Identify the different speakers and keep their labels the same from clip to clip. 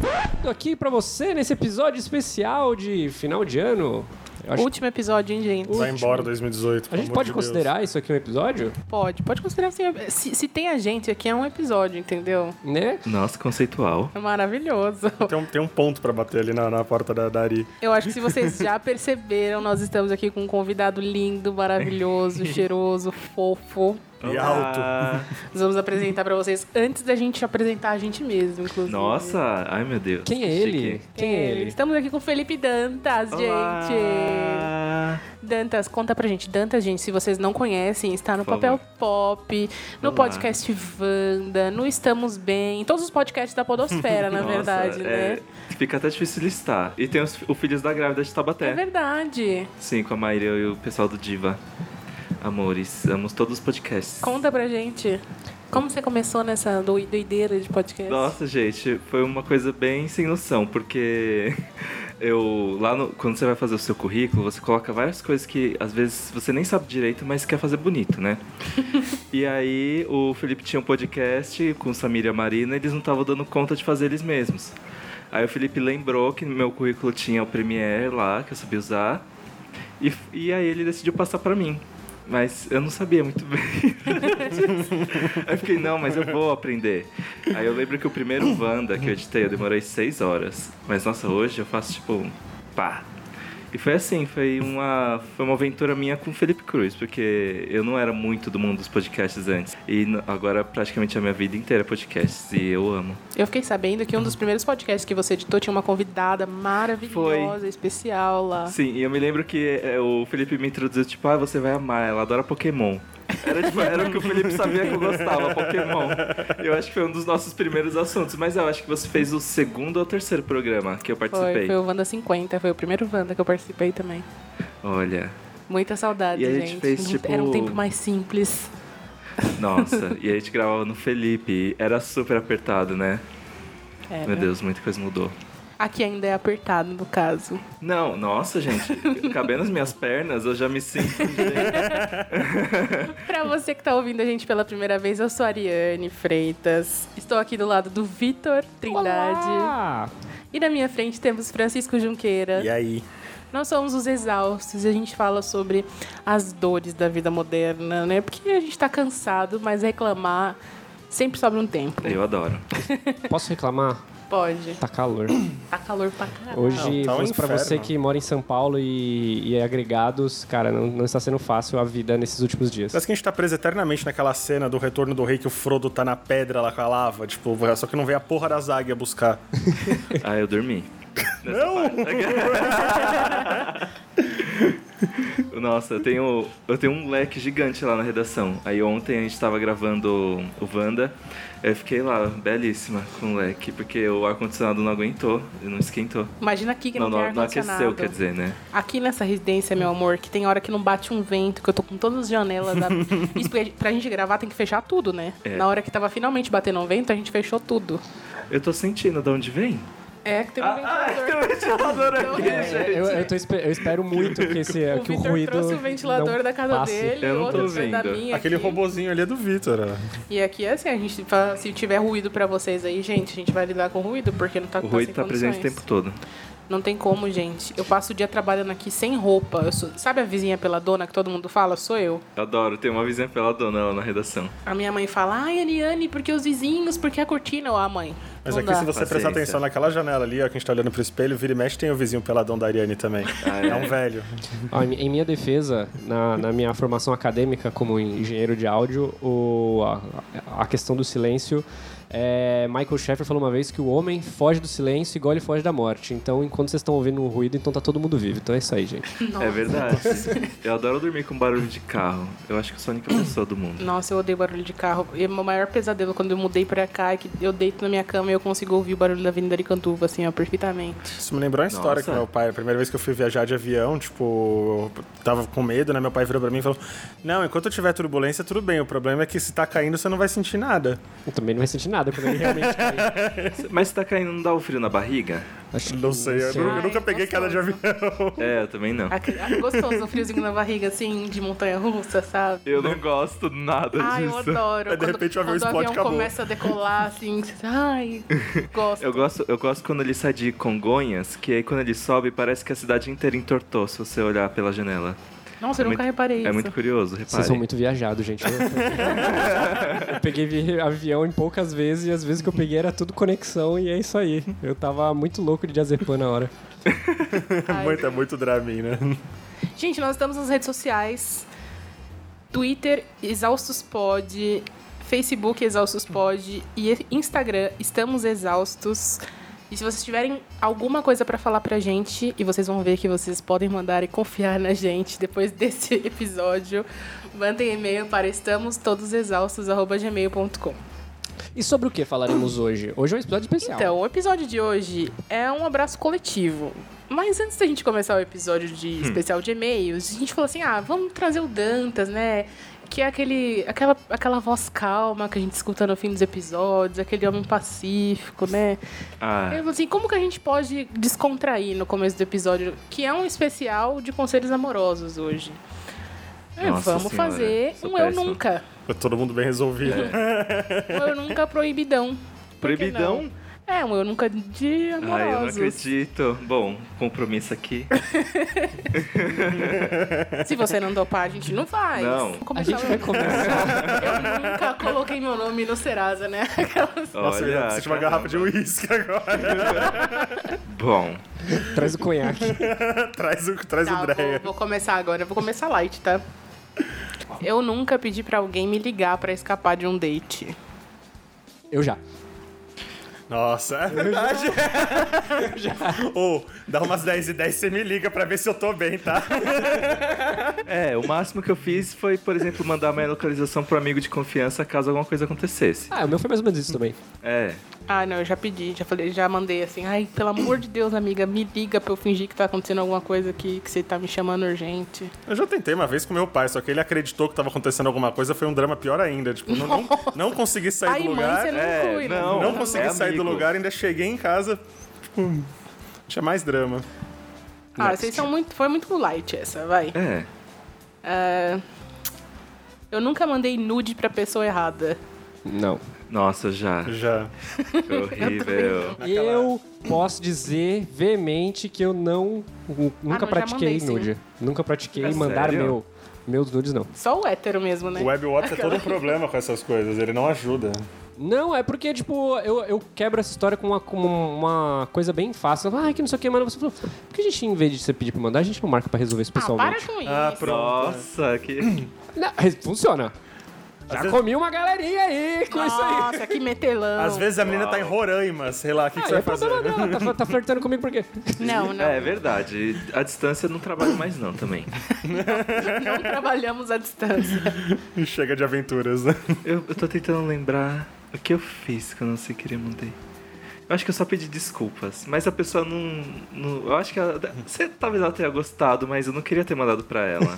Speaker 1: Recado aqui pra você nesse episódio especial de final de ano. Eu acho
Speaker 2: Último episódio, hein, gente?
Speaker 1: Último.
Speaker 3: Vai embora 2018.
Speaker 1: A gente pode considerar isso aqui um episódio,
Speaker 2: Pode. Pode considerar assim. Se, se tem a gente aqui, é um episódio, entendeu?
Speaker 1: né?
Speaker 4: Nossa, conceitual.
Speaker 2: É maravilhoso.
Speaker 3: Tem um, tem um ponto pra bater ali na, na porta da, da Ari.
Speaker 2: Eu acho que se vocês já perceberam, nós estamos aqui com um convidado lindo, maravilhoso, cheiroso, fofo.
Speaker 3: E alto.
Speaker 2: Nós vamos apresentar pra vocês antes da gente apresentar a gente mesmo, inclusive.
Speaker 4: Nossa, ai meu Deus.
Speaker 1: Quem é ele?
Speaker 4: Chique.
Speaker 1: Quem é ele?
Speaker 2: Estamos aqui com o Felipe Dantas, gente.
Speaker 4: Olá.
Speaker 2: Dantas, conta pra gente. Dantas, gente, se vocês não conhecem, está no
Speaker 4: Por
Speaker 2: Papel
Speaker 4: favor.
Speaker 2: Pop, no
Speaker 4: Vamos lá.
Speaker 2: podcast Vanda, no Estamos Bem, em todos os podcasts da Podosfera, na
Speaker 4: Nossa,
Speaker 2: verdade,
Speaker 4: é,
Speaker 2: né?
Speaker 4: Fica até difícil listar. E tem os, o Filhos da Grávida de
Speaker 2: É.
Speaker 4: Tabaté.
Speaker 2: verdade.
Speaker 4: Sim, com a Maíra e o pessoal do Diva. Amores, amos todos os podcasts.
Speaker 2: Conta pra gente. Como você começou nessa doi- doideira de podcast?
Speaker 4: Nossa, gente, foi uma coisa bem sem noção, porque eu lá no, quando você vai fazer o seu currículo, você coloca várias coisas que às vezes você nem sabe direito, mas quer fazer bonito, né? e aí o Felipe tinha um podcast com Samir e a Marina, eles não estavam dando conta de fazer eles mesmos. Aí o Felipe lembrou que no meu currículo tinha o Premiere lá, que eu sabia usar. E, e aí ele decidiu passar pra mim. Mas eu não sabia muito bem. aí eu fiquei, não, mas eu vou aprender. Aí eu lembro que o primeiro Wanda que eu editei, eu demorei seis horas. Mas nossa, hoje eu faço tipo, um pá. E foi assim, foi uma, foi uma aventura minha com o Felipe Cruz, porque eu não era muito do mundo dos podcasts antes. E n- agora praticamente a minha vida inteira é podcasts, e eu amo.
Speaker 2: Eu fiquei sabendo que um dos primeiros podcasts que você editou tinha uma convidada maravilhosa, especial lá.
Speaker 4: Sim, e eu me lembro que é, o Felipe me introduziu, tipo, ah, você vai amar, ela adora Pokémon. Era, tipo, era o que o Felipe sabia que eu gostava, Pokémon. Eu acho que foi um dos nossos primeiros assuntos, mas eu acho que você fez o segundo ou terceiro programa que eu
Speaker 2: Foi,
Speaker 4: participei.
Speaker 2: foi o Wanda 50, foi o primeiro Wanda que eu participei também.
Speaker 4: Olha,
Speaker 2: Muita saudade,
Speaker 4: E aí a gente
Speaker 2: gente.
Speaker 4: fez,
Speaker 2: Muito-
Speaker 4: tipo-
Speaker 2: Era um tempo mais simples.
Speaker 4: nossa, e a gente gravava no Felipe, e era super apertado, né?
Speaker 2: Era.
Speaker 4: Meu Deus, muita coisa mudou.
Speaker 2: Aqui ainda é apertado, no caso.
Speaker 4: Não, nossa, gente, cabendo as minhas pernas, eu já me sinto.
Speaker 2: Pra você que tá ouvindo a gente pela primeira vez, eu sou a Ariane Freitas. Estou aqui do lado do Vitor Trindade.
Speaker 1: Olá!
Speaker 2: E na minha frente temos Francisco Junqueira.
Speaker 3: E aí?
Speaker 2: Nós somos os exaustos e a gente fala sobre as dores da vida moderna, né? Porque a gente tá cansado, mas reclamar sempre sobra um tempo.
Speaker 4: Eu adoro.
Speaker 1: Posso reclamar?
Speaker 2: Pode.
Speaker 1: Tá calor.
Speaker 2: Tá calor pra caralho.
Speaker 1: Hoje,
Speaker 3: Tá um
Speaker 1: vamos pra
Speaker 3: inferno.
Speaker 1: você que mora em São Paulo e, e é agregados, cara, não, não está sendo fácil a vida nesses últimos dias.
Speaker 3: Parece que a gente tá preso eternamente naquela cena do Retorno do Rei que o Frodo tá na pedra lá com a lava. Tipo, só que não vem a porra da zaga buscar.
Speaker 4: Ah, eu dormi. Nossa, eu tenho, eu tenho um leque gigante lá na redação. Aí ontem a gente tava gravando o Wanda, eu fiquei lá, belíssima, com o leque, porque o ar-condicionado não aguentou, não esquentou.
Speaker 2: Imagina aqui que não,
Speaker 4: Não,
Speaker 2: tem
Speaker 4: não, não
Speaker 2: ar-condicionado.
Speaker 4: aqueceu, quer dizer, né?
Speaker 2: Aqui nessa residência, meu amor, que tem hora que não bate um vento, que eu tô com todas as janelas. Da... Isso porque pra gente gravar tem que fechar tudo, né?
Speaker 4: É.
Speaker 2: Na hora que tava finalmente batendo um vento, a gente fechou tudo.
Speaker 4: Eu tô sentindo de onde vem.
Speaker 2: É, que tem um ventilador.
Speaker 4: tem um ventilador aqui,
Speaker 1: É, eu, eu tô espe- eu espero muito que, esse,
Speaker 2: O
Speaker 1: É, que o
Speaker 2: Vitor
Speaker 1: ruído.
Speaker 2: trouxe o ventilador
Speaker 1: não
Speaker 2: da casa
Speaker 1: passe.
Speaker 2: dele,
Speaker 4: Eu não
Speaker 2: outro
Speaker 4: tô
Speaker 2: foi da
Speaker 4: vendo.
Speaker 2: minha.
Speaker 3: Aquele
Speaker 2: aqui.
Speaker 3: robozinho ali é do Vitor, ó.
Speaker 2: E aqui, assim, a gente fala, se tiver ruído pra vocês aí, gente, a gente vai lidar com ruído, porque não tá
Speaker 4: O ruído
Speaker 2: sem
Speaker 4: tá presente o
Speaker 2: condições.
Speaker 4: tempo todo.
Speaker 2: Não tem como, gente. Eu passo o dia trabalhando aqui sem roupa. Eu sou- Sabe a vizinha pela dona que todo mundo fala? Sou eu.
Speaker 4: Eu Adoro, tem uma vizinha pela dona lá na redação.
Speaker 2: A minha mãe fala, ai, Eliane, porque os vizinhos, porque a cortina, ó, a mãe.
Speaker 3: Mas
Speaker 2: não
Speaker 3: aqui,
Speaker 2: dá.
Speaker 3: se você prestar
Speaker 4: Paciência.
Speaker 3: atenção naquela janela ali, ó, que a gente tá olhando pro espelho, vira e mexe, tem o vizinho peladão da Ariane também.
Speaker 4: Ah,
Speaker 3: é. um velho.
Speaker 1: Ó, em, em minha defesa, na, na minha formação acadêmica como engenheiro de áudio, o, a, a questão do silêncio. é, Michael Sheffer falou uma vez que o homem foge do silêncio igual ele foge da morte. Então, enquanto vocês estão ouvindo o ruído, então tá todo mundo vivo. Então é isso aí, gente.
Speaker 4: É verdade. Eu adoro dormir com barulho de carro. Eu acho que eu sou a única pessoa do mundo.
Speaker 2: Nossa, eu odeio barulho de carro. E meu maior pesadelo quando eu mudei pra cá é que eu deito na minha cama e eu consigo ouvir o barulho da Avenida Aricanduva, assim, ó, perfeitamente.
Speaker 3: Isso me lembrou uma história
Speaker 4: Nossa.
Speaker 3: com meu pai. A primeira vez que eu fui viajar de avião, tipo, eu tava com medo, né? Meu pai virou pra mim e falou: Não, enquanto eu tiver turbulência, tudo bem. O problema é que se tá caindo, você não vai sentir nada.
Speaker 1: Eu também não vai sentir nada quando ele realmente cair.
Speaker 4: Mas se tá caindo, não dá o frio na barriga?
Speaker 1: Acho que-
Speaker 3: Não sei, eu, nu- eu
Speaker 2: Ai,
Speaker 3: nunca peguei queda de
Speaker 2: gostoso.
Speaker 3: avião.
Speaker 4: É, eu também não.
Speaker 2: Aquele- ah, Gostoso, um friozinho na barriga, assim, de montanha russa, sabe?
Speaker 4: Eu não gosto nada
Speaker 2: Ai, eu
Speaker 4: disso.
Speaker 2: adoro.
Speaker 3: Aí, de
Speaker 2: Quando-
Speaker 3: repente, o avião
Speaker 2: quando
Speaker 3: explode,
Speaker 2: avião
Speaker 3: acabou.
Speaker 2: começa a decolar, assim, você- ai, gosto.
Speaker 4: Eu gosto, eu gosto quando ele sai de Congonhas, que aí quando ele sobe parece que a cidade inteira entortou, se você olhar pela janela.
Speaker 2: Nossa, eu
Speaker 4: é
Speaker 2: nunca
Speaker 4: muito-
Speaker 2: reparei isso.
Speaker 4: É muito curioso, repare.
Speaker 1: Vocês são muito viajados, gente. Eu, eu peguei vi- avião em poucas vezes e as vezes que eu peguei era tudo conexão e é isso aí. Eu tava muito louco de diazepam na hora.
Speaker 2: Ai,
Speaker 3: Muito, é muito Dramin, né?
Speaker 2: Gente, nós estamos nas redes sociais. Twitter, Exaustos Pod, Facebook, Exaustos Pod e Instagram, Estamos Exaustos. E se vocês tiverem alguma coisa pra falar pra gente, e vocês vão ver que vocês podem mandar e confiar na gente depois desse episódio, mandem e-mail para estamostodosexaustos@gmail.com.
Speaker 1: E sobre o que falaremos hoje? Hoje é um episódio especial.
Speaker 2: Então, o episódio de hoje é um abraço coletivo. Mas antes da gente começar o episódio
Speaker 4: Hum.
Speaker 2: de especial de e-mails, a gente falou assim: ah, vamos trazer o Dantas, né? Que é aquele, aquela, aquela voz calma que a gente escuta no fim dos episódios, aquele homem pacífico, né?
Speaker 4: Ah,
Speaker 2: Eu falei assim, como que a gente pode descontrair no começo do episódio, que é um especial de conselhos amorosos hoje? É,
Speaker 4: Nossa
Speaker 2: vamos
Speaker 4: Senhora,
Speaker 2: fazer
Speaker 4: sou
Speaker 2: um eu
Speaker 4: péssimo.
Speaker 2: nunca.
Speaker 3: Tá Todo mundo bem resolvido.
Speaker 4: É.
Speaker 2: Um eu nunca proibidão. Por que não?
Speaker 4: proibidão?
Speaker 2: É, um eu nunca de amorosos.
Speaker 4: Ai, eu não acredito. Bom, compromisso aqui.
Speaker 2: Se você não topar, a gente não faz.
Speaker 4: Não.
Speaker 1: a
Speaker 2: Começar
Speaker 1: gente vai começar.
Speaker 2: Eu nunca coloquei meu nome no Serasa, né? Aquelas-
Speaker 3: Nossa, eu
Speaker 4: Olha,
Speaker 3: já preciso de uma garrafa de uísque agora.
Speaker 4: Bom,
Speaker 1: Traz o conhaque.
Speaker 3: traz o, traz
Speaker 2: Tá,
Speaker 3: o
Speaker 2: vou,
Speaker 3: Dreyer.
Speaker 2: vou começar agora. Vou começar light, tá? Eu nunca pedi pra alguém me ligar pra escapar de um date.
Speaker 1: Eu já.
Speaker 3: Nossa, é verdade. Ou, dá umas 10 e 10 você me liga pra ver se eu tô bem, tá?
Speaker 4: é, o máximo que eu fiz foi, por exemplo, mandar minha localização pro amigo de confiança caso alguma coisa acontecesse.
Speaker 1: Ah, o meu foi mais ou menos isso também.
Speaker 4: É,
Speaker 2: Ah, não, eu já pedi, já falei, já mandei assim. Ai, pelo amor de Deus, amiga, me liga pra eu fingir que tá acontecendo alguma coisa aqui, que você tá me chamando urgente.
Speaker 3: Eu já tentei uma vez com meu pai, só que ele acreditou que tava acontecendo alguma coisa, foi um drama pior ainda. Tipo, não, não, não consegui sair
Speaker 2: Ai,
Speaker 3: do
Speaker 2: mãe,
Speaker 3: lugar.
Speaker 2: você não
Speaker 4: é,
Speaker 2: cuida.
Speaker 4: não.
Speaker 3: Não consegui
Speaker 4: É
Speaker 3: sair do
Speaker 4: amigo.
Speaker 3: lugar, ainda cheguei em casa. Tipo, tinha mais drama.
Speaker 2: Ah, vocês são muito. Foi muito light essa, vai.
Speaker 4: é.
Speaker 2: Ah, eu nunca mandei nude pra pessoa errada.
Speaker 1: Não.
Speaker 4: Nossa, já.
Speaker 3: Já.
Speaker 4: Foi horrível.
Speaker 1: Eu posso dizer veemente que eu não nunca
Speaker 2: Ah, não, já
Speaker 1: pratiquei
Speaker 2: mandei, sim.
Speaker 1: nude. Nunca pratiquei
Speaker 4: É
Speaker 1: mandar
Speaker 4: sério?
Speaker 1: meu. Meus nudes não.
Speaker 2: Só o hétero mesmo, né?
Speaker 3: O Web Watch é todo um problema com essas coisas, ele não ajuda.
Speaker 1: Não, é porque, tipo, eu, eu quebro essa história com uma, com uma coisa bem fácil. Ah, que não sei o que, mas você falou. Por que a gente, em vez de você pedir pra mandar, a gente não marca pra resolver isso
Speaker 2: Ah, para
Speaker 1: pessoalmente?
Speaker 2: com isso.
Speaker 3: Ah, pronto.
Speaker 4: Nossa, que.
Speaker 1: Não, mas funciona. Já
Speaker 3: Às vezes-
Speaker 1: comi uma galerinha aí com isso aí.
Speaker 2: Nossa, que metelão.
Speaker 3: Às vezes a menina tá em Roraima, sei lá, o que, que
Speaker 1: Ah,
Speaker 3: você
Speaker 1: é
Speaker 3: vai fazer? né?
Speaker 1: problema dela, tá, tá flertando comigo por quê?
Speaker 2: Não, não.
Speaker 4: É, é verdade. A distância eu não trabalho mais, não, também.
Speaker 2: Não trabalhamos à distância.
Speaker 3: Chega de aventuras, né?
Speaker 4: Eu, eu tô tentando lembrar o que eu fiz que eu não sei querer mandei. Eu acho que eu só pedi desculpas, mas a pessoa não. não- eu acho que ela. Você, talvez ela tenha gostado, mas eu não queria ter mandado pra ela.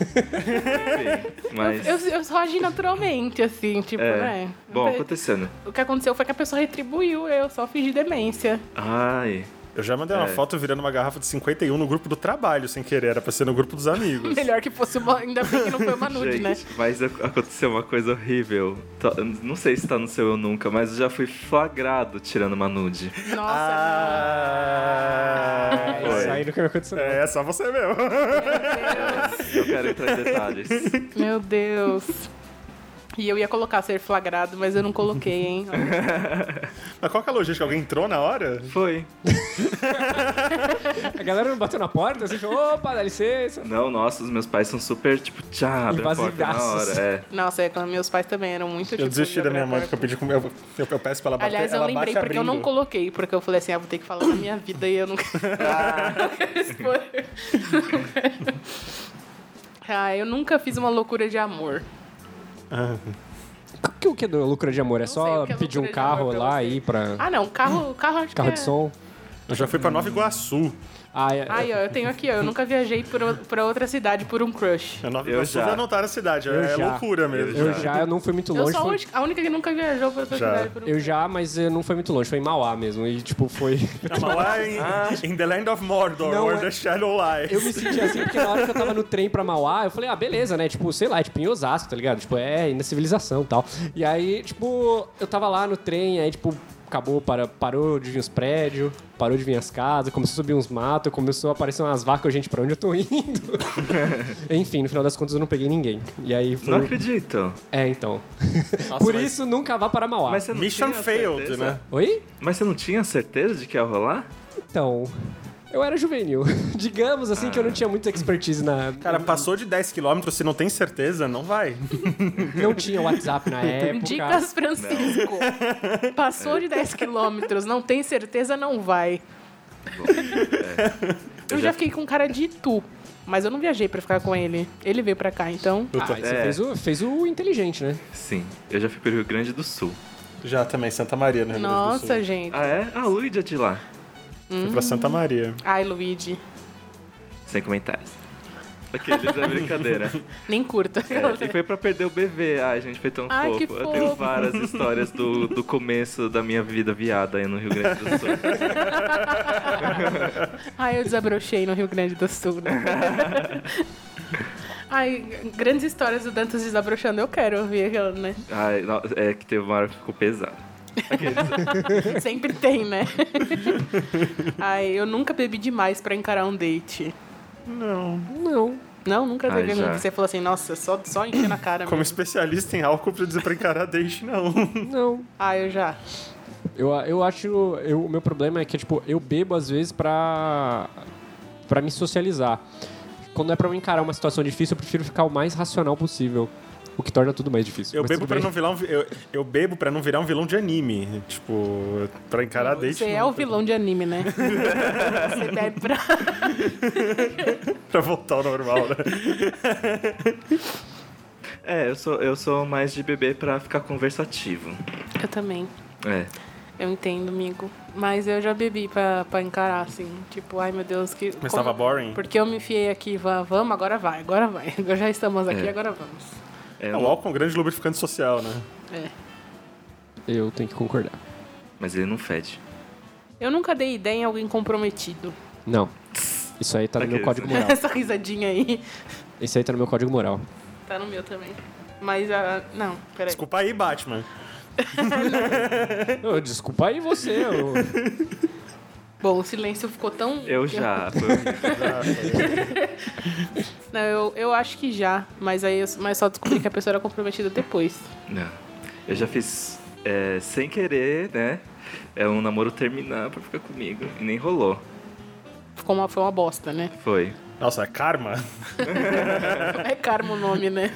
Speaker 4: Enfim, mas.
Speaker 2: Eu, eu só agi naturalmente, assim, tipo,
Speaker 4: é.
Speaker 2: né?
Speaker 4: Bom, acontecendo.
Speaker 2: O que aconteceu foi que a pessoa retribuiu, eu só fingi demência.
Speaker 4: Ai.
Speaker 3: Eu já mandei uma
Speaker 4: É.
Speaker 3: foto virando uma garrafa de 51 no grupo do trabalho, sem querer, era pra ser no grupo dos amigos.
Speaker 2: Melhor que fosse uma. Ainda bem que não foi uma nude,
Speaker 4: Gente,
Speaker 2: né?
Speaker 4: mas ac- aconteceu uma coisa horrível. Tá- Não sei se tá no seu eu nunca, mas eu já fui flagrado tirando uma nude.
Speaker 2: Nossa,
Speaker 3: Ah,
Speaker 1: É, Isso aí nunca me aconteceu.
Speaker 3: é só você mesmo. Ah.
Speaker 4: Eu quero entrar em detalhes.
Speaker 2: meu Deus. E eu ia colocar ser flagrado, mas eu não coloquei, hein? Olha.
Speaker 3: Mas qual que é a logística? Alguém entrou na hora?
Speaker 4: Foi.
Speaker 1: A galera não bateu na porta, assim, falou, opa, dá licença.
Speaker 4: Não, nossa, os meus pais são super, tipo, tchá, abre a porta na
Speaker 1: Invasivaços.
Speaker 4: hora. É.
Speaker 2: Nossa, é, quando meus pais também eram muito tipo,
Speaker 3: Eu desisti da minha mãe, porque eu pedi com eu, eu, eu peço pra ela bater.
Speaker 2: Aliás, eu
Speaker 3: ela
Speaker 2: lembrei,
Speaker 3: bate
Speaker 2: porque eu não
Speaker 3: abrindo.
Speaker 2: coloquei, porque eu falei assim, ah, vou ter que falar da minha vida e eu não quero expor. ah, eu nunca fiz uma loucura de amor.
Speaker 3: Ah.
Speaker 1: O que, o que é do lucro de amor? É
Speaker 2: sei
Speaker 1: só
Speaker 2: o que é
Speaker 1: pedir um
Speaker 2: lucro de amor
Speaker 1: carro
Speaker 2: pra
Speaker 1: lá
Speaker 2: você.
Speaker 1: aí pra.
Speaker 2: Ah, não, carro, carro acho
Speaker 1: Carro
Speaker 2: que
Speaker 1: de
Speaker 2: é-
Speaker 1: som.
Speaker 3: Eu já fui pra Nova Iguaçu.
Speaker 1: Ah, é-
Speaker 2: Ai, ó, eu tenho aqui, ó. Eu nunca viajei por o- pra outra cidade por um crush.
Speaker 3: A Nova
Speaker 4: Eu
Speaker 3: Iguaçu
Speaker 4: já.
Speaker 3: já não tá na cidade,
Speaker 1: Eu
Speaker 3: é
Speaker 1: já.
Speaker 3: loucura mesmo.
Speaker 1: eu já eu não fui muito
Speaker 2: Eu
Speaker 1: longe.
Speaker 2: sou a
Speaker 1: foi-
Speaker 2: única- a única que nunca viajou pra outra
Speaker 3: Já.
Speaker 2: cidade por um
Speaker 1: Eu já, mas eh, não foi muito longe, foi em Mauá mesmo. E tipo, foi.
Speaker 3: Não, mas lá é em in the Land of Mordor,
Speaker 1: Ah. Não,
Speaker 3: where
Speaker 1: é-
Speaker 3: the Shadow Lies.
Speaker 1: Eu me senti assim, porque na hora que eu tava no trem pra Mauá, eu falei, ah, beleza, né? Tipo, sei lá, é tipo em Osasco, tá ligado? Tipo, é ainda civilização e tal. E aí, tipo, eu tava lá no trem, aí, tipo, acabou, para, parou de vir os prédios, parou de vir as casas, começou a subir uns matos, começou a aparecer umas vacas, gente, pra onde eu tô indo? Enfim, no final das contas eu não peguei ninguém. E aí foi.
Speaker 4: Não acredito.
Speaker 1: É, então. Por
Speaker 5: mas-
Speaker 1: isso, nunca vá para Mauá.
Speaker 4: Mas você não
Speaker 3: Mission
Speaker 4: tinha
Speaker 3: failed,
Speaker 4: certeza?
Speaker 3: né?
Speaker 1: Oi?
Speaker 4: Mas você não tinha certeza de que ia rolar?
Speaker 1: Então. Eu era juvenil. Digamos assim que eu não tinha muita expertise na.
Speaker 4: Tá.
Speaker 3: Cara, passou de 10km, se não tem certeza, não vai.
Speaker 1: Não tinha WhatsApp na época.
Speaker 2: Dicas Francisco. Passou de 10 quilômetros, não tem certeza, não vai. eu já fiquei com cara de tu, mas eu não viajei pra ficar com ele. Ele veio pra cá, então.
Speaker 1: Ah, aí você
Speaker 4: É.
Speaker 1: fez, o, fez o inteligente, né?
Speaker 4: Sim. Eu já fui pro Rio Grande do Sul.
Speaker 3: Já também, Santa Maria, no Rio Grande É, do Sul.
Speaker 2: Nossa, gente.
Speaker 4: Ah, é? A Luídia é de lá.
Speaker 3: Fui pra Santa Maria.
Speaker 2: Ai, Luigi.
Speaker 4: Sem comentários. Aqueles é brincadeira.
Speaker 2: Nem curta.
Speaker 4: É, e foi pra perder o bebê. Ai, gente, foi tão
Speaker 2: Ai,
Speaker 4: fofo.
Speaker 2: que
Speaker 4: Eu tenho
Speaker 2: fofo.
Speaker 4: várias histórias do, do começo da minha vida viada aí no Rio Grande do Sul.
Speaker 2: Ai, eu desabrochei no Rio Grande do Sul. né? Ai, grandes histórias do Dantas desabrochando, eu quero ouvir aquela, né?
Speaker 4: Ai, não, é que teve uma hora que ficou pesado.
Speaker 2: Sempre tem, né? Ai, eu nunca bebi demais pra encarar um date.
Speaker 1: Não.
Speaker 2: Não, nunca
Speaker 4: Ai,
Speaker 2: bebi
Speaker 4: Ah, já.
Speaker 2: muito. Você falou assim, nossa, só, só encher na cara.
Speaker 3: Como
Speaker 2: mesmo.
Speaker 3: especialista em álcool, pra dizer pra encarar deixe, não.
Speaker 1: Não.
Speaker 2: Ah, eu já.
Speaker 1: Eu, eu acho. eu- o meu problema é que, tipo, eu bebo às vezes pra. pra me socializar. Quando é pra eu encarar uma situação difícil, eu prefiro ficar o mais racional possível. O que torna tudo mais difícil.
Speaker 3: Eu
Speaker 1: Mas
Speaker 3: bebo
Speaker 1: tudo
Speaker 3: pra
Speaker 1: bem.
Speaker 3: não virar um, vi- eu, eu bebo para não virar um vilão de anime, tipo, pra encarar date.
Speaker 2: Você é
Speaker 3: não, tá
Speaker 2: o vilão de anime, né? Você bebe pra...
Speaker 3: pra voltar ao normal, né?
Speaker 4: É, eu sou, eu sou mais de bebê pra ficar conversativo.
Speaker 2: Eu também.
Speaker 4: É.
Speaker 2: Eu entendo, amigo. Mas eu já bebi pra, pra encarar, assim. Tipo, ai meu Deus, que.
Speaker 3: Mas tava boring?
Speaker 2: Porque eu me enfiei aqui, vá, vamos, agora vai, agora vai. Agora já estamos aqui,
Speaker 4: É.
Speaker 2: agora vamos.
Speaker 4: é
Speaker 3: É, o álcool é um grande lubrificante social, né?
Speaker 2: É.
Speaker 1: Eu tenho que concordar.
Speaker 4: Mas ele não fede.
Speaker 2: Eu nunca dei ideia em alguém comprometido.
Speaker 1: Não. Isso aí tá no meu
Speaker 4: Aqueles,
Speaker 1: código
Speaker 4: né?
Speaker 1: moral.
Speaker 2: Essa risadinha aí
Speaker 1: Isso aí tá no meu código moral.
Speaker 2: tá no meu também. Mas a. não, peraí.
Speaker 3: Desculpa aí, Batman.
Speaker 1: Ô, desculpa aí você. eu-
Speaker 2: Bom, o silêncio ficou tão.
Speaker 4: Eu já. Foi horrível.
Speaker 2: Não, eu, eu acho que já, mas aí eu, mas só descobri que a pessoa era comprometida depois.
Speaker 4: não. Eu já fiz é, sem querer, né? É um namoro terminar pra ficar comigo. E nem rolou.
Speaker 2: Ficou uma, foi uma bosta, né?
Speaker 4: Foi.
Speaker 3: Nossa, é karma.
Speaker 2: É karma o nome, né?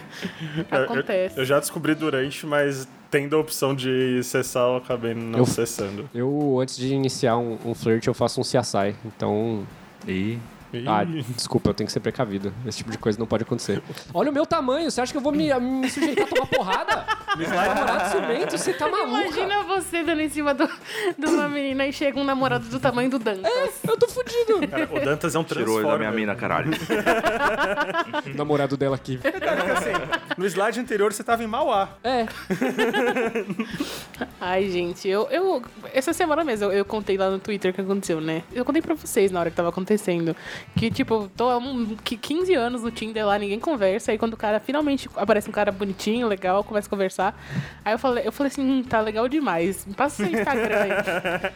Speaker 3: Eu-
Speaker 2: Acontece.
Speaker 3: Eu, eu já descobri durante, mas tendo a opção de cessar, eu acabei não
Speaker 1: Eu-
Speaker 3: cessando.
Speaker 1: Eu, antes de iniciar um, um flirt, eu faço um CSI. Então,
Speaker 4: E.
Speaker 3: Ih,
Speaker 1: Ah, desculpa, eu tenho que ser precavido. Esse tipo de coisa não pode acontecer. Olha o meu tamanho, você acha que eu vou me, me sujeitar a tomar porrada? Me vai namorar de cimento, você tá maluco.
Speaker 2: Imagina você dando em cima do, de uma menina e chega um namorado do tamanho do tá Dantas.
Speaker 1: Eu tô fudido.
Speaker 3: cara, o Dantas é um
Speaker 4: Tirou o olho da minha
Speaker 3: transformer.
Speaker 4: mina, caralho.
Speaker 1: O namorado dela aqui.
Speaker 3: No slide anterior você tava em Mauá.
Speaker 1: É,
Speaker 2: Ai, gente, eu, eu. Essa semana mesmo eu, eu contei lá no Twitter o que aconteceu, né? Eu contei pra vocês na hora que tava acontecendo. Que, tipo, tô há um, que 15 anos no Tinder lá, ninguém conversa. Aí quando o cara finalmente aparece um cara bonitinho, legal, começa a conversar. Aí eu falei, eu falei assim, hum, tá legal demais. Me passa seu Instagram aí.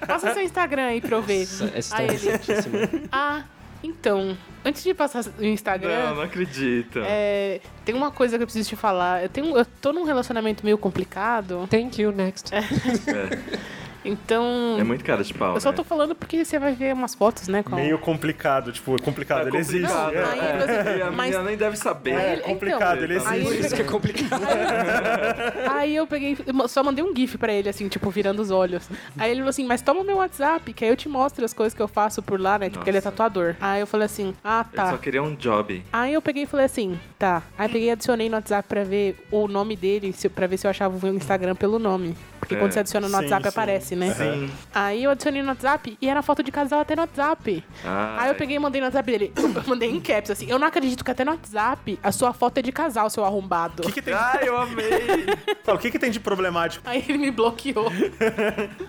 Speaker 2: Passa seu Instagram aí pra eu ver.
Speaker 1: essa
Speaker 2: aí
Speaker 1: história é
Speaker 2: ele,
Speaker 1: certíssima.
Speaker 2: ah, então, antes de passar o Instagram.
Speaker 4: Não, não acredito.
Speaker 2: É, tem uma coisa que eu preciso te falar. Eu, tenho, eu tô num relacionamento meio complicado,
Speaker 1: Thank you, next.
Speaker 2: então.
Speaker 4: É muito cara de pau.
Speaker 2: eu só
Speaker 4: né?
Speaker 2: tô falando porque você vai ver umas fotos, né? Com...
Speaker 3: Meio complicado, tipo, complicado.
Speaker 4: É
Speaker 3: ele existe.
Speaker 4: complicado,
Speaker 2: Não,
Speaker 3: é.
Speaker 2: aí você-
Speaker 4: E a
Speaker 2: mas-
Speaker 4: menina nem deve saber.
Speaker 2: Aí
Speaker 3: É
Speaker 2: ele-
Speaker 3: complicado,
Speaker 2: então,
Speaker 3: ele
Speaker 4: aí
Speaker 3: existe.
Speaker 1: Por isso que é complicado.
Speaker 2: Aí eu peguei, eu só mandei um GIF pra ele, assim, tipo, virando os olhos. Aí ele falou assim: Mas toma meu WhatsApp, que aí eu te mostro as coisas que eu faço por lá, né? Tipo, porque ele é
Speaker 4: Nossa.
Speaker 2: tatuador. Aí eu falei assim: Ah,
Speaker 4: Eu
Speaker 2: tá.
Speaker 4: só queria um job.
Speaker 2: Aí eu peguei e falei assim, tá. Aí peguei e adicionei no WhatsApp pra ver o nome dele, se, pra ver se eu achava o Instagram pelo nome. Porque
Speaker 4: É.
Speaker 2: quando você adiciona no
Speaker 3: Sim,
Speaker 2: WhatsApp
Speaker 3: sim.
Speaker 2: aparece, né?
Speaker 4: Sim.
Speaker 2: Aí eu adicionei no WhatsApp e era foto de casal até no WhatsApp.
Speaker 4: Ah,
Speaker 2: Aí eu peguei e mandei no WhatsApp dele. Eu mandei em caps, assim. Eu não acredito que até no WhatsApp a sua foto é de casal, seu arrombado.
Speaker 3: O que, que tem,
Speaker 4: Ah, eu amei!
Speaker 3: fala, o que, que tem de problemático?
Speaker 2: Aí ele me bloqueou.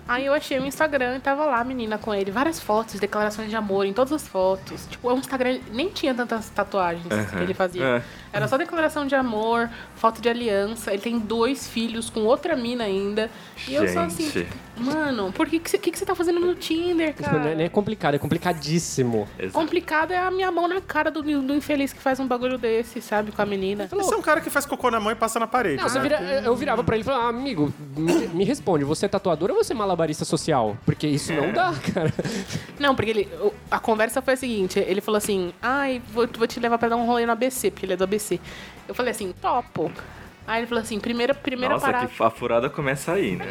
Speaker 2: Aí eu achei o Instagram e tava lá a menina com ele. Várias fotos, declarações de amor em todas as fotos. Tipo, o Instagram nem tinha tantas tatuagens que
Speaker 4: Aham.
Speaker 2: ele fazia.
Speaker 4: É.
Speaker 2: Era só declaração de amor, foto de aliança. Ele tem dois filhos com outra mina ainda. E eu só assim,
Speaker 4: Gente.
Speaker 2: tipo, mano, por que que você que que você tá fazendo no Tinder,
Speaker 1: Tipo, não é,
Speaker 2: cara?
Speaker 1: nem é complicado, é complicadíssimo.
Speaker 4: Exato.
Speaker 2: Complicado é a minha mão na cara do, do infeliz que faz um bagulho desse, sabe? Com a menina.
Speaker 3: Você é um cara que faz cocô na mão e passa na parede.
Speaker 1: Não,
Speaker 3: né?
Speaker 1: você vira- eu virava pra ele e falava, ah, amigo, me, me responde, você é tatuador ou você é malabarista social? Porque isso não dá, cara.
Speaker 2: Não, porque ele, o- a conversa foi a seguinte: ele falou assim, ai, vou, vou te levar pra dar um rolê no ABC, porque ele é do ABC. Eu falei assim, topo. Aí ele falou assim: primeira, primeira
Speaker 4: Nossa,
Speaker 2: parada.
Speaker 4: que a furada começa aí, né?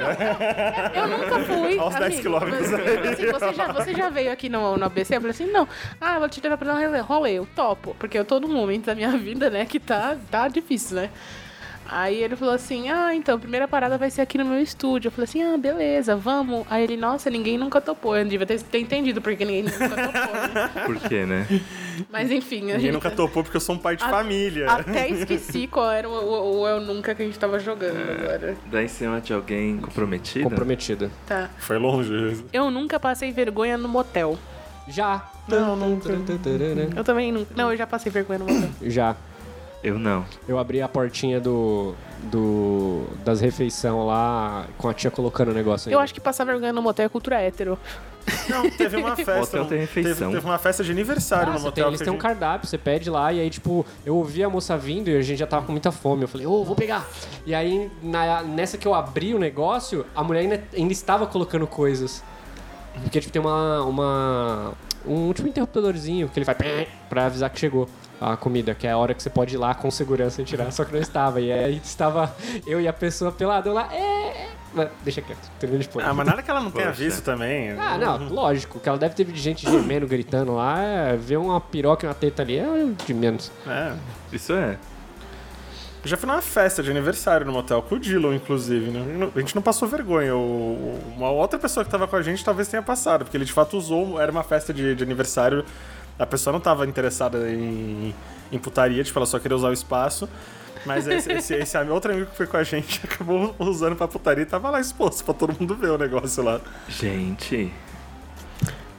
Speaker 2: Eu nunca fui.
Speaker 3: Aos 10
Speaker 2: amigo,
Speaker 3: quilômetros.
Speaker 2: mas, assim, você, já, você já veio aqui no, no ABC? Eu falei assim: não, ah, eu vou te levar pra dar um rolê. rolê. Eu topo, porque eu tô num momento da minha vida, né, que tá, tá difícil, né? Aí ele falou assim: Ah, então, a primeira parada vai ser aqui no meu estúdio. Eu falei assim: Ah, beleza, vamos. Aí ele: Nossa, ninguém nunca topou. Eu devia ter, ter entendido porque ninguém nunca topou. Né?
Speaker 4: Por quê, né?
Speaker 2: Mas enfim, a
Speaker 3: Ninguém
Speaker 2: gente
Speaker 3: nunca topou porque eu sou um pai de
Speaker 2: A-
Speaker 3: família.
Speaker 2: até esqueci qual era o, o- o Eu Nunca que a gente tava
Speaker 3: É.
Speaker 2: jogando agora.
Speaker 4: Daí em cima de alguém comprometido?
Speaker 1: Comprometida.
Speaker 2: Tá.
Speaker 3: Foi longe.
Speaker 2: Eu nunca passei vergonha no motel.
Speaker 1: Já.
Speaker 3: Não, não.
Speaker 2: Eu também nunca. Não, eu já passei vergonha no motel.
Speaker 1: Já.
Speaker 4: Eu não.
Speaker 1: Eu abri a portinha do, do das refeição lá com a tia colocando o negócio aí.
Speaker 2: Eu acho que passar vergonha no motel é cultura hétero.
Speaker 3: Não, teve uma festa.
Speaker 4: Motel tem refeição.
Speaker 3: Teve, teve uma festa de aniversário no
Speaker 1: Nossa, tem,
Speaker 3: motel.
Speaker 1: eles
Speaker 3: que
Speaker 1: têm um
Speaker 3: a gente-
Speaker 1: cardápio, você pede lá e aí, tipo, eu ouvi a moça vindo e a gente já tava com muita fome. Eu falei, ô, vou pegar. E aí, na- nessa que eu abri o negócio, a mulher ainda, ainda estava colocando coisas. Porque, tipo, tem uma. uma um último interruptorzinho que ele vai pra avisar que chegou a comida, que é a hora que você pode ir lá com segurança e tirar, só que não estava. E aí estava eu e a pessoa peladão lá. É. Mas Deixa quieto, termina depois.
Speaker 3: Ah, mas nada que ela não tenha
Speaker 4: Poxa.
Speaker 3: visto também.
Speaker 1: Ah,
Speaker 4: Uhum.
Speaker 1: não, lógico, que ela deve ter de gente gemendo, gritando lá, é, ver uma piroca e uma teta ali, é de menos.
Speaker 3: É.
Speaker 4: Isso é.
Speaker 3: Eu Já fui numa festa de aniversário no motel, com o Dylan, inclusive. né? A gente não passou vergonha. O- Uma outra pessoa que tava com a gente talvez tenha passado, porque ele de fato usou, era uma festa de, de aniversário. A pessoa não tava interessada em, em putaria, tipo, ela só queria usar o espaço. Mas esse, esse, esse outro amigo que foi com a gente acabou usando pra putaria e tava lá exposto pra todo mundo ver o negócio lá.
Speaker 4: Gente.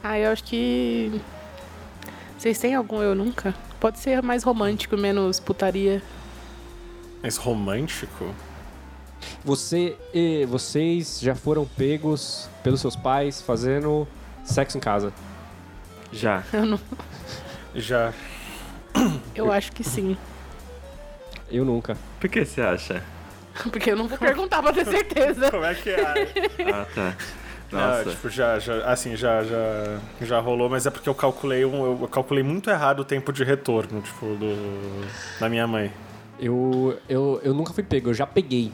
Speaker 2: Ah, eu acho que. Vocês têm algum Eu Nunca? Pode ser mais romântico, menos putaria.
Speaker 3: Mas romântico?
Speaker 1: Você e vocês já foram pegos pelos seus pais fazendo sexo em casa.
Speaker 4: Já.
Speaker 3: Já.
Speaker 2: Eu acho que sim.
Speaker 1: Eu nunca.
Speaker 4: Por que você acha?
Speaker 2: Porque eu não vou perguntar pra ter certeza.
Speaker 3: Como é que é?
Speaker 4: Ah, tá.
Speaker 3: Ah,
Speaker 4: Nossa.
Speaker 3: tipo, já, já, assim, já, já, já rolou, mas é porque eu calculei, um, eu calculei muito errado o tempo de retorno, tipo, do, da minha mãe.
Speaker 1: Eu, eu, eu nunca fui pego, eu já peguei.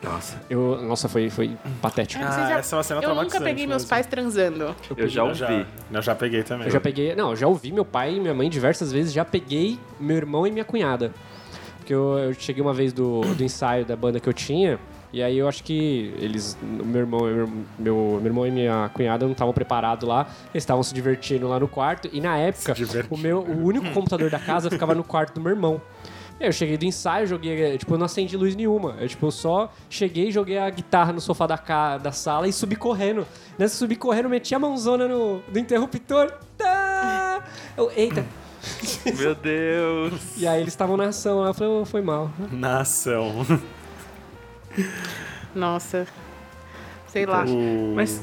Speaker 3: tipo,
Speaker 4: Nossa.
Speaker 1: Eu, nossa, foi, foi patético.
Speaker 2: Ah, vocês já-
Speaker 3: essa é uma cena
Speaker 2: Eu nunca
Speaker 3: traumatizante
Speaker 2: peguei meus
Speaker 3: mesmo.
Speaker 2: pais transando.
Speaker 4: Eu já
Speaker 3: Eu já,
Speaker 4: ouvi.
Speaker 3: eu já peguei também.
Speaker 1: Eu já peguei, não, eu já ouvi meu pai e minha mãe diversas vezes, já peguei meu irmão e minha cunhada. Porque eu, eu cheguei uma vez do, do ensaio da banda que eu tinha, e aí eu acho que eles, meu irmão, meu, meu, meu irmão e minha cunhada não estavam preparados lá, eles estavam se divertindo lá no quarto, e na época, o, meu, o único computador da casa ficava no quarto do meu irmão. E aí Eu cheguei do ensaio, joguei, eh, tipo, eu não acendi luz nenhuma. Eu, tipo, eu só cheguei, joguei a guitarra no sofá da, ca- da sala e subi correndo. Nessa subi correndo, meti a mãozona no, no interruptor. Tá! Eu, eita!
Speaker 4: Meu Deus.
Speaker 1: E aí eles estavam na ação lá, eu falei, "Ô, foi mal.
Speaker 3: Na ação.
Speaker 2: Nossa. Sei lá.
Speaker 3: O-
Speaker 4: Mas,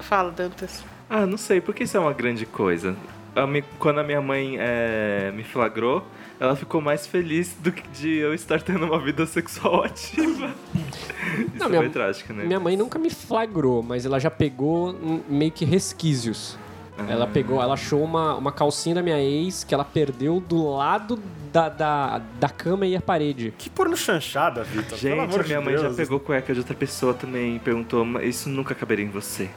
Speaker 2: Fala, Dantas.
Speaker 4: ah, não sei. Por que isso é uma grande coisa? A mi- quando a minha mãe eh, me flagrou, ela ficou mais feliz do que de eu estar tendo uma vida sexual ativa. Isso
Speaker 1: Não,
Speaker 4: é
Speaker 1: minha-
Speaker 4: meio trágico, né?
Speaker 1: Minha mãe nunca me flagrou, mas ela já pegou hum, meio que resquícios.
Speaker 3: Ah.
Speaker 1: Ela pegou, ela achou uma, uma calcinha da minha ex que ela perdeu do lado da, da, da cama e a parede.
Speaker 3: Que porno chanchada, Vitor. pelo
Speaker 4: Gente,
Speaker 3: amor
Speaker 4: a minha
Speaker 3: de
Speaker 4: mãe já
Speaker 3: Deus.
Speaker 4: pegou cueca de outra pessoa também e perguntou, "Ma- isso nunca caberia em você.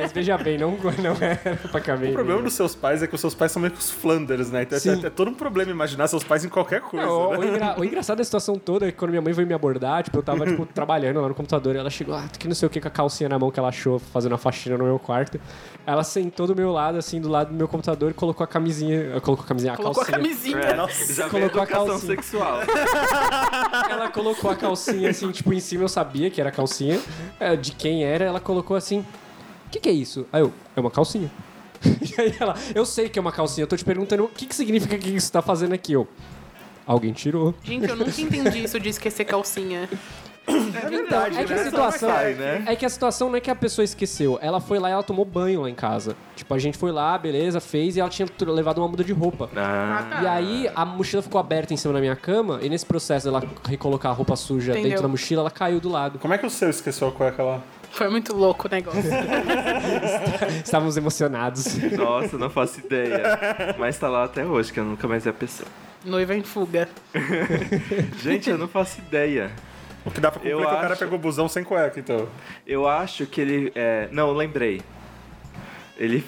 Speaker 1: Mas veja bem, não, não era pra caber.
Speaker 3: O problema dos seus pais é que os seus pais são meio que os Flanders, né? Então é,
Speaker 1: Sim.
Speaker 3: é todo um problema imaginar seus pais em qualquer coisa.
Speaker 1: Não,
Speaker 3: né?
Speaker 1: o, engra- o engraçado da situação toda é que quando minha mãe veio me abordar, tipo, eu tava, tipo, trabalhando lá no computador e ela chegou, ah, que não sei o que, com a calcinha na mão que ela achou fazendo a faxina no meu quarto. Ela sentou do meu lado, assim, do lado do meu computador e colocou a camisinha, colocou a camisinha, a
Speaker 2: Colocou
Speaker 1: calcinha.
Speaker 2: a camisinha.
Speaker 4: É,
Speaker 3: Nossa.
Speaker 4: já veio
Speaker 1: Colocou a
Speaker 4: educação
Speaker 1: calcinha.
Speaker 4: sexual.
Speaker 1: Ela colocou a calcinha, assim, tipo, em cima eu sabia que era a calcinha, é, de quem era, ela colocou assim, o que que é isso? Aí eu, é uma calcinha. E aí ela, eu sei que é uma calcinha, eu tô te perguntando o que que significa que isso tá fazendo aqui, eu... Alguém tirou.
Speaker 2: Gente, eu nunca entendi isso de esquecer calcinha.
Speaker 1: É verdade, então, é que a
Speaker 3: né?
Speaker 1: situação,
Speaker 3: Vai,
Speaker 4: né?
Speaker 1: É que a situação não é que a pessoa esqueceu. Ela foi lá e ela tomou banho lá em casa. Tipo, a gente foi lá, beleza, fez e ela tinha tr- levado uma muda de roupa.
Speaker 4: Ah,
Speaker 2: Ah, tá.
Speaker 1: E aí a mochila ficou aberta em cima da minha cama e nesse processo dela recolocar a roupa suja
Speaker 2: Entendeu.
Speaker 1: dentro da mochila, ela caiu do lado.
Speaker 3: Como é que o seu esqueceu a cueca lá?
Speaker 2: Foi muito louco o negócio.
Speaker 1: Estávamos emocionados.
Speaker 4: nossa, não faço ideia. Mas tá lá até hoje, que eu nunca mais vi a pessoa.
Speaker 2: Noiva em fuga.
Speaker 4: Gente, eu não faço ideia.
Speaker 3: O que dá pra concluir é
Speaker 4: Eu
Speaker 3: que o cara
Speaker 4: acho-
Speaker 3: pegou busão sem cueca, então.
Speaker 4: Eu acho que ele. É... Não, lembrei. Ele.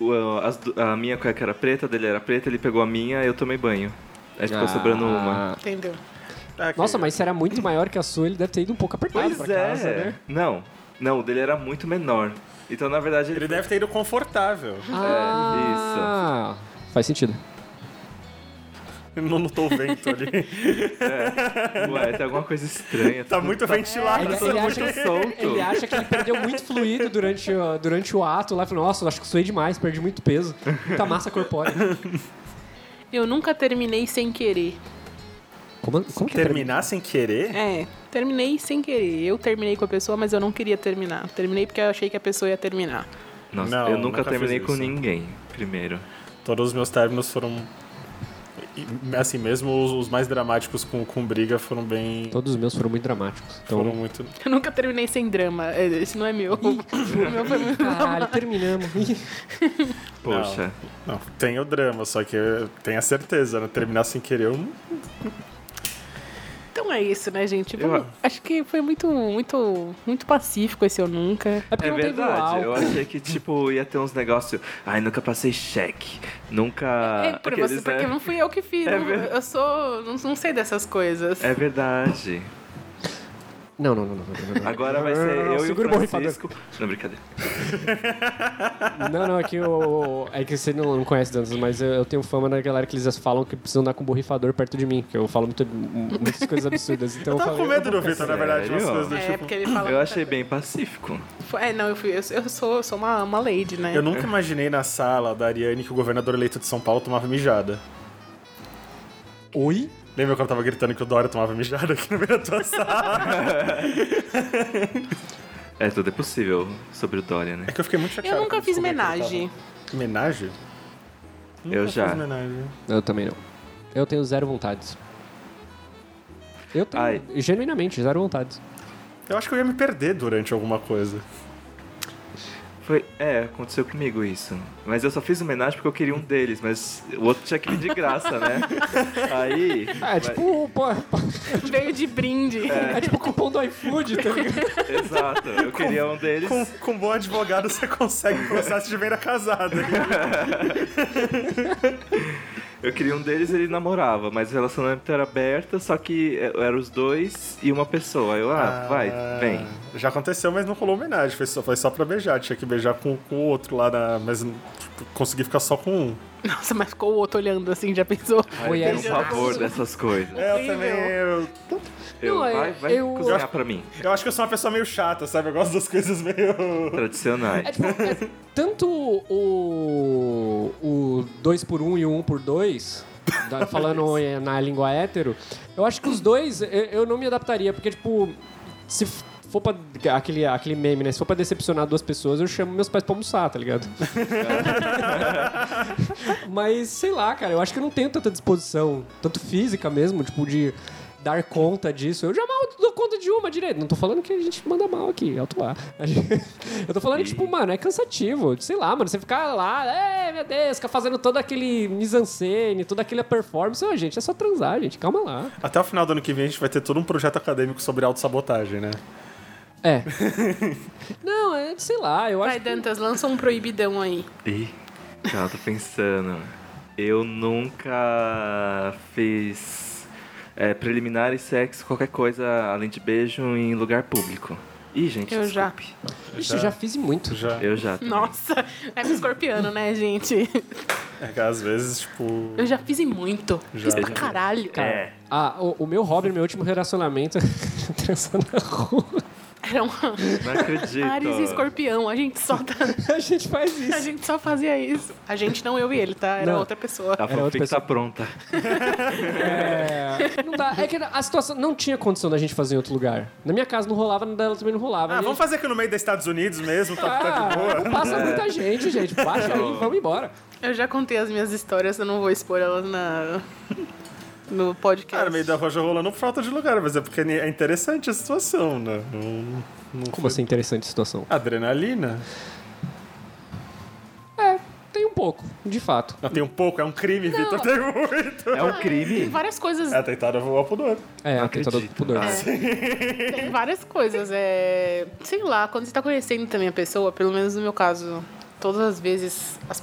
Speaker 4: o- as du- a minha cueca era preta, a dele era preta, ele pegou a minha, eu tomei banho. Aí ficou sobrando uma.
Speaker 1: Ah.
Speaker 2: Entendeu?
Speaker 4: É
Speaker 3: Ah, que-
Speaker 1: Nossa, mas se era muito maior que a sua, ele deve ter ido um pouco apertado
Speaker 4: Pois
Speaker 1: pra
Speaker 4: é.
Speaker 1: casa, né?
Speaker 4: Não, não, o dele era muito menor. Então, na verdade, ele.
Speaker 3: Ele deve ter ido confortável.
Speaker 4: É,
Speaker 1: Ah, Faz sentido.
Speaker 3: Não lutou o vento ali.
Speaker 4: Ué, tem alguma coisa estranha.
Speaker 3: Tá muito ventilado.
Speaker 1: Ele-
Speaker 4: Tá
Speaker 3: essa
Speaker 2: assim,
Speaker 4: tudo
Speaker 1: ele
Speaker 4: muito
Speaker 1: acha-
Speaker 4: solto.
Speaker 1: Ele acha que ele perdeu muito fluido durante, o- durante o ato lá. Falou, nossa, eu acho que suei demais, perdi muito peso. Muita massa corpórea.
Speaker 2: Eu nunca terminei sem querer.
Speaker 1: Como, como que é?
Speaker 3: Terminar sem querer?
Speaker 2: É, terminei sem querer. Eu terminei com a pessoa, mas eu não queria terminar. Terminei porque eu achei que a pessoa ia terminar.
Speaker 4: Nossa,
Speaker 3: Não,
Speaker 4: eu nunca,
Speaker 3: nunca
Speaker 4: terminei
Speaker 3: fiz
Speaker 4: com
Speaker 3: isso.
Speaker 4: ninguém, primeiro.
Speaker 3: Todos os meus términos foram. e- Assim, mesmo os, os mais dramáticos com, com briga foram bem.
Speaker 1: Todos os meus foram muito dramáticos. Então,
Speaker 3: Foram muito.
Speaker 2: Eu nunca terminei sem drama. É, Esse não é meu. o meu foi muito.
Speaker 1: caralho, terminamos. Ih,
Speaker 4: Poxa.
Speaker 3: Não, tem o drama, só que eu tenho a certeza, né? Terminar sem querer eu não-
Speaker 2: Então é isso, né, gente?
Speaker 4: Eu-
Speaker 2: Vamos- Acho que foi muito, muito, muito pacífico esse eu nunca.
Speaker 1: É porque
Speaker 4: É
Speaker 1: não teve o
Speaker 4: verdade, eu
Speaker 1: álcool.
Speaker 4: achei que, tipo, ia ter uns negócios. Ai, nunca passei cheque. Nunca.
Speaker 2: é por
Speaker 4: aqueles,
Speaker 2: você, porque
Speaker 4: né?
Speaker 2: não fui eu que fiz.
Speaker 4: É
Speaker 2: não-
Speaker 4: ver-
Speaker 2: eu sou. Não, não sei dessas coisas.
Speaker 4: É verdade.
Speaker 1: Não, não, não, não, não, não, não.
Speaker 4: Agora vai ser
Speaker 1: não, não,
Speaker 4: eu e
Speaker 1: segura o
Speaker 4: o
Speaker 1: borrifador.
Speaker 4: Francisco. Não, brincadeira.
Speaker 1: Não, não, é que, eu, é que você não, não conhece Dantas, mas eu, eu tenho fama na galera que eles falam que precisam andar com um borrifador perto de mim, que eu falo muito- muitas coisas absurdas. Então eu
Speaker 3: Eu tava
Speaker 1: falei,
Speaker 3: com medo do Vitor, na verdade, umas
Speaker 4: Sério?
Speaker 3: coisas do
Speaker 2: É,
Speaker 3: tipo.
Speaker 2: porque ele fala. tá
Speaker 4: Eu achei bem pacífico.
Speaker 2: É, não, eu fui. Eu, eu sou, eu sou uma, uma lady, né?
Speaker 3: Eu nunca imaginei na sala da Ariane que o governador eleito de São Paulo tomava mijada.
Speaker 1: Oi?
Speaker 3: Lembra quando eu tava gritando que o Dória tomava mijada aqui no meio da tua sala?
Speaker 4: É, tudo é possível sobre o Dória, né?
Speaker 3: É que eu fiquei muito chateado.
Speaker 2: Eu nunca
Speaker 3: quando
Speaker 2: fiz
Speaker 3: descobri que ele
Speaker 2: homenagem.
Speaker 3: tava- Menagem? Nunca
Speaker 4: Eu já.
Speaker 3: Fiz menagem.
Speaker 1: Eu também não. Eu tenho zero vontades. Eu tenho,
Speaker 4: Ai.
Speaker 1: genuinamente, zero vontades.
Speaker 3: Eu acho que eu ia me perder durante alguma coisa.
Speaker 4: Foi, é, aconteceu comigo isso. Mas eu só fiz homenagem porque eu queria um deles, mas o outro tinha que vir de graça, né? Aí.
Speaker 1: É tipo, pô,
Speaker 2: Veio de brinde.
Speaker 1: é tipo o cupom do iFood, tá ligado?
Speaker 4: Exato, eu queria um deles.
Speaker 3: Com, com um bom advogado você consegue processo de venda casada.
Speaker 4: Eu queria um deles ele namorava, mas o relacionamento era aberto, só que é, eram os dois e uma pessoa. Aí eu, ah, vai, vem.
Speaker 3: Já aconteceu, mas não rolou homenagem. Foi só, foi só pra beijar. Tinha que beijar com, com o outro lá, na, mas tipo, consegui ficar só com um.
Speaker 2: Nossa, mas ficou o outro olhando assim, já pensou?
Speaker 1: Oi,
Speaker 4: Aí eu tenho um
Speaker 1: Erson.
Speaker 4: favor dessas coisas.
Speaker 3: É, eu
Speaker 2: Horrível.
Speaker 3: também. Eu,
Speaker 4: Eu,
Speaker 1: Não, é,
Speaker 4: vai, vai
Speaker 1: eu-
Speaker 4: cozinhar pra mim.
Speaker 3: eu acho que eu sou uma pessoa meio chata, sabe? Eu gosto das coisas meio.
Speaker 1: É
Speaker 4: Tradicionais.
Speaker 1: tipo, é tanto o 2 por 1 um e o 1 um por 2 falando em- na língua hétero, eu acho que os dois eu, eu não me adaptaria, porque, tipo, se f- for pra. Aquele, aquele meme, né? Se for pra decepcionar duas pessoas, eu chamo meus pais pra almoçar, tá ligado? Mas sei lá, cara, eu acho que eu não tenho tanta disposição, tanto física mesmo, tipo, de dar conta disso. Eu já mal dou conta de uma direito. Não tô falando que a gente manda mal aqui, alto lá. A gente- Eu tô falando que, tipo, mano, é cansativo. Sei lá, mano, você ficar lá, é, meu Deus, ficar fazendo todo aquele mise-en-scène, toda aquela performance. Ô, gente, é só transar, gente, calma lá.
Speaker 3: Até o final do ano que vem a gente vai ter todo um projeto acadêmico sobre autossabotagem, né?
Speaker 1: É. Não, é, sei lá, eu acho
Speaker 2: Vai, Dantas, lança um proibidão aí.
Speaker 4: Ih, cara, tô pensando. Eu nunca fiz é, preliminares, sexo, qualquer coisa além de beijo em lugar público. Ih, gente,
Speaker 2: Eu já.
Speaker 4: desculpe.
Speaker 1: que. Ixi, já fiz e muito.
Speaker 3: Já.
Speaker 4: Eu já. também.
Speaker 2: Nossa, é pro escorpiano, né, gente?
Speaker 3: É que às vezes, tipo.
Speaker 2: Eu já fiz e muito.
Speaker 3: Já,
Speaker 2: fiz pra
Speaker 4: já.
Speaker 2: caralho.
Speaker 4: É,
Speaker 1: Ah, o, o meu hobby, no meu último relacionamento, transando na rua.
Speaker 2: Era uma
Speaker 4: É, não acredito.
Speaker 2: Ares e escorpião. A gente só tá-
Speaker 1: A gente faz isso.
Speaker 2: a gente só fazia isso. A gente não eu e ele, tá? Era
Speaker 1: Não.
Speaker 2: outra pessoa.
Speaker 4: A
Speaker 1: outra
Speaker 4: fanfic
Speaker 1: pessoa.
Speaker 4: tá pronta.
Speaker 1: É, não dá. É que a situação não tinha condição da gente fazer em outro lugar. Na minha casa não rolava, na dela também não rolava. E
Speaker 3: Ah, vamos
Speaker 1: a gente-
Speaker 3: fazer aqui no meio dos Estados Unidos mesmo, tá, tá de
Speaker 1: Ah,
Speaker 3: boa.
Speaker 1: não passa muita gente, gente. Baixa aí, vamos embora.
Speaker 2: Eu já contei as minhas histórias, eu não vou expor elas na... no podcast.
Speaker 3: Cara, meio da roja rolando por falta de lugar, mas é porque é interessante a situação, né? Não- não
Speaker 1: Como
Speaker 3: foi-
Speaker 1: assim, interessante a situação?
Speaker 3: Adrenalina.
Speaker 1: É, tem um pouco, de fato.
Speaker 3: Não, tem um pouco, é um crime, Vitor, tem muito.
Speaker 4: É um crime.
Speaker 2: Tem várias coisas,
Speaker 3: É, tentaram voar pro dono.
Speaker 1: É,
Speaker 4: Não
Speaker 1: a tentador do
Speaker 4: acredito.
Speaker 1: pudor.
Speaker 4: Ah,
Speaker 2: tem várias coisas. É, sei lá, quando você tá conhecendo também a pessoa, pelo menos no meu caso, todas as vezes as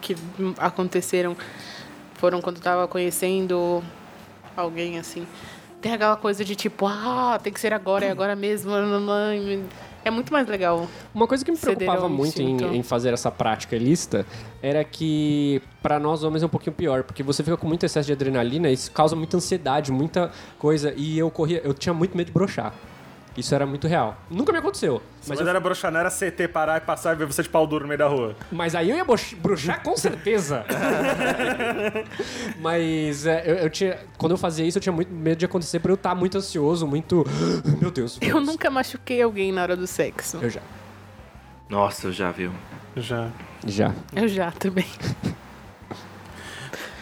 Speaker 2: que aconteceram foram quando eu tava conhecendo alguém assim. Tem aquela coisa de tipo, ah, tem que ser agora, é agora mesmo. nananã. É muito mais legal.
Speaker 1: Uma coisa que me
Speaker 2: Cederam
Speaker 1: preocupava
Speaker 2: ao
Speaker 1: muito em,
Speaker 2: instinto.
Speaker 1: em fazer essa prática ilícita era que, pra nós homens, é um pouquinho pior, porque você fica com muito excesso de adrenalina e isso causa muita ansiedade, muita coisa. E eu corria, eu tinha muito medo de brochar. Isso era muito real. Nunca me aconteceu.
Speaker 3: Mas
Speaker 1: Mas,
Speaker 3: quando
Speaker 1: eu-
Speaker 3: era broxanar, era CT parar e passar e ver você de pau duro no meio da rua.
Speaker 1: mas aí eu ia boch- brochar com certeza. mas é, eu, eu tinha. Quando eu fazia isso, eu tinha muito medo de acontecer pra eu estar muito ansioso, muito. Meu Deus.
Speaker 2: Eu nunca machuquei alguém na hora do sexo.
Speaker 1: Eu já.
Speaker 4: Nossa, eu já, um. viu?
Speaker 3: Já.
Speaker 1: Já.
Speaker 2: Eu já também.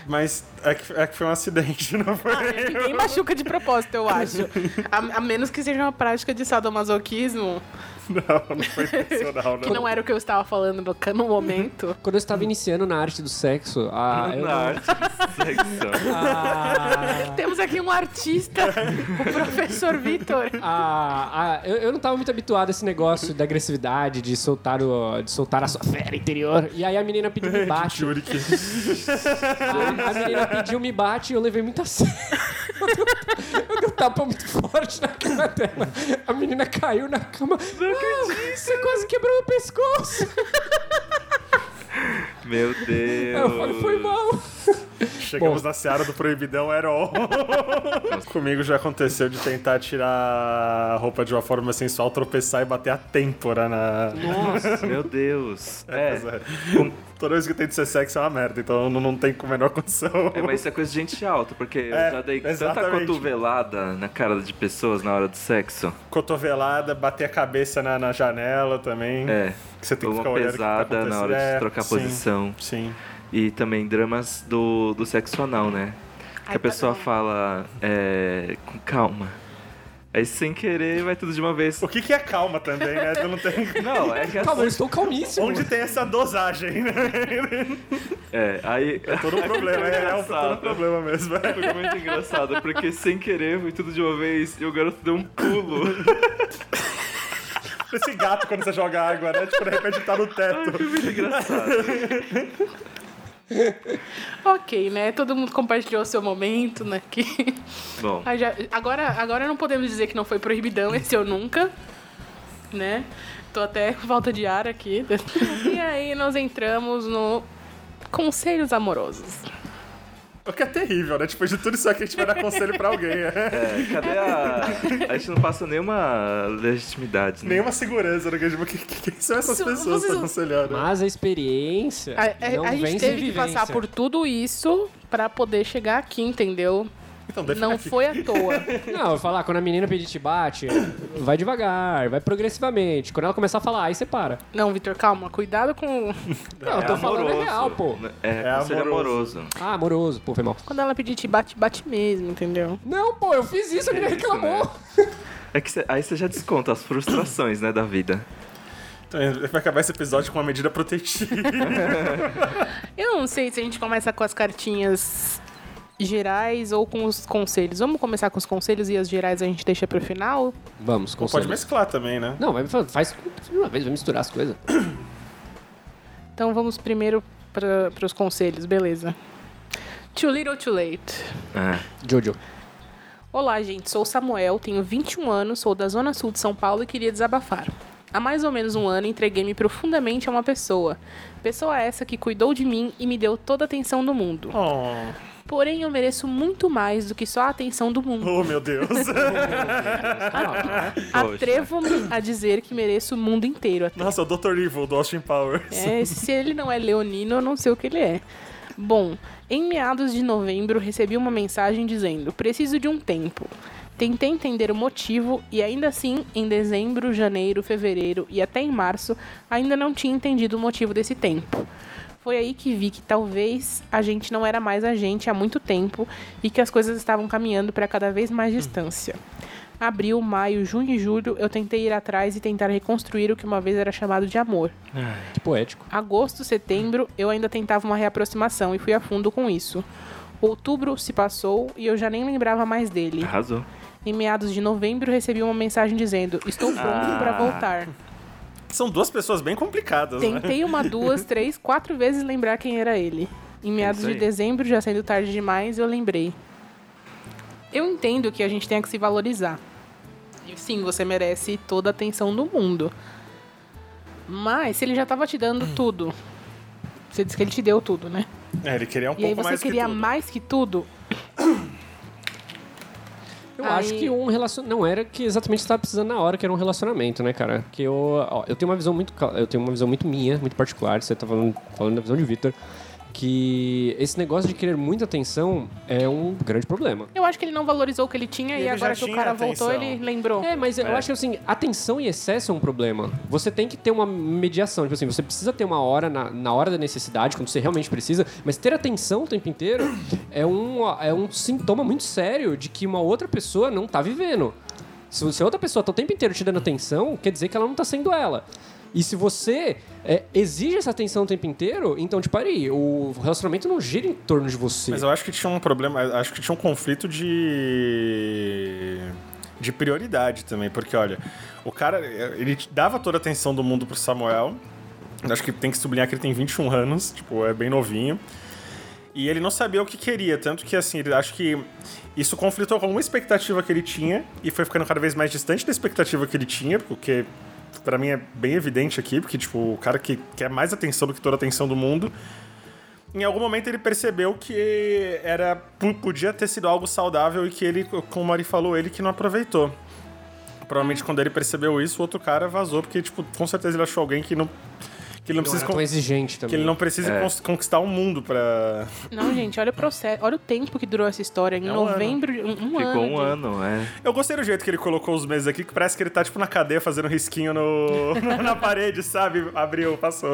Speaker 3: Mas é que, é que foi um acidente, não foi?
Speaker 2: Ah. é Ninguém machuca de propósito, eu acho. A, a menos que seja uma prática de sadomasoquismo,
Speaker 3: Não, não foi intencional,
Speaker 2: que não é era o que eu estava falando no, no momento.
Speaker 1: Quando eu estava iniciando na arte do sexo, a, Ah, eu
Speaker 4: Na arte de sexo.
Speaker 2: Temos aqui um artista, o professor Vitor.
Speaker 1: Ah, ah, eu, eu não tava muito habituado a esse negócio da agressividade, de soltar, o, de soltar a sua fera interior. E aí a menina pediu me bate.
Speaker 3: Juro que
Speaker 1: a, a menina Ah, pediu me bate e eu levei muito a sério. Eu dei um- Eu dei um tapa muito forte na cara dela. A menina caiu na cama. Não acredito. Você quase quebrou meu pescoço.
Speaker 4: Meu Deus.
Speaker 1: Eu falei, foi mal.
Speaker 3: Chegamos
Speaker 1: Bom.
Speaker 3: na seara do proibidão era all. Comigo já aconteceu de tentar tirar a roupa de uma forma sensual, tropeçar e bater a têmpora na.
Speaker 4: Nossa, meu Deus. É,
Speaker 3: Toda vez que eu tento ser sexo é uma merda, então não, não tem com a menor condição.
Speaker 4: É, mas isso é coisa de gente alta, porque eu
Speaker 3: É,
Speaker 4: já dei tanta
Speaker 3: exatamente.
Speaker 4: cotovelada na cara de pessoas na hora do sexo.
Speaker 3: Cotovelada, bater a cabeça na, na janela também.
Speaker 4: É.
Speaker 3: Que você tem que
Speaker 4: Uma
Speaker 3: ficar olhando o que tá
Speaker 4: pesada na hora
Speaker 3: acontecendo.
Speaker 4: de
Speaker 3: É,
Speaker 4: trocar
Speaker 3: sim,
Speaker 4: posição.
Speaker 3: Sim.
Speaker 4: E também dramas do, do sexo anal, né? Que
Speaker 2: Ai,
Speaker 4: a pessoa
Speaker 2: tá-
Speaker 4: fala é, com calma. Aí sem querer vai tudo de uma vez.
Speaker 3: O que, que é calma também, né? Eu não tenho-
Speaker 4: Não, é que
Speaker 1: Calma,
Speaker 4: assim.
Speaker 1: eu estou calmíssimo.
Speaker 3: Onde tem essa dosagem, né?
Speaker 4: É, aí.
Speaker 3: Todo um problema, é, é um todo um
Speaker 4: Engraçado.
Speaker 3: problema mesmo. é.
Speaker 4: Foi muito engraçado, porque sem querer foi tudo de uma vez e o garoto deu um pulo.
Speaker 3: Esse gato quando você joga água, né? Tipo, de repente tá no teto.
Speaker 4: Foi muito engraçado.
Speaker 2: Ok, né? Todo mundo compartilhou o seu momento, né? Que-
Speaker 4: Bom,
Speaker 2: Ah, já- agora, agora não podemos dizer que não foi proibidão, esse eu nunca, né? Tô até com falta de ar aqui. E aí nós entramos no Conselhos Amorosos.
Speaker 3: O que é terrível, né? Tipo, de tudo isso aqui a gente vai dar conselho pra alguém. é.
Speaker 4: é, cadê a. A gente não passa nenhuma legitimidade, né?
Speaker 3: Nenhuma segurança, né? Que, tipo, que, que, que são essas
Speaker 2: Isso,
Speaker 3: pessoas
Speaker 2: vocês-
Speaker 3: pra aconselhar, né?
Speaker 1: Mas a experiência
Speaker 2: A, a-
Speaker 1: não
Speaker 2: a
Speaker 1: vem
Speaker 2: gente
Speaker 1: sem
Speaker 2: teve que
Speaker 1: vivência.
Speaker 2: passar por tudo isso pra poder chegar aqui, entendeu?
Speaker 3: Então, deixa
Speaker 2: Não
Speaker 3: aqui.
Speaker 2: foi à toa.
Speaker 1: Não, eu vou falar, quando a menina pedir te bate, vai devagar, vai progressivamente. Quando ela começar a falar, aí você para.
Speaker 2: Não, Vitor, calma. Cuidado com...
Speaker 1: Não, eu tô falando é real, pô.
Speaker 4: É,
Speaker 3: É
Speaker 4: conselho
Speaker 3: amoroso.
Speaker 4: amoroso.
Speaker 1: Ah, amoroso, pô, foi mal.
Speaker 2: Quando ela pedir te bate, bate mesmo, entendeu?
Speaker 1: Não, pô, eu fiz isso, a menina
Speaker 4: É isso,
Speaker 1: reclamou.
Speaker 4: né? É que cê- aí você já desconta as frustrações, né, da vida.
Speaker 3: Então, vai acabar esse episódio com uma medida protetiva.
Speaker 2: Eu não sei se a gente começa com as cartinhas gerais ou com os conselhos? Vamos começar com os conselhos e as gerais a gente deixa pro final?
Speaker 1: Vamos,
Speaker 3: Ou pode
Speaker 1: conselho.
Speaker 3: mesclar também, né?
Speaker 1: Não, vai, fa- faz tudo de uma vez, vai misturar as coisas.
Speaker 2: Então vamos primeiro pra, pros conselhos, beleza. Too little too late.
Speaker 4: É.
Speaker 1: Jojo.
Speaker 2: Olá, gente. Sou o Samuel, tenho 21 anos, sou da Zona Sul de São Paulo e queria desabafar. Há mais ou menos um ano entreguei-me profundamente a uma pessoa. Pessoa essa que cuidou de mim e me deu toda a atenção do mundo.
Speaker 3: Oh,
Speaker 2: Porém, eu mereço muito mais do que só a atenção do mundo.
Speaker 3: oh meu Deus.
Speaker 1: Ah,
Speaker 4: Poxa.
Speaker 2: Atrevo-me a dizer que mereço o mundo inteiro. até.
Speaker 3: Nossa, é o Dr. Evil do Austin Powers.
Speaker 2: É, se ele não é leonino, eu não sei o que ele é. Bom, em meados de novembro recebi uma mensagem dizendo: preciso de um tempo. Tentei entender o motivo e ainda assim, em dezembro, janeiro, fevereiro e até em março, ainda não tinha entendido o motivo desse tempo. Foi aí que vi que talvez a gente não era mais a gente há muito tempo e que as coisas estavam caminhando para cada vez mais distância. Abril, maio, junho e julho, eu tentei ir atrás e tentar reconstruir o que uma vez era chamado de amor.
Speaker 1: que poético.
Speaker 2: Agosto, setembro, eu ainda tentava uma reaproximação e fui a fundo com isso. Outubro se passou e eu já nem lembrava mais dele.
Speaker 4: Arrasou.
Speaker 2: Em meados de novembro, recebi uma mensagem dizendo: Estou pronto
Speaker 4: Ah.
Speaker 2: para voltar.
Speaker 3: São duas pessoas bem complicadas, né?
Speaker 2: Tentei uma, duas, três, quatro vezes lembrar quem era ele. Em meados
Speaker 4: isso
Speaker 2: de
Speaker 4: aí.
Speaker 2: dezembro, já sendo tarde demais, eu lembrei. Eu entendo que a gente tenha que se valorizar. E sim, você merece toda a atenção do mundo. Mas se ele já tava te dando tudo. Você disse que ele te deu tudo, né?
Speaker 3: É, ele queria um
Speaker 2: E aí
Speaker 3: pouco
Speaker 2: você
Speaker 3: mais
Speaker 2: queria
Speaker 3: que tudo.
Speaker 2: mais que tudo?
Speaker 1: Eu
Speaker 2: Aí-
Speaker 1: acho que um relacionamento. Não era que exatamente você estava precisando na hora, que era um relacionamento, né, cara? Que eu. ó, eu tenho uma visão muito. ca- Eu tenho uma visão muito minha, muito particular. Você tá falando, falando da visão de Victor. Que esse negócio de querer muita atenção é um grande problema.
Speaker 2: Eu acho que ele não valorizou o que ele tinha
Speaker 3: E
Speaker 2: e,
Speaker 3: ele
Speaker 2: agora
Speaker 3: já
Speaker 2: que o
Speaker 3: tinha
Speaker 2: cara
Speaker 3: atenção.
Speaker 2: voltou, ele lembrou.
Speaker 1: É, mas eu acho que assim, atenção e excesso é um problema. Você tem que ter uma mediação. Tipo assim, você precisa ter uma hora na, na hora da necessidade, quando você realmente precisa, mas ter atenção o tempo inteiro é um, é um sintoma muito sério de que uma outra pessoa não tá vivendo. Se, se a outra pessoa tá o tempo inteiro te dando atenção, quer dizer que ela não tá sendo ela. E se você é, exige essa atenção o tempo inteiro, então, tipo, aí, o relacionamento não gira em torno de você.
Speaker 3: Mas eu acho que tinha um problema, acho que tinha um conflito de de prioridade também, porque olha, o cara, ele dava toda a atenção do mundo pro Samuel. Acho que tem que sublinhar que ele tem 21 anos, tipo, é bem novinho. E ele não sabia o que queria, tanto que assim, ele, acho que isso conflitou com uma expectativa que ele tinha e foi ficando cada vez mais distante da expectativa que ele tinha, porque pra mim é bem evidente aqui, porque tipo, o cara que quer mais atenção do que toda a atenção do mundo, em algum momento ele percebeu que era pu- podia ter sido algo saudável e que ele, como o Mari falou, ele que não aproveitou. Provavelmente quando ele percebeu isso, o outro cara vazou, porque tipo, com certeza ele achou alguém que não que ele não
Speaker 1: não
Speaker 3: precisa
Speaker 1: era tão
Speaker 3: con-
Speaker 1: exigente também.
Speaker 3: que ele não precisa
Speaker 4: É.
Speaker 3: cons- conquistar o mundo pra.
Speaker 2: Não, gente, olha o processo, olha o tempo que durou essa história. Em
Speaker 3: É um
Speaker 2: novembro, de- um, um ano.
Speaker 4: Ficou um
Speaker 2: de-
Speaker 4: ano, é.
Speaker 3: Eu gostei do jeito que ele colocou os meses aqui, que parece que ele tá tipo na cadeia fazendo risquinho no... na parede, sabe? Abriu, passou.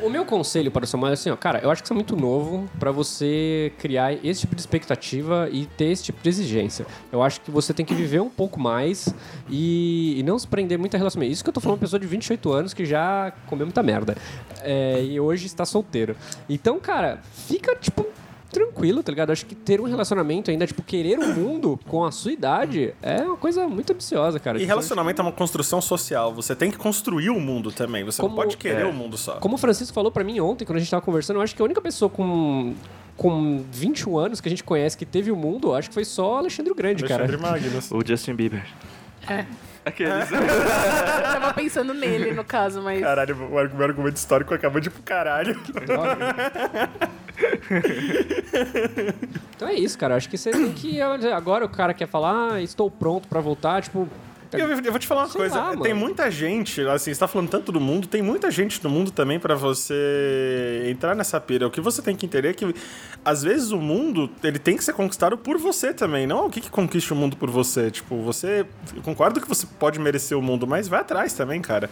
Speaker 1: O, o meu conselho para o Samuel é assim, ó, cara, eu acho que você é muito novo pra você criar esse tipo de expectativa e ter esse tipo de exigência. Eu acho que você tem que viver um pouco mais e, e não se prender muito a relacionamento. Isso que eu tô falando, uma pessoa de 28 anos que já comeu muita merda É, e hoje está solteiro. Então, cara, fica tipo tranquilo, tá ligado? Acho que ter um relacionamento ainda, tipo, querer o mundo com a sua idade é uma coisa muito ambiciosa, cara.
Speaker 3: E
Speaker 1: Tipo,
Speaker 3: relacionamento é uma construção social. Você tem que construir o mundo também. Você
Speaker 1: Como-
Speaker 3: não pode querer
Speaker 4: é.
Speaker 3: o mundo só.
Speaker 1: Como o Francisco falou pra mim ontem, quando a gente tava conversando, eu acho que a única pessoa com, com 21 anos que a gente conhece que teve o mundo, eu acho que foi só Alexandre o Grande,
Speaker 3: Alexandre
Speaker 1: é cara.
Speaker 3: Magnus.
Speaker 4: O Justin Bieber.
Speaker 2: É.
Speaker 4: Aqueles.
Speaker 2: Eu tava pensando nele, no caso, mas.
Speaker 3: Caralho, o meu argumento histórico acabou de ir pro caralho.
Speaker 1: Então é isso, cara. Eu acho que você tem que. Agora o cara quer falar, ah, estou pronto pra voltar, tipo.
Speaker 3: Eu, eu vou te falar uma
Speaker 1: Sei
Speaker 3: coisa.
Speaker 1: lá,
Speaker 3: tem
Speaker 1: mano.
Speaker 3: muita gente, assim, você tá falando tanto do mundo, tem muita gente no mundo também pra você entrar nessa pira. O que você tem que entender é que, às vezes, o mundo, ele tem que ser conquistado por você também. Não o que, que conquiste o mundo por você. Tipo, você... Eu concordo que você pode merecer o mundo, mas vai atrás também, cara.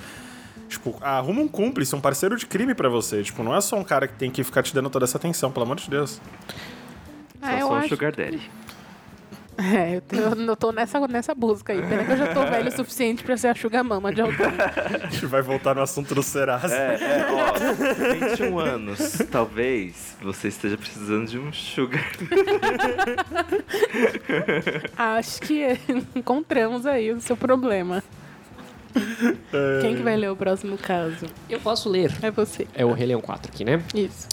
Speaker 3: Tipo, arruma um cúmplice, um parceiro de crime pra você. Tipo, não é só um cara que tem que ficar te dando toda essa atenção, pelo amor de Deus.
Speaker 2: Ah,
Speaker 4: Só
Speaker 2: eu
Speaker 4: sou um
Speaker 2: acho-
Speaker 4: Sugar Daddy.
Speaker 2: É, eu tô, eu tô nessa, nessa busca aí. Pena que eu já tô velho o suficiente pra ser a sugamama de alguém.
Speaker 3: A gente vai voltar no assunto do Serasa.
Speaker 4: É, é, ó, 21 anos, talvez você esteja precisando de um sugar.
Speaker 2: Acho que encontramos aí o seu problema.
Speaker 3: É.
Speaker 2: Quem que vai ler o próximo caso?
Speaker 1: Eu posso ler.
Speaker 2: É você.
Speaker 1: É o Rei Leão 4 aqui, né?
Speaker 2: Isso.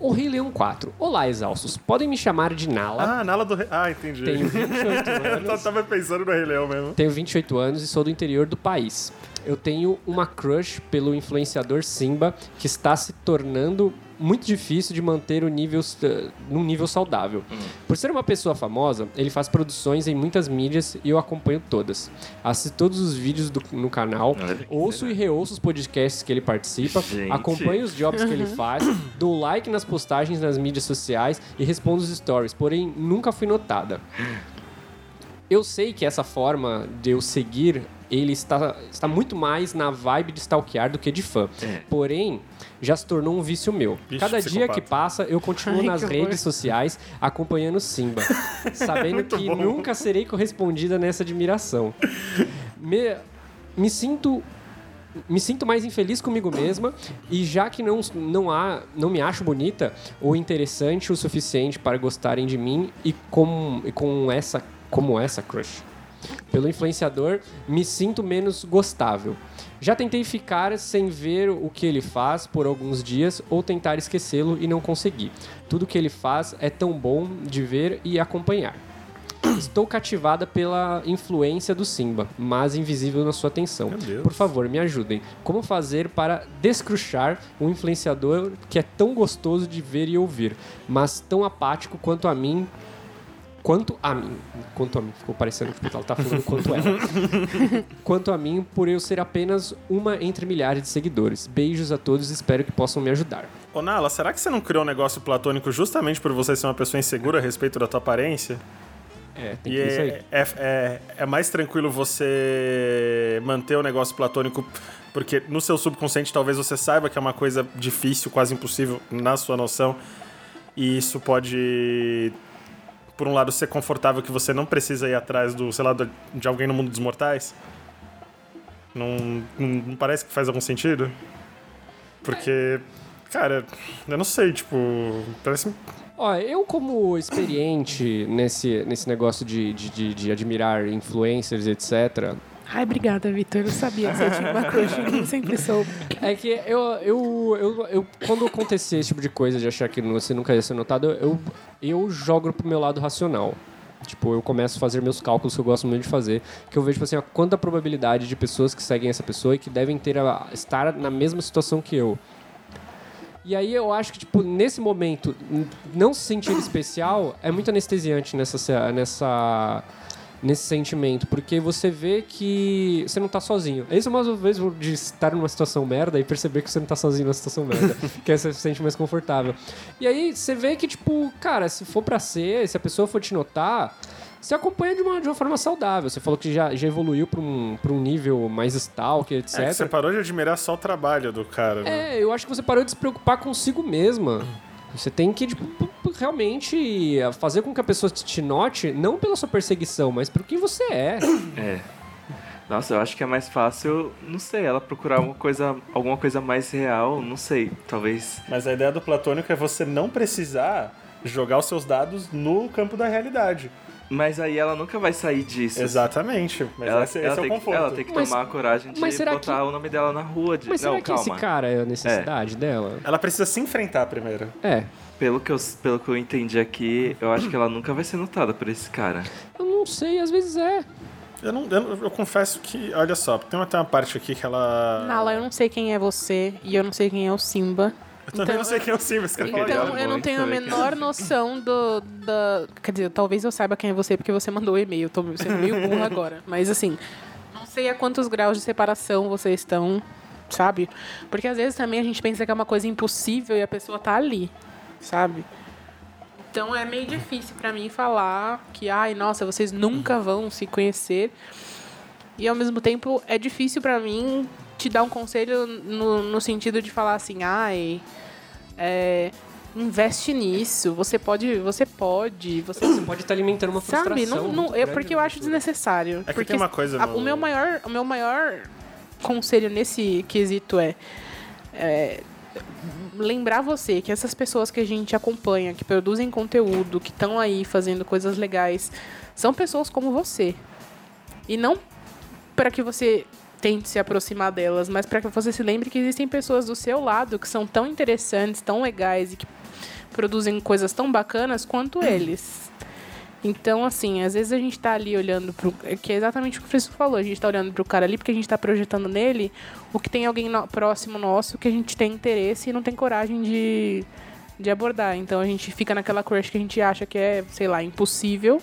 Speaker 1: O Rei Leão 4. Olá, exaustos. Podem me chamar de Nala.
Speaker 3: Ah, Tá Nala do Rei. Ah, entendi.
Speaker 1: Tenho 28
Speaker 3: Eu
Speaker 1: anos.
Speaker 3: tava- tava pensando no Rei Leão
Speaker 4: Uhum.
Speaker 3: mesmo.
Speaker 1: Tenho 28 anos e sou do interior do país. Eu tenho uma crush pelo influenciador Simba, que está se tornando muito difícil de manter o nível eh, num nível saudável.
Speaker 4: Uhum.
Speaker 1: Por ser uma pessoa famosa, ele faz produções em muitas mídias e eu acompanho todas. Assisto todos os vídeos do- no canal,
Speaker 4: Olha que
Speaker 1: ouço e reouço os podcasts que ele participa,
Speaker 4: Gente.
Speaker 1: acompanho os jobs que ele faz, dou like nas postagens nas mídias sociais e respondo os stories, porém nunca fui notada. Eu sei que essa forma de eu seguir ele está, está muito mais na vibe de stalkear do que de fã.
Speaker 4: É.
Speaker 1: Porém, já se tornou um vício meu.
Speaker 3: Ixi,
Speaker 1: Cada dia
Speaker 3: psicopata.
Speaker 1: que passa, eu continuo
Speaker 2: Ai,
Speaker 1: nas
Speaker 2: que
Speaker 1: redes
Speaker 2: horror.
Speaker 1: sociais acompanhando Simba, sabendo
Speaker 3: Muito
Speaker 1: que
Speaker 3: bom.
Speaker 1: nunca serei correspondida nessa admiração. Me, me sinto me sinto mais infeliz comigo mesma e já que não, não, há, não me acho bonita ou interessante o suficiente para gostarem de mim e com, e com essa como essa crush pelo influenciador, me sinto menos gostável. Já tentei ficar sem ver o que ele faz por alguns dias ou tentar esquecê-lo e não consegui. Tudo que ele faz é tão bom de ver e acompanhar. Estou cativada pela influência do Simba, mas invisível na sua atenção.
Speaker 3: Meu Deus.
Speaker 1: Por favor, me ajudem. Como fazer para descruchar um influenciador que é tão gostoso de ver e ouvir, mas tão apático quanto a mim Quanto a mim. Quanto a mim. Ficou parecendo que ela tá falando quanto ela. quanto a mim, por eu ser apenas uma entre milhares de seguidores. Beijos a todos, espero que possam me ajudar.
Speaker 3: Ô, Nala, será que você não criou um negócio platônico justamente por você ser uma pessoa insegura a respeito da tua aparência?
Speaker 1: É, tem
Speaker 3: E
Speaker 1: que ver isso
Speaker 3: é,
Speaker 1: aí.
Speaker 3: é, é, é mais tranquilo você manter o negócio platônico, porque no seu subconsciente talvez você saiba que é uma coisa difícil, quase impossível, na sua noção. E isso pode, por um lado, ser confortável que você não precisa ir atrás do, sei lá, do- de alguém no mundo dos mortais. Não, não, não parece que faz algum sentido? Porque, cara, eu não sei, tipo, parece
Speaker 1: Ó, eu como experiente nesse, nesse negócio de, de, de- de admirar influencers, etc.
Speaker 2: Ai, obrigada, Vitor. Eu sabia que você tinha uma crush em mim, sempre soube.
Speaker 1: É que eu, eu, eu, eu- quando acontecer esse tipo de coisa de achar que você nunca ia ser notado, eu, eu jogo pro meu lado racional. Tipo, eu começo a fazer meus cálculos que eu gosto muito de fazer, que eu vejo, tipo assim, ó, quanta probabilidade de pessoas que seguem essa pessoa e que devem ter a, estar na mesma situação que eu. E aí eu acho que, tipo, nesse momento, n- não se sentir especial é muito anestesiante nessa, se- nessa, nesse sentimento, porque você vê que você não tá sozinho. Isso é mais uma vez de estar numa situação merda e perceber que você não tá sozinho na situação merda, que aí você se sente mais confortável. E aí você vê que, tipo, cara, se for pra ser, se a pessoa for te notar, você acompanha de uma, de uma forma saudável. Você falou que já, já evoluiu pra um, pra um nível mais stalker, etc.
Speaker 3: é, que você parou de admirar só o trabalho do cara. né?
Speaker 1: É, eu acho que você parou de se preocupar consigo mesma. Você tem que, tipo, p- p- realmente eh, fazer com que a pessoa te- te note, não pela sua perseguição, mas pelo que você é.
Speaker 4: É. Nossa, eu acho que é mais fácil, não sei, ela procurar alguma coisa, alguma coisa mais real, não sei, talvez.
Speaker 3: Mas a ideia do platônico é você não precisar jogar os seus dados no campo da realidade.
Speaker 4: Mas aí ela nunca vai sair disso.
Speaker 3: Exatamente. Mas
Speaker 4: Ela,
Speaker 3: esse, esse
Speaker 4: ela
Speaker 3: é o
Speaker 4: tem que,
Speaker 3: conforto.
Speaker 4: ela tem que
Speaker 1: Mas-
Speaker 4: tomar a coragem de
Speaker 1: mas será
Speaker 4: botar
Speaker 1: que-
Speaker 4: o nome dela na rua. De...
Speaker 1: Mas
Speaker 4: não,
Speaker 1: será que
Speaker 4: calma.
Speaker 1: esse cara é a necessidade dela?
Speaker 3: Ela precisa se enfrentar primeiro.
Speaker 1: É.
Speaker 4: Pelo que, eu, pelo que eu entendi aqui, eu acho que ela nunca vai ser notada por esse cara.
Speaker 1: Eu não sei, às vezes é.
Speaker 3: Eu, não, eu, não- eu confesso que, olha só, tem até uma parte aqui que ela.
Speaker 2: Nala, eu não sei quem é você e eu não sei quem é o Simba.
Speaker 3: eu também
Speaker 2: então-
Speaker 3: não sei quem é o Sims, cara.
Speaker 4: queria
Speaker 2: Então eu não
Speaker 4: muito
Speaker 2: tenho a
Speaker 4: saber quem é
Speaker 2: menor
Speaker 4: você.
Speaker 2: noção do, da. Quer dizer, talvez eu saiba quem é você porque você mandou o e-mail. Tô sendo meio burro agora. Mas assim, não sei a quantos graus de separação vocês estão, sabe? Porque às vezes também a gente pensa que é uma coisa impossível e a pessoa tá ali, sabe? Então é meio difícil pra mim falar que, ai, nossa, vocês nunca vão se conhecer. E ao mesmo tempo é difícil pra mim te dar um conselho no, no sentido de falar assim, ai, é, Investe nisso. Você pode, você pode, você
Speaker 1: Você pode estar alimentando uma frustração.
Speaker 2: sabe? Não, não,
Speaker 1: muito
Speaker 2: eu,
Speaker 1: grande né?
Speaker 2: porque eu
Speaker 1: no
Speaker 2: acho
Speaker 1: futuro.
Speaker 2: desnecessário.
Speaker 3: É que
Speaker 2: porque
Speaker 3: tem uma coisa
Speaker 2: a-
Speaker 3: no-
Speaker 2: o meu maior, o meu maior conselho nesse quesito é, é, lembrar você que essas pessoas que a gente acompanha, que produzem conteúdo, que estão aí fazendo coisas legais, são pessoas como você. E não para que você tente se aproximar delas, mas para que você se lembre que existem pessoas do seu lado que são tão interessantes, tão legais e que produzem coisas tão bacanas quanto eles. Então, assim, às vezes a gente tá ali olhando pro. é Que é exatamente o que o Friso falou. A gente tá olhando pro cara ali porque a gente tá projetando nele o que tem alguém no- próximo nosso que a gente tem interesse e não tem coragem de, de abordar. Então a gente fica naquela crush que a gente acha que é, sei lá, impossível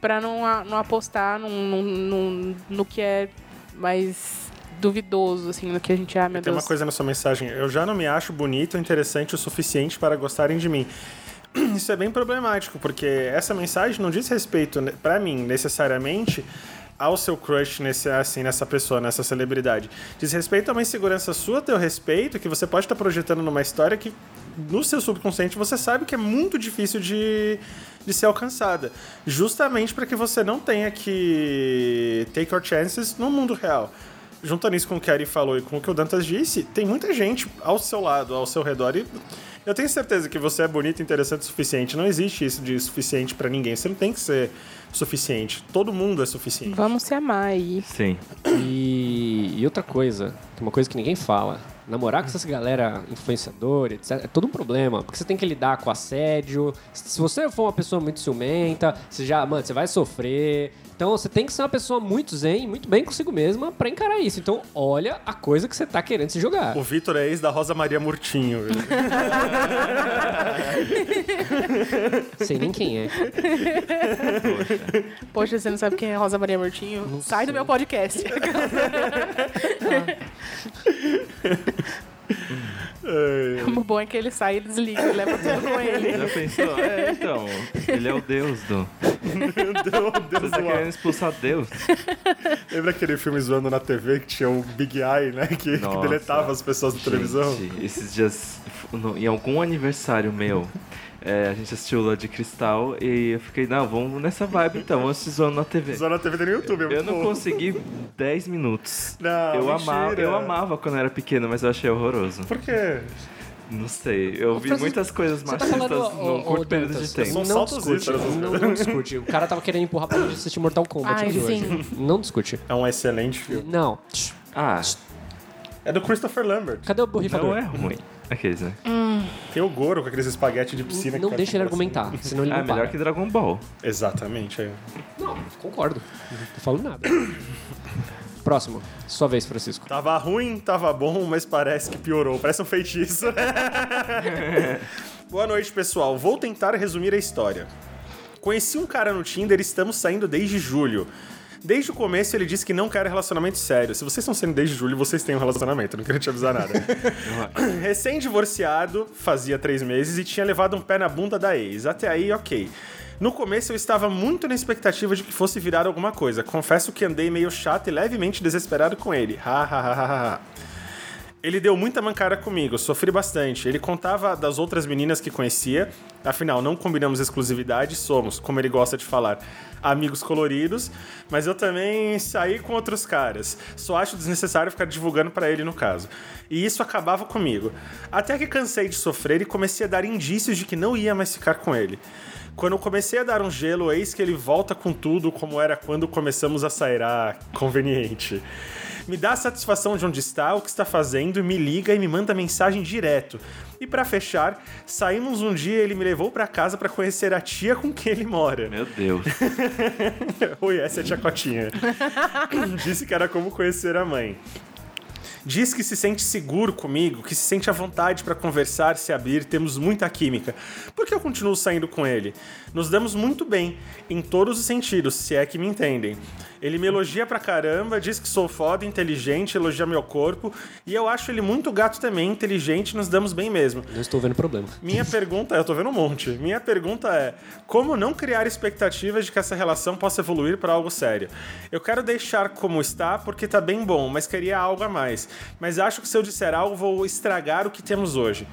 Speaker 2: pra não, a- não apostar num, num- num- no que é mais duvidoso, assim, no que a gente, ah, meu
Speaker 3: Tem uma
Speaker 2: Deus.
Speaker 3: coisa na sua mensagem. Eu já não me acho bonito, interessante o suficiente para gostarem de mim. Isso é bem problemático, porque essa mensagem não diz respeito né, pra mim necessariamente ao seu crush nesse, assim, nessa pessoa, nessa celebridade. Diz respeito a uma insegurança sua, teu respeito, que você pode estar projetando numa história que no seu subconsciente você sabe que é muito difícil de, de ser alcançada. Justamente para que você não tenha que take your chances no mundo real juntando isso com o que a Ari falou e com o que o Dantas disse, tem muita gente ao seu lado, ao seu redor, e eu tenho certeza que você é bonito, interessante o suficiente. Não existe isso de suficiente pra ninguém. Você não tem que ser suficiente. Todo mundo é suficiente.
Speaker 2: Vamos se amar aí.
Speaker 4: Sim.
Speaker 1: E, e outra coisa, que é uma coisa que ninguém fala. Namorar com essas galera influenciadora, etc, é todo um problema. Porque você tem que lidar com assédio. Se você for uma pessoa muito ciumenta, você já, mano, você vai sofrer. Então você tem que ser uma pessoa muito zen, muito bem consigo mesma pra encarar isso. Então olha a coisa que você tá querendo se jogar.
Speaker 3: O Vitor é ex da Rosa Maria Murtinho.
Speaker 1: Sei nem quem é.
Speaker 4: Poxa.
Speaker 2: Poxa, você não sabe quem é Rosa Maria Murtinho?
Speaker 1: Não
Speaker 2: Sai do
Speaker 1: sei.
Speaker 2: meu podcast.
Speaker 3: É.
Speaker 2: o bom é que ele sai e desliga, e leva tudo com ele.
Speaker 4: Já pensou? É, então. Ele é o deus do.
Speaker 3: Tá Meu Deus
Speaker 4: Você tá
Speaker 3: do
Speaker 4: querendo
Speaker 3: ar.
Speaker 4: expulsar Deus?
Speaker 3: Lembra aquele filme zoando na TV que tinha o Big Eye, né? Que, que
Speaker 4: Nossa.
Speaker 3: deletava as pessoas da televisão?
Speaker 4: Gente, Esses dias, no- em algum aniversário meu, é, a gente assistiu Lua de Cristal e eu fiquei, não, vamos nessa vibe então, vamos assistir Zona na TV.
Speaker 3: Zoando na TV tem no YouTube. é
Speaker 4: Eu
Speaker 3: muito
Speaker 4: não
Speaker 3: bom.
Speaker 4: consegui 10 minutos.
Speaker 3: Não,
Speaker 4: eu,
Speaker 3: mentira.
Speaker 4: amava, eu amava quando eu era pequeno, mas eu achei horroroso.
Speaker 3: Por quê?
Speaker 4: Não sei, eu vi
Speaker 1: Francisco,
Speaker 4: muitas coisas
Speaker 1: Você tá
Speaker 4: machistas
Speaker 1: falando,
Speaker 4: num
Speaker 1: ô, ô,
Speaker 4: curto
Speaker 1: ô,
Speaker 4: período
Speaker 1: Dantas,
Speaker 4: de tempo.
Speaker 3: São
Speaker 1: Não
Speaker 3: saltos
Speaker 1: discute,
Speaker 3: extras.
Speaker 1: não, não discute. O cara tava querendo empurrar pra gente assistir Mortal Kombat
Speaker 2: Ai,
Speaker 1: aqui hoje.
Speaker 2: sim.
Speaker 1: Não discute.
Speaker 3: É um excelente filme.
Speaker 1: Não.
Speaker 4: Ah,
Speaker 3: É do Christopher Lambert.
Speaker 1: Cadê o borrifador?
Speaker 4: não é ruim. Aqueles, né?
Speaker 3: Hum. Tem o Goro com aqueles espaguete de piscina.
Speaker 1: Não
Speaker 3: que
Speaker 1: deixa ele
Speaker 3: faz assim.
Speaker 1: argumentar, senão ele
Speaker 4: Ah,
Speaker 1: não
Speaker 4: é melhor
Speaker 1: para.
Speaker 4: que Dragon Ball.
Speaker 3: Exatamente. é.
Speaker 1: Não, concordo. Não tô falando nada. Próximo. Sua vez, Francisco.
Speaker 3: Tava ruim, tava bom, mas parece que piorou. Parece um feitiço. Boa noite, pessoal. Vou tentar resumir a história. Conheci um cara no Tinder e estamos saindo desde julho. Desde o começo ele disse que não quer relacionamento sério. Se vocês estão saindo desde julho, vocês têm um relacionamento, não queria te avisar nada. Recém-divorciado, fazia três meses e tinha levado um pé na bunda da ex. Até aí, ok. No começo eu estava muito na expectativa de que fosse virar alguma coisa. Confesso que andei meio chato e levemente desesperado com ele. Ha ha ha ha ha, ha. Ele deu muita mancada comigo, sofri bastante. Ele contava das outras meninas que conhecia, afinal, não combinamos exclusividade, somos, como ele gosta de falar, amigos coloridos, mas eu também saí com outros caras. Só acho desnecessário ficar divulgando pra ele no caso. E isso acabava comigo. Até que cansei de sofrer e comecei a dar indícios de que não ia mais ficar com ele. Quando eu comecei a dar um gelo, eis que ele volta com tudo como era quando começamos a sair. Ah, conveniente. Me dá a satisfação de onde está, o que está fazendo, me liga e me manda mensagem direto. E pra fechar, saímos um dia e ele me levou pra casa pra conhecer a tia com quem ele mora. né?
Speaker 4: Meu Deus.
Speaker 3: Oi, essa é a tia Cotinha. Disse que era como conhecer a mãe. Diz que se sente seguro comigo, que se sente à vontade para conversar, se abrir, temos muita química. Por que eu continuo saindo com ele? Nos damos muito bem, em todos os sentidos, se é que me entendem. Ele me elogia pra caramba, diz que sou foda, inteligente, elogia meu corpo, e eu acho ele muito gato também, inteligente, nos damos bem mesmo.
Speaker 1: Não estou vendo problema.
Speaker 3: Minha pergunta, eu tô vendo um monte. Minha pergunta é: como não criar expectativas de que essa relação possa evoluir para algo sério? Eu quero deixar como está porque tá bem bom, mas queria algo a mais. Mas acho que se eu disser algo, vou estragar o que temos hoje.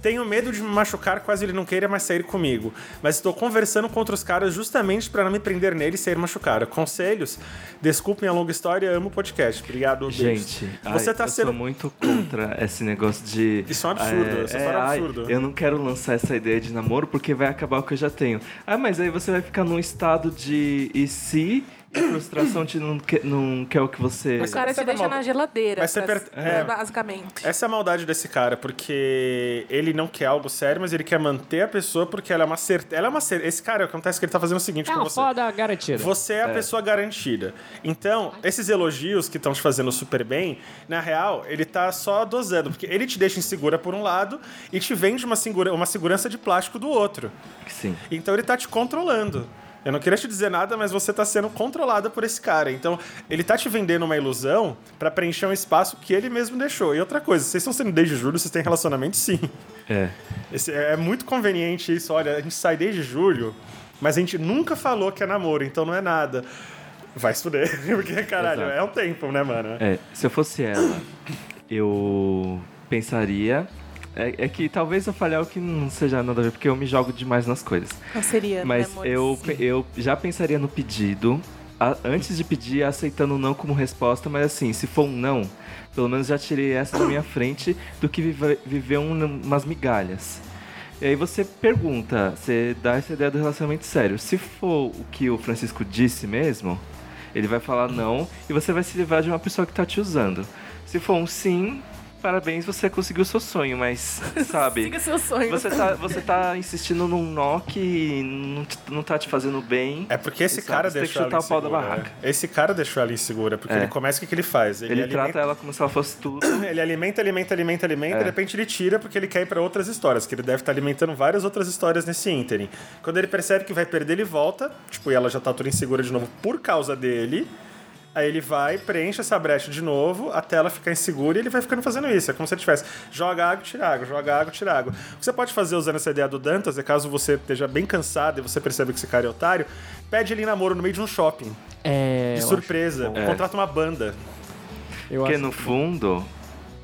Speaker 3: Tenho medo de me machucar, quase ele não queira mais sair comigo. Mas estou conversando contra os caras justamente para não me prender nele e sair machucado. Conselhos? Desculpem a longa história, amo o podcast. Obrigado, beijos.
Speaker 4: Gente,
Speaker 3: Você
Speaker 4: ai,
Speaker 3: tá
Speaker 4: eu
Speaker 3: sendo-
Speaker 4: sou muito contra esse negócio de.
Speaker 3: Isso é um absurdo, essa história é um
Speaker 4: ai,
Speaker 3: absurdo.
Speaker 4: eu não quero lançar essa ideia de namoro porque vai acabar o que eu já tenho. Ah, mas aí você vai ficar num estado de e se e frustração de não, que, não quer o que você.
Speaker 2: O cara
Speaker 3: Mas
Speaker 2: te
Speaker 3: sabe
Speaker 2: deixa
Speaker 3: uma-
Speaker 2: na geladeira.
Speaker 3: Mas você
Speaker 2: pra-
Speaker 3: per- é.
Speaker 2: Basicamente.
Speaker 3: Essa é a maldade desse cara, porque ele não quer algo sério, mas ele quer manter a pessoa porque ela é uma certeza. Ela é uma certeza. Esse cara, acontece que ele tá fazendo o seguinte
Speaker 1: É
Speaker 3: com
Speaker 1: uma
Speaker 3: você.
Speaker 1: foda garantida.
Speaker 3: Você é a pessoa garantida. Então, esses elogios que estão te fazendo super bem, na real, ele tá só dosando. Porque ele te deixa insegura por um lado e te vende uma, segura- uma segurança de plástico do outro.
Speaker 4: Sim.
Speaker 3: Então ele tá te controlando. Eu não queria te dizer nada, mas você tá sendo controlada por esse cara. Então, ele tá te vendendo uma ilusão pra preencher um espaço que ele mesmo deixou. E outra coisa, vocês estão sendo desde julho, vocês têm relacionamento sim.
Speaker 4: É.
Speaker 3: Esse- é muito conveniente isso. Olha, a gente sai desde julho, mas a gente nunca falou que é namoro, então não é nada. Vai se fuder, porque, caralho,
Speaker 4: Exato.
Speaker 3: é um tempo, né, mano?
Speaker 4: É, se eu fosse ela, eu pensaria. É, é que talvez eu falhar o que não seja nada a ver, porque eu me jogo demais nas coisas.
Speaker 2: Não seria,
Speaker 4: Mas
Speaker 2: né, amores?
Speaker 4: eu, pe- eu já pensaria no pedido, a- antes de pedir, aceitando o não como resposta, mas assim, se for um não, pelo menos já tirei essa da minha frente do que vive- viver um- umas migalhas. E aí você pergunta, você dá essa ideia do relacionamento sério. Se for o que o Francisco disse mesmo, ele vai falar não e você vai se livrar de uma pessoa que tá te usando. Se for um sim, parabéns, você conseguiu o seu sonho, mas sabe?
Speaker 2: Siga seu sonho.
Speaker 4: Você tá, você tá insistindo num nó que não, te- não tá te fazendo bem.
Speaker 3: É porque esse
Speaker 4: Exato,
Speaker 3: cara
Speaker 4: você tem que
Speaker 3: deixou ela
Speaker 4: chutar o pau da
Speaker 3: insegura.
Speaker 4: barraca.
Speaker 3: né? Esse cara deixou ela insegura, porque
Speaker 4: É.
Speaker 3: ele começa o que, que ele é faz?
Speaker 4: Ele, trata
Speaker 3: alimenta-
Speaker 4: ela como se ela fosse tudo.
Speaker 3: É, Ele alimenta, alimenta, alimenta, alimenta, e de repente ele tira porque ele quer ir pra outras histórias, que ele deve estar alimentando várias outras histórias nesse ínterim. Quando ele percebe que vai perder, ele volta, tipo, e ela já tá toda insegura de novo por causa dele. Aí ele vai, preenche essa brecha de novo, até ela ficar insegura e ele vai ficando fazendo isso. É como se ele tivesse joga água, tira água, joga água, tira água. O que você pode fazer usando essa ideia do Dantas é caso você esteja bem cansado e você percebe que esse cara é otário, pede ele em namoro no meio de um shopping,
Speaker 1: É,
Speaker 3: de
Speaker 1: eu
Speaker 3: surpresa,
Speaker 4: bom. É.
Speaker 3: contrata uma banda.
Speaker 1: acho- eu
Speaker 4: Porque
Speaker 1: acho-
Speaker 4: no fundo,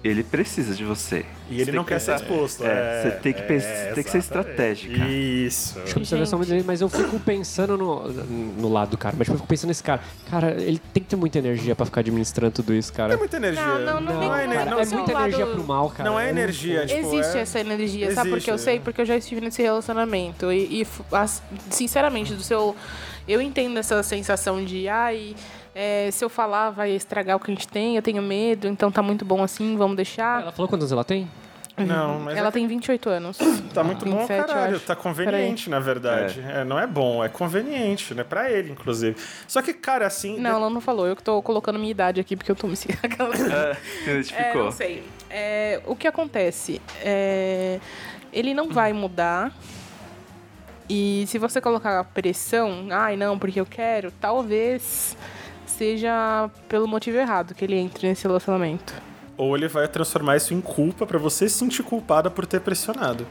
Speaker 4: ele precisa de você.
Speaker 3: E
Speaker 4: Você
Speaker 3: ele
Speaker 4: tem
Speaker 3: não
Speaker 4: que
Speaker 3: quer
Speaker 4: pensar-
Speaker 3: ser exposto.
Speaker 4: É,
Speaker 3: é,
Speaker 4: você tem que,
Speaker 3: é,
Speaker 4: pens- tem que ser
Speaker 3: exatamente.
Speaker 4: estratégica.
Speaker 3: Isso.
Speaker 1: Acho que eu preciso ver só uma direita, mas eu fico pensando no, no lado do cara. Mas tipo, eu fico pensando nesse cara. Cara, ele tem que ter muita energia pra ficar administrando tudo isso, cara.
Speaker 3: É muita energia.
Speaker 2: Não, não, não,
Speaker 1: Não,
Speaker 3: é,
Speaker 2: não,
Speaker 3: ener-
Speaker 1: cara,
Speaker 2: não,
Speaker 1: é
Speaker 2: seu
Speaker 1: muita
Speaker 2: lado-
Speaker 1: energia pro mal, cara.
Speaker 3: não é
Speaker 1: Eu
Speaker 3: energia, tipo,
Speaker 2: Existe
Speaker 3: é-
Speaker 2: essa energia, sabe por que eu
Speaker 3: Existe,
Speaker 2: sei?
Speaker 3: né?
Speaker 2: Porque eu já estive nesse relacionamento. E, e, as- sinceramente, do seu. Eu entendo essa sensação de, ai, é, se eu falar vai estragar o que a gente tem, eu tenho medo, então tá muito bom assim, vamos deixar.
Speaker 1: Ela falou quantos anos ela tem?
Speaker 3: Não, mas
Speaker 2: Ela
Speaker 3: é-
Speaker 2: tem 28 anos.
Speaker 3: tá muito bom,
Speaker 2: 27, eu
Speaker 3: caralho.
Speaker 2: acho.
Speaker 3: Tá conveniente, na verdade. É, não é bom, é conveniente, né? Pra ele, inclusive. Só que, cara, assim.
Speaker 2: Não, ela não falou. Eu que tô colocando minha idade aqui porque eu tô me seguindo. Aquela-
Speaker 3: né?
Speaker 4: É,
Speaker 2: É,
Speaker 4: identificou.
Speaker 2: não sei. É, o que acontece? É, ele não vai mudar. E se você colocar a pressão, ai não, porque eu quero, talvez seja pelo motivo errado que ele entre nesse relacionamento.
Speaker 3: Ou ele vai transformar isso em culpa pra você se sentir culpada por ter pressionado.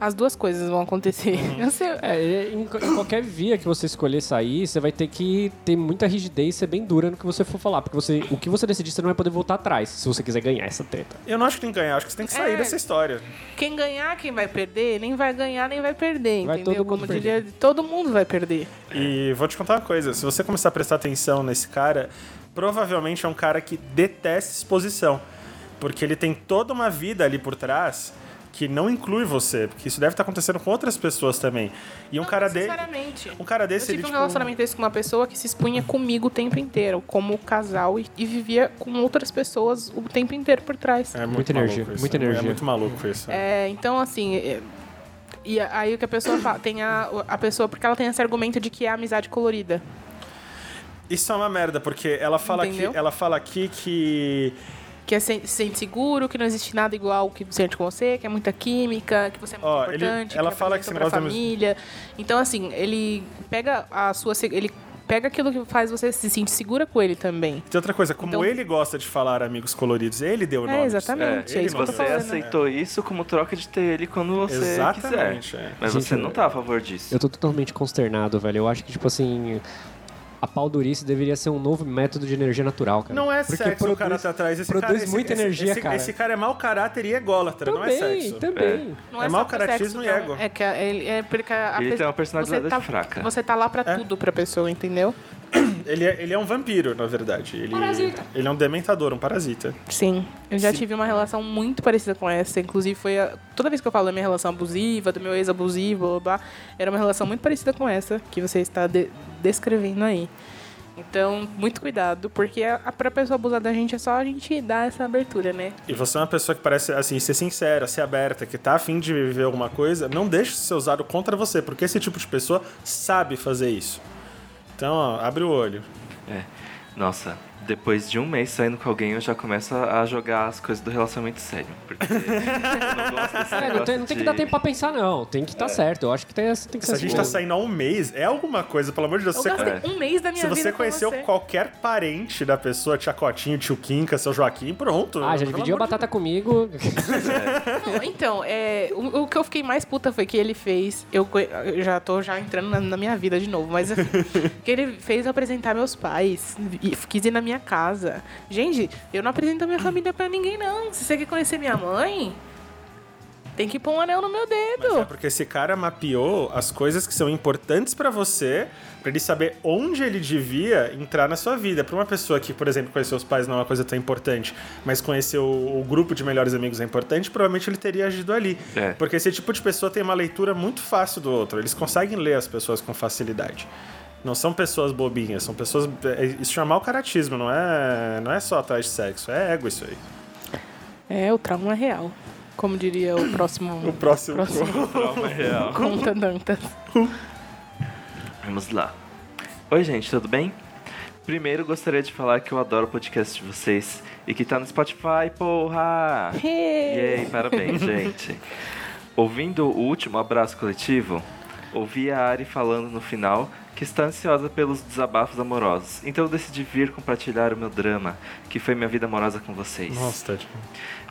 Speaker 2: As duas coisas vão acontecer. Eu sei-
Speaker 1: É, e em, co- em qualquer via que você escolher sair, você vai ter que ter muita rigidez, ser bem dura no que você for falar. Porque você, o que você decidir, você não vai poder voltar atrás, se você quiser ganhar essa treta.
Speaker 3: Eu não acho que tem que ganhar, acho que você tem que sair
Speaker 2: É.
Speaker 3: dessa história.
Speaker 2: Quem ganhar, quem vai perder, nem vai ganhar, nem vai perder,
Speaker 1: Vai
Speaker 2: entendeu?
Speaker 1: todo mundo
Speaker 2: Como diria, todo mundo vai perder.
Speaker 3: E vou te contar uma coisa: se você começar a prestar atenção nesse cara, provavelmente é um cara que detesta exposição. Porque ele tem toda uma vida ali por trás que não inclui você. Porque isso deve estar acontecendo com outras pessoas também. E um cara dele.
Speaker 2: Sinceramente.
Speaker 3: Um cara
Speaker 2: Eu
Speaker 3: desse,
Speaker 2: tive
Speaker 3: ele,
Speaker 2: um
Speaker 3: tipo,
Speaker 2: relacionamento desse com uma pessoa que se expunha comigo o tempo inteiro, como casal, e, e vivia com outras pessoas o tempo inteiro por trás.
Speaker 3: É muito
Speaker 1: Muita
Speaker 3: maluco
Speaker 1: energia,
Speaker 3: isso,
Speaker 1: muita
Speaker 3: é
Speaker 1: energia.
Speaker 3: muito maluco isso.
Speaker 2: É, então, assim. é- e aí o que a pessoa fala, tem a, a pessoa, porque ela tem esse argumento de que é amizade colorida.
Speaker 3: Isso é uma merda, porque ela fala, aqui,
Speaker 2: Entendeu?
Speaker 3: ela fala aqui que
Speaker 2: Que é se, se sente seguro, que não existe nada igual que sente com você, que é muita química, que você é muito
Speaker 3: Ó, ele-
Speaker 2: importante,
Speaker 3: ela
Speaker 2: que
Speaker 3: fala que
Speaker 2: apresenta
Speaker 3: esse
Speaker 2: pra
Speaker 3: negócio da mus-
Speaker 2: família. Então, assim, ele pega a sua. se- Ele pega aquilo que faz você se sentir segura com ele também.
Speaker 3: tem outra coisa, como
Speaker 2: Então-
Speaker 3: ele gosta de falar amigos coloridos, ele deu o
Speaker 2: É,
Speaker 3: nome. disso.
Speaker 2: exatamente,
Speaker 4: É,
Speaker 2: é
Speaker 3: ele tá
Speaker 2: isso que eu tô
Speaker 4: você
Speaker 3: mandou.
Speaker 1: né?
Speaker 2: falando.
Speaker 4: aceitou isso como troca de ter ele quando você
Speaker 3: Exatamente,
Speaker 4: quiser.
Speaker 3: é.
Speaker 4: Mas
Speaker 1: Gente,
Speaker 4: você não tá a favor disso.
Speaker 1: Eu tô totalmente consternado, velho. Eu acho que, tipo assim. a pau-durice deveria ser um novo método de energia natural, cara.
Speaker 3: Não é
Speaker 1: Porque
Speaker 3: sexo
Speaker 1: produz-
Speaker 3: o cara tá atrás. Esse
Speaker 1: produz
Speaker 3: cara, esse-
Speaker 1: muita
Speaker 3: esse-
Speaker 1: energia,
Speaker 3: esse,
Speaker 1: cara.
Speaker 3: Esse cara é mau caráter e ególatra, não é
Speaker 1: também,
Speaker 3: sexo.
Speaker 1: também.
Speaker 2: Não
Speaker 3: É
Speaker 2: só
Speaker 3: mau
Speaker 2: pro
Speaker 3: caratismo
Speaker 2: sexo,
Speaker 3: e
Speaker 2: não.
Speaker 3: ego.
Speaker 2: É, que a- ele, é porque a
Speaker 4: Ele
Speaker 2: pe-
Speaker 4: tem uma personalidade
Speaker 2: você tá,
Speaker 4: fraca.
Speaker 2: Você tá lá pra
Speaker 3: É.
Speaker 2: tudo pra pessoa, entendeu?
Speaker 3: Ele é, ele é um vampiro, na verdade. Ele,
Speaker 1: Parasita.
Speaker 3: ele é um dementador, um parasita.
Speaker 2: Sim. Eu já tive uma relação muito parecida com essa. Inclusive, foi a- toda vez que eu falo da minha relação abusiva, do meu ex abusivo, blá, blá, blá, era uma relação muito parecida com essa que você está de- descrevendo aí. Então, muito cuidado, porque a, a, pra pessoa abusar da gente é só a gente dar essa abertura, né?
Speaker 3: E você é uma pessoa que parece, assim, ser sincera, ser aberta, que tá afim de viver alguma coisa, não deixe isso ser usado contra você, porque esse tipo de pessoa sabe fazer isso. Então, ó, abre o olho.
Speaker 4: É. Nossa, depois de um mês saindo com alguém, eu já começo a a jogar as coisas do relacionamento sério. Porque eu não gosto desse
Speaker 1: É, não,
Speaker 4: negócio
Speaker 1: tem, não tem que
Speaker 4: de-
Speaker 1: dar tempo pra pensar, não. Tem que estar certo. Eu acho que tem, tem que
Speaker 3: É. Se
Speaker 1: ser
Speaker 3: a gente
Speaker 1: assim.
Speaker 3: tá saindo há um mês, é alguma coisa, pelo amor de Deus.
Speaker 2: Eu
Speaker 3: Você-
Speaker 2: gastei um mês da minha
Speaker 3: Se
Speaker 2: vida
Speaker 3: você
Speaker 2: com
Speaker 3: conheceu
Speaker 2: você.
Speaker 3: qualquer parente da pessoa, tia Cotinho, tio Quinca, seu Joaquim, pronto.
Speaker 1: Ah, já
Speaker 3: Pelo
Speaker 1: dividiu a
Speaker 3: amor de
Speaker 1: batata comigo.
Speaker 2: Não, então, é, o, o que eu fiquei mais puta foi que ele fez. Eu, co- eu já tô já entrando na, na minha vida de novo, mas assim, que ele fez eu apresentar meus pais. E quis ir na minha casa. Gente, eu não apresento minha família pra ninguém, não. Se você quer conhecer minha mãe, tem que pôr um anel no meu
Speaker 3: Mas é
Speaker 2: dedo.
Speaker 3: porque esse cara mapeou as coisas que são importantes pra você, pra ele saber onde ele devia entrar na sua vida. Pra uma pessoa que, por exemplo, conhecer os pais não é uma coisa tão importante, mas conhecer o, o grupo de melhores amigos é importante, provavelmente ele teria agido ali.
Speaker 4: É.
Speaker 3: Porque esse tipo de pessoa tem uma leitura muito fácil do outro. Eles conseguem ler as pessoas com facilidade. Não são pessoas bobinhas, são pessoas. é- Isso chama o caratismo, não é, não é só atrás de sexo, é ego isso aí.
Speaker 2: É, o trauma é real. Como diria o
Speaker 3: O
Speaker 2: próximo
Speaker 3: próximo.
Speaker 2: Próximo.
Speaker 4: Trauma real.
Speaker 2: conta Dantas.
Speaker 4: Vamos lá. Oi, gente, tudo bem? Primeiro, gostaria de falar que eu adoro o podcast de vocês e que tá no Spotify, porra!
Speaker 2: Hey.
Speaker 4: Yay, parabéns, gente. Ouvindo o último abraço coletivo, ouvi a Ari falando no final que está ansiosa pelos desabafos amorosos. Então eu decidi vir compartilhar o meu drama, que foi minha vida amorosa com vocês.
Speaker 3: Nossa, tadinho.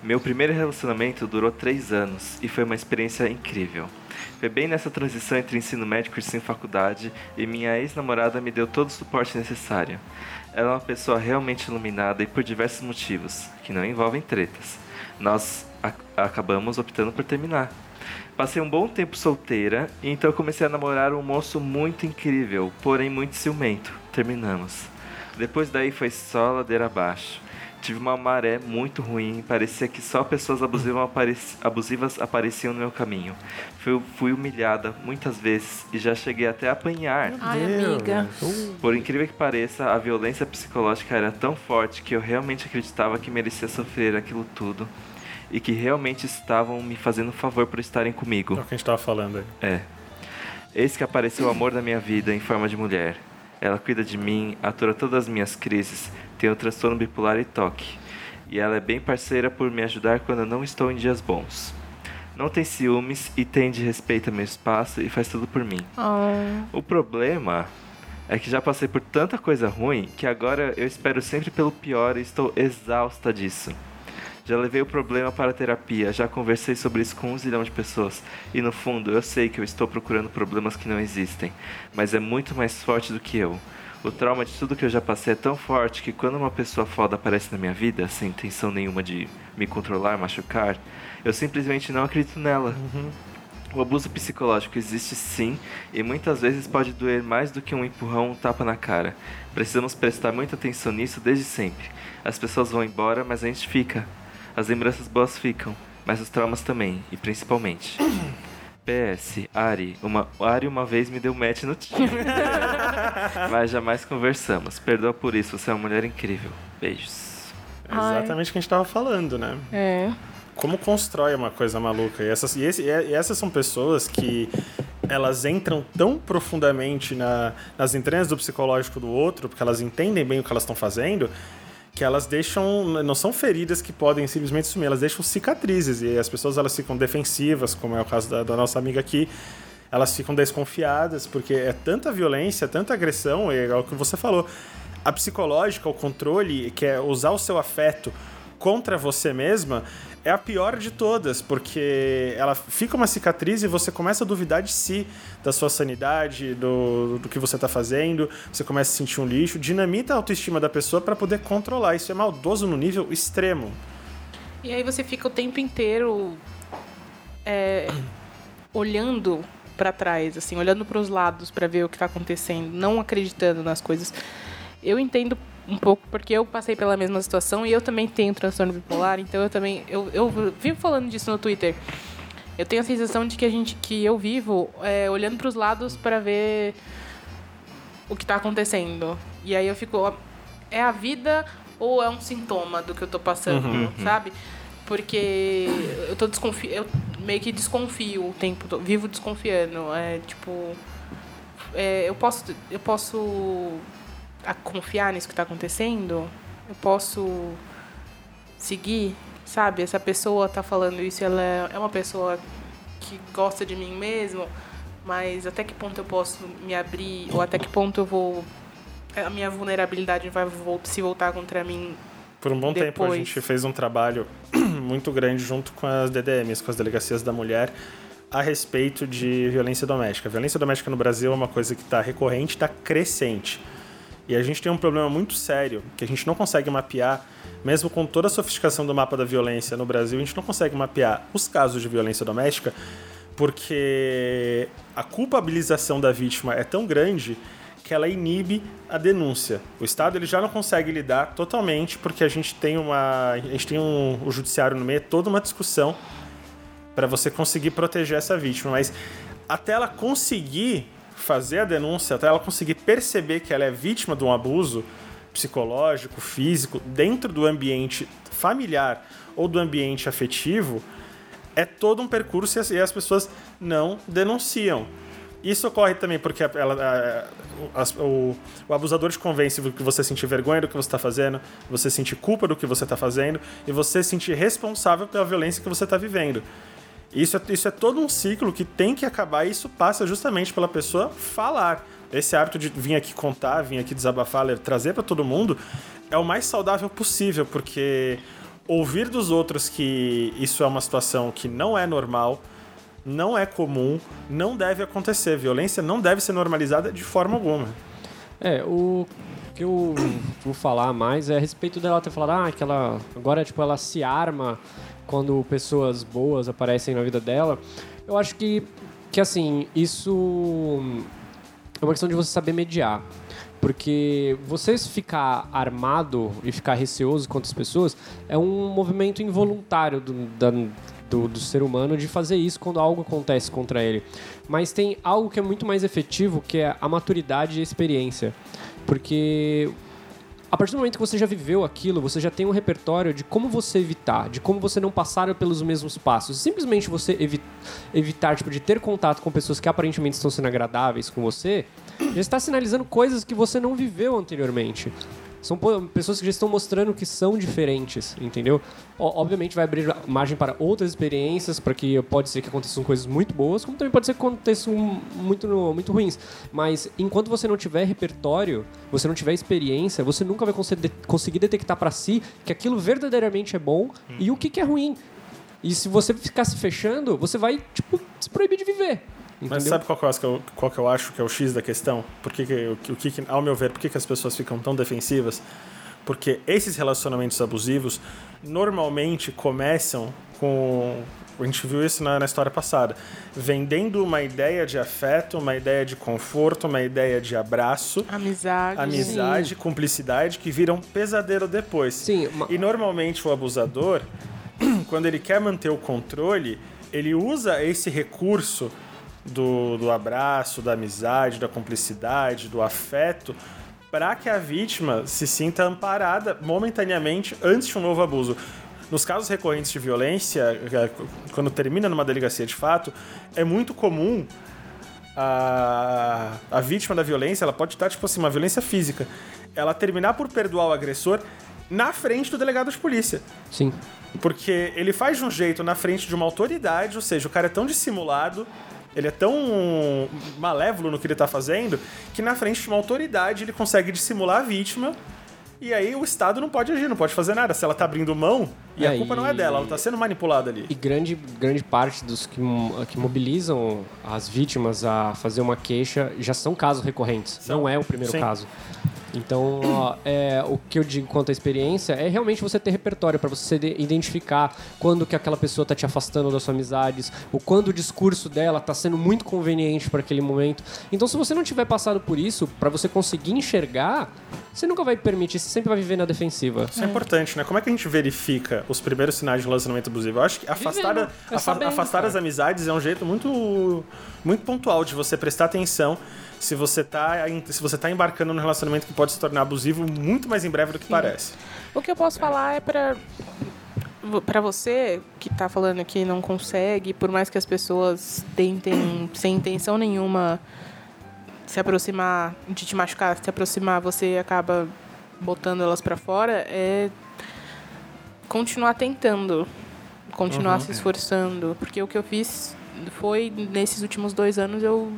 Speaker 4: Meu primeiro relacionamento durou três anos e foi uma experiência incrível. Foi bem nessa transição entre ensino médico e ensino faculdade e minha ex-namorada me deu todo o suporte necessário. Ela é uma pessoa realmente iluminada e por diversos motivos, que não envolvem tretas. Nós ac- acabamos optando por terminar. Passei um bom tempo solteira e então comecei a namorar um moço muito incrível, porém muito ciumento. Terminamos. Depois daí foi só ladeira abaixo. Tive uma maré muito ruim, parecia que só pessoas abusivam apareci- abusivas apareciam no meu caminho. Fui, fui humilhada muitas vezes e já cheguei até a apanhar.
Speaker 2: Ai,
Speaker 3: Meu Deus,
Speaker 2: amiga.
Speaker 3: velho.
Speaker 4: Por incrível que pareça, a violência psicológica era tão forte que eu realmente acreditava que merecia sofrer aquilo tudo e que realmente estavam me fazendo um favor por estarem comigo.
Speaker 3: É o que a gente tava falando aí.
Speaker 4: É. Eis que apareceu o amor da minha vida em forma de mulher. Ela cuida de mim, atura todas as minhas crises, tem o transtorno bipolar e toque. E ela é bem parceira por me ajudar quando eu não estou em dias bons. Não tem ciúmes e tem de respeito ao meu espaço e faz tudo por mim.
Speaker 2: Ah,
Speaker 4: O problema é que já passei por tanta coisa ruim que agora eu espero sempre pelo pior e estou exausta disso. Já levei o problema para a terapia, já conversei sobre isso com um zilhão de pessoas e no fundo eu sei que eu estou procurando problemas que não existem, mas é muito mais forte do que eu. O trauma de tudo que eu já passei é tão forte que quando uma pessoa foda aparece na minha vida, sem intenção nenhuma de me controlar, machucar, eu simplesmente não acredito nela. O abuso psicológico existe sim e muitas vezes pode doer mais do que um empurrão ou um tapa na cara. Precisamos prestar muita atenção nisso desde sempre. As pessoas vão embora, mas a gente fica. As lembranças boas ficam, mas os traumas também, e principalmente. PS, Ari, uma, Ari uma vez me deu match no time. mas jamais conversamos. Perdoa por isso, você é uma mulher incrível. Beijos.
Speaker 2: Ai.
Speaker 3: Exatamente o que a gente tava falando, né?
Speaker 2: é.
Speaker 3: Como constrói uma coisa maluca. E essas, e esse- e essas são pessoas que elas entram tão profundamente na- nas entranhas do psicológico do outro, porque elas entendem bem o que elas estão fazendo, que elas deixam. Não são feridas que podem simplesmente sumir, elas deixam cicatrizes. E as pessoas elas ficam defensivas, como é o caso da- da nossa amiga aqui. elas ficam desconfiadas, porque é tanta violência, tanta agressão, e é o que você falou. A psicológica, o controle, que é usar o seu afeto contra você mesma, é a pior de todas, porque ela fica uma cicatriz e você começa a duvidar de si, da sua sanidade, do, do que você tá fazendo, você começa a sentir um lixo, dinamita a autoestima da pessoa para poder controlar. Isso é maldoso no nível extremo.
Speaker 2: E aí você fica o tempo inteiro é, olhando para trás, assim, olhando para os lados para ver o que está acontecendo, não acreditando nas coisas. Eu entendo um pouco porque eu passei pela mesma situação e eu também tenho transtorno bipolar, então eu também eu, eu vivo falando disso no Twitter. Eu tenho a sensação de que a gente que eu vivo é, olhando para os lados para ver o que está acontecendo. E aí eu fico é a vida ou é um sintoma do que eu tô passando,
Speaker 3: Uhum,
Speaker 2: sabe? Porque eu tô desconfi eu meio que desconfio o tempo todo, vivo desconfiando, é tipo é, eu posso eu posso a confiar nisso que tá acontecendo? Eu posso seguir, sabe? Essa pessoa tá falando isso, ela é- é uma pessoa que gosta de mim mesmo, mas até que ponto eu posso me abrir ou até que ponto eu vou a minha vulnerabilidade vai vol- se voltar contra mim
Speaker 3: Por um bom tempo a
Speaker 2: Depois.
Speaker 3: gente fez um trabalho muito grande junto com as DDMs, com as delegacias da mulher, a respeito de violência doméstica. A violência doméstica no Brasil é uma coisa que está recorrente, está crescente. E a gente tem um problema muito sério que a gente não consegue mapear, mesmo com toda a sofisticação do mapa da violência no Brasil, a gente não consegue mapear os casos de violência doméstica porque a culpabilização da vítima é tão grande que ela inibe a denúncia. O Estado ele já não consegue lidar totalmente porque a gente tem uma a gente tem um, o judiciário no meio, é toda uma discussão para você conseguir proteger essa vítima, mas até ela conseguir fazer a denúncia, até ela conseguir perceber que ela é vítima de um abuso psicológico, físico, dentro do ambiente familiar ou do ambiente afetivo, é todo um percurso e as, e as pessoas não denunciam. Isso ocorre também porque a- ela- a- o- as- o, o abusador te convence do que você sentir vergonha do que você está fazendo, você sentir culpa do que você está fazendo e você sentir responsável pela violência que você está vivendo. Isso é, isso é todo um ciclo que tem que acabar e isso passa justamente pela pessoa falar. Esse hábito de vir aqui contar, vir aqui desabafar, le- trazer para todo mundo é o mais saudável possível, porque ouvir dos outros que isso é uma situação que não é normal, não é comum, não deve acontecer. Violência não deve ser normalizada de forma alguma.
Speaker 1: É, o que eu vou falar mais é a respeito dela ter falado, ah, que ela agora tipo ela se arma quando pessoas boas aparecem na vida dela. Eu acho que que assim, isso é uma questão de você saber mediar. Porque você ficar armado e ficar receoso contra as pessoas é um movimento involuntário do, da- do, do ser humano de fazer isso quando algo acontece contra ele. Mas tem algo que é muito mais efetivo, que é a maturidade e a experiência. Porque a partir do momento que você já viveu aquilo, você já tem um repertório de como você evitar, de como você não passar pelos mesmos passos. Simplesmente você evi- evitar, tipo, de ter contato com pessoas que aparentemente estão sendo agradáveis com você, já está sinalizando coisas que você não viveu anteriormente. São po- pessoas que já estão mostrando que são diferentes, entendeu? O- Obviamente vai abrir margem para outras experiências, para que pode ser que aconteçam coisas muito boas, como também pode ser que aconteçam muito, no- muito ruins. Mas enquanto você não tiver repertório, você não tiver experiência, você nunca vai conse- de- conseguir detectar para si que aquilo verdadeiramente é bom e o que, que é ruim. E se você ficar se fechando, você vai, tipo, se proibir de viver.
Speaker 3: Mas
Speaker 1: entendeu?
Speaker 3: sabe qual que, eu acho que eu, qual que eu acho que é o X da questão? Por que que- o que, o que que, ao meu ver, por que, que as pessoas ficam tão defensivas? Porque esses relacionamentos abusivos normalmente começam com. A gente viu isso na, na história passada. Vendendo uma ideia de afeto, uma ideia de conforto, uma ideia de abraço,
Speaker 2: amizade.
Speaker 3: amizade, cumplicidade, que viram um pesadelo depois.
Speaker 1: Sim, ma-
Speaker 3: E normalmente o abusador, quando ele quer manter o controle, ele usa esse recurso do, do abraço, da amizade, da cumplicidade, do afeto, para que a vítima se sinta amparada momentaneamente antes de um novo abuso. Nos casos recorrentes de violência, eh, quando termina numa delegacia de fato, é muito comum a, a vítima da violência, ela pode estar, tipo assim, uma violência física. Ela terminar por perdoar o agressor na frente do delegado de polícia.
Speaker 1: Sim.
Speaker 3: Porque ele faz de um jeito na frente de uma autoridade, ou seja, o cara é tão dissimulado, ele é tão malévolo no que ele tá fazendo, que na frente de uma autoridade ele consegue dissimular a vítima. E aí o Estado não pode agir, não pode fazer nada. Se ela tá abrindo mão, e
Speaker 1: É,
Speaker 3: a culpa não é
Speaker 1: e-
Speaker 3: dela, ela tá sendo manipulada ali.
Speaker 1: E grande, grande parte dos que, mo- que mobilizam as vítimas a fazer uma queixa já são casos recorrentes.
Speaker 3: São.
Speaker 1: Não é o primeiro
Speaker 3: Sim.
Speaker 1: caso. Então, ó, é, o que eu digo quanto à experiência é realmente você ter repertório para você de- identificar quando que aquela pessoa tá te afastando das suas amizades, ou quando o discurso dela tá sendo muito conveniente para aquele momento. Então, se você não tiver passado por isso, para você conseguir enxergar, você nunca vai permitir, você sempre vai viver na defensiva.
Speaker 3: Isso é importante, né? Como é que a gente verifica os primeiros sinais de relacionamento abusivo? Eu acho que afastar,
Speaker 1: Vivendo,
Speaker 3: a-
Speaker 1: é
Speaker 3: afa-
Speaker 1: sabendo,
Speaker 3: afastar
Speaker 1: cara.
Speaker 3: as amizades é um jeito muito, muito pontual de você prestar atenção se você, tá, em- se você tá embarcando num relacionamento que pode se tornar abusivo muito mais em breve do que parece.
Speaker 2: O que eu posso falar é pra para você que tá falando que não consegue, por mais que as pessoas tentem sem intenção nenhuma se aproximar de te machucar, se aproximar, você acaba botando elas pra fora, é continuar tentando, continuar se esforçando, porque o que eu fiz foi nesses últimos dois anos eu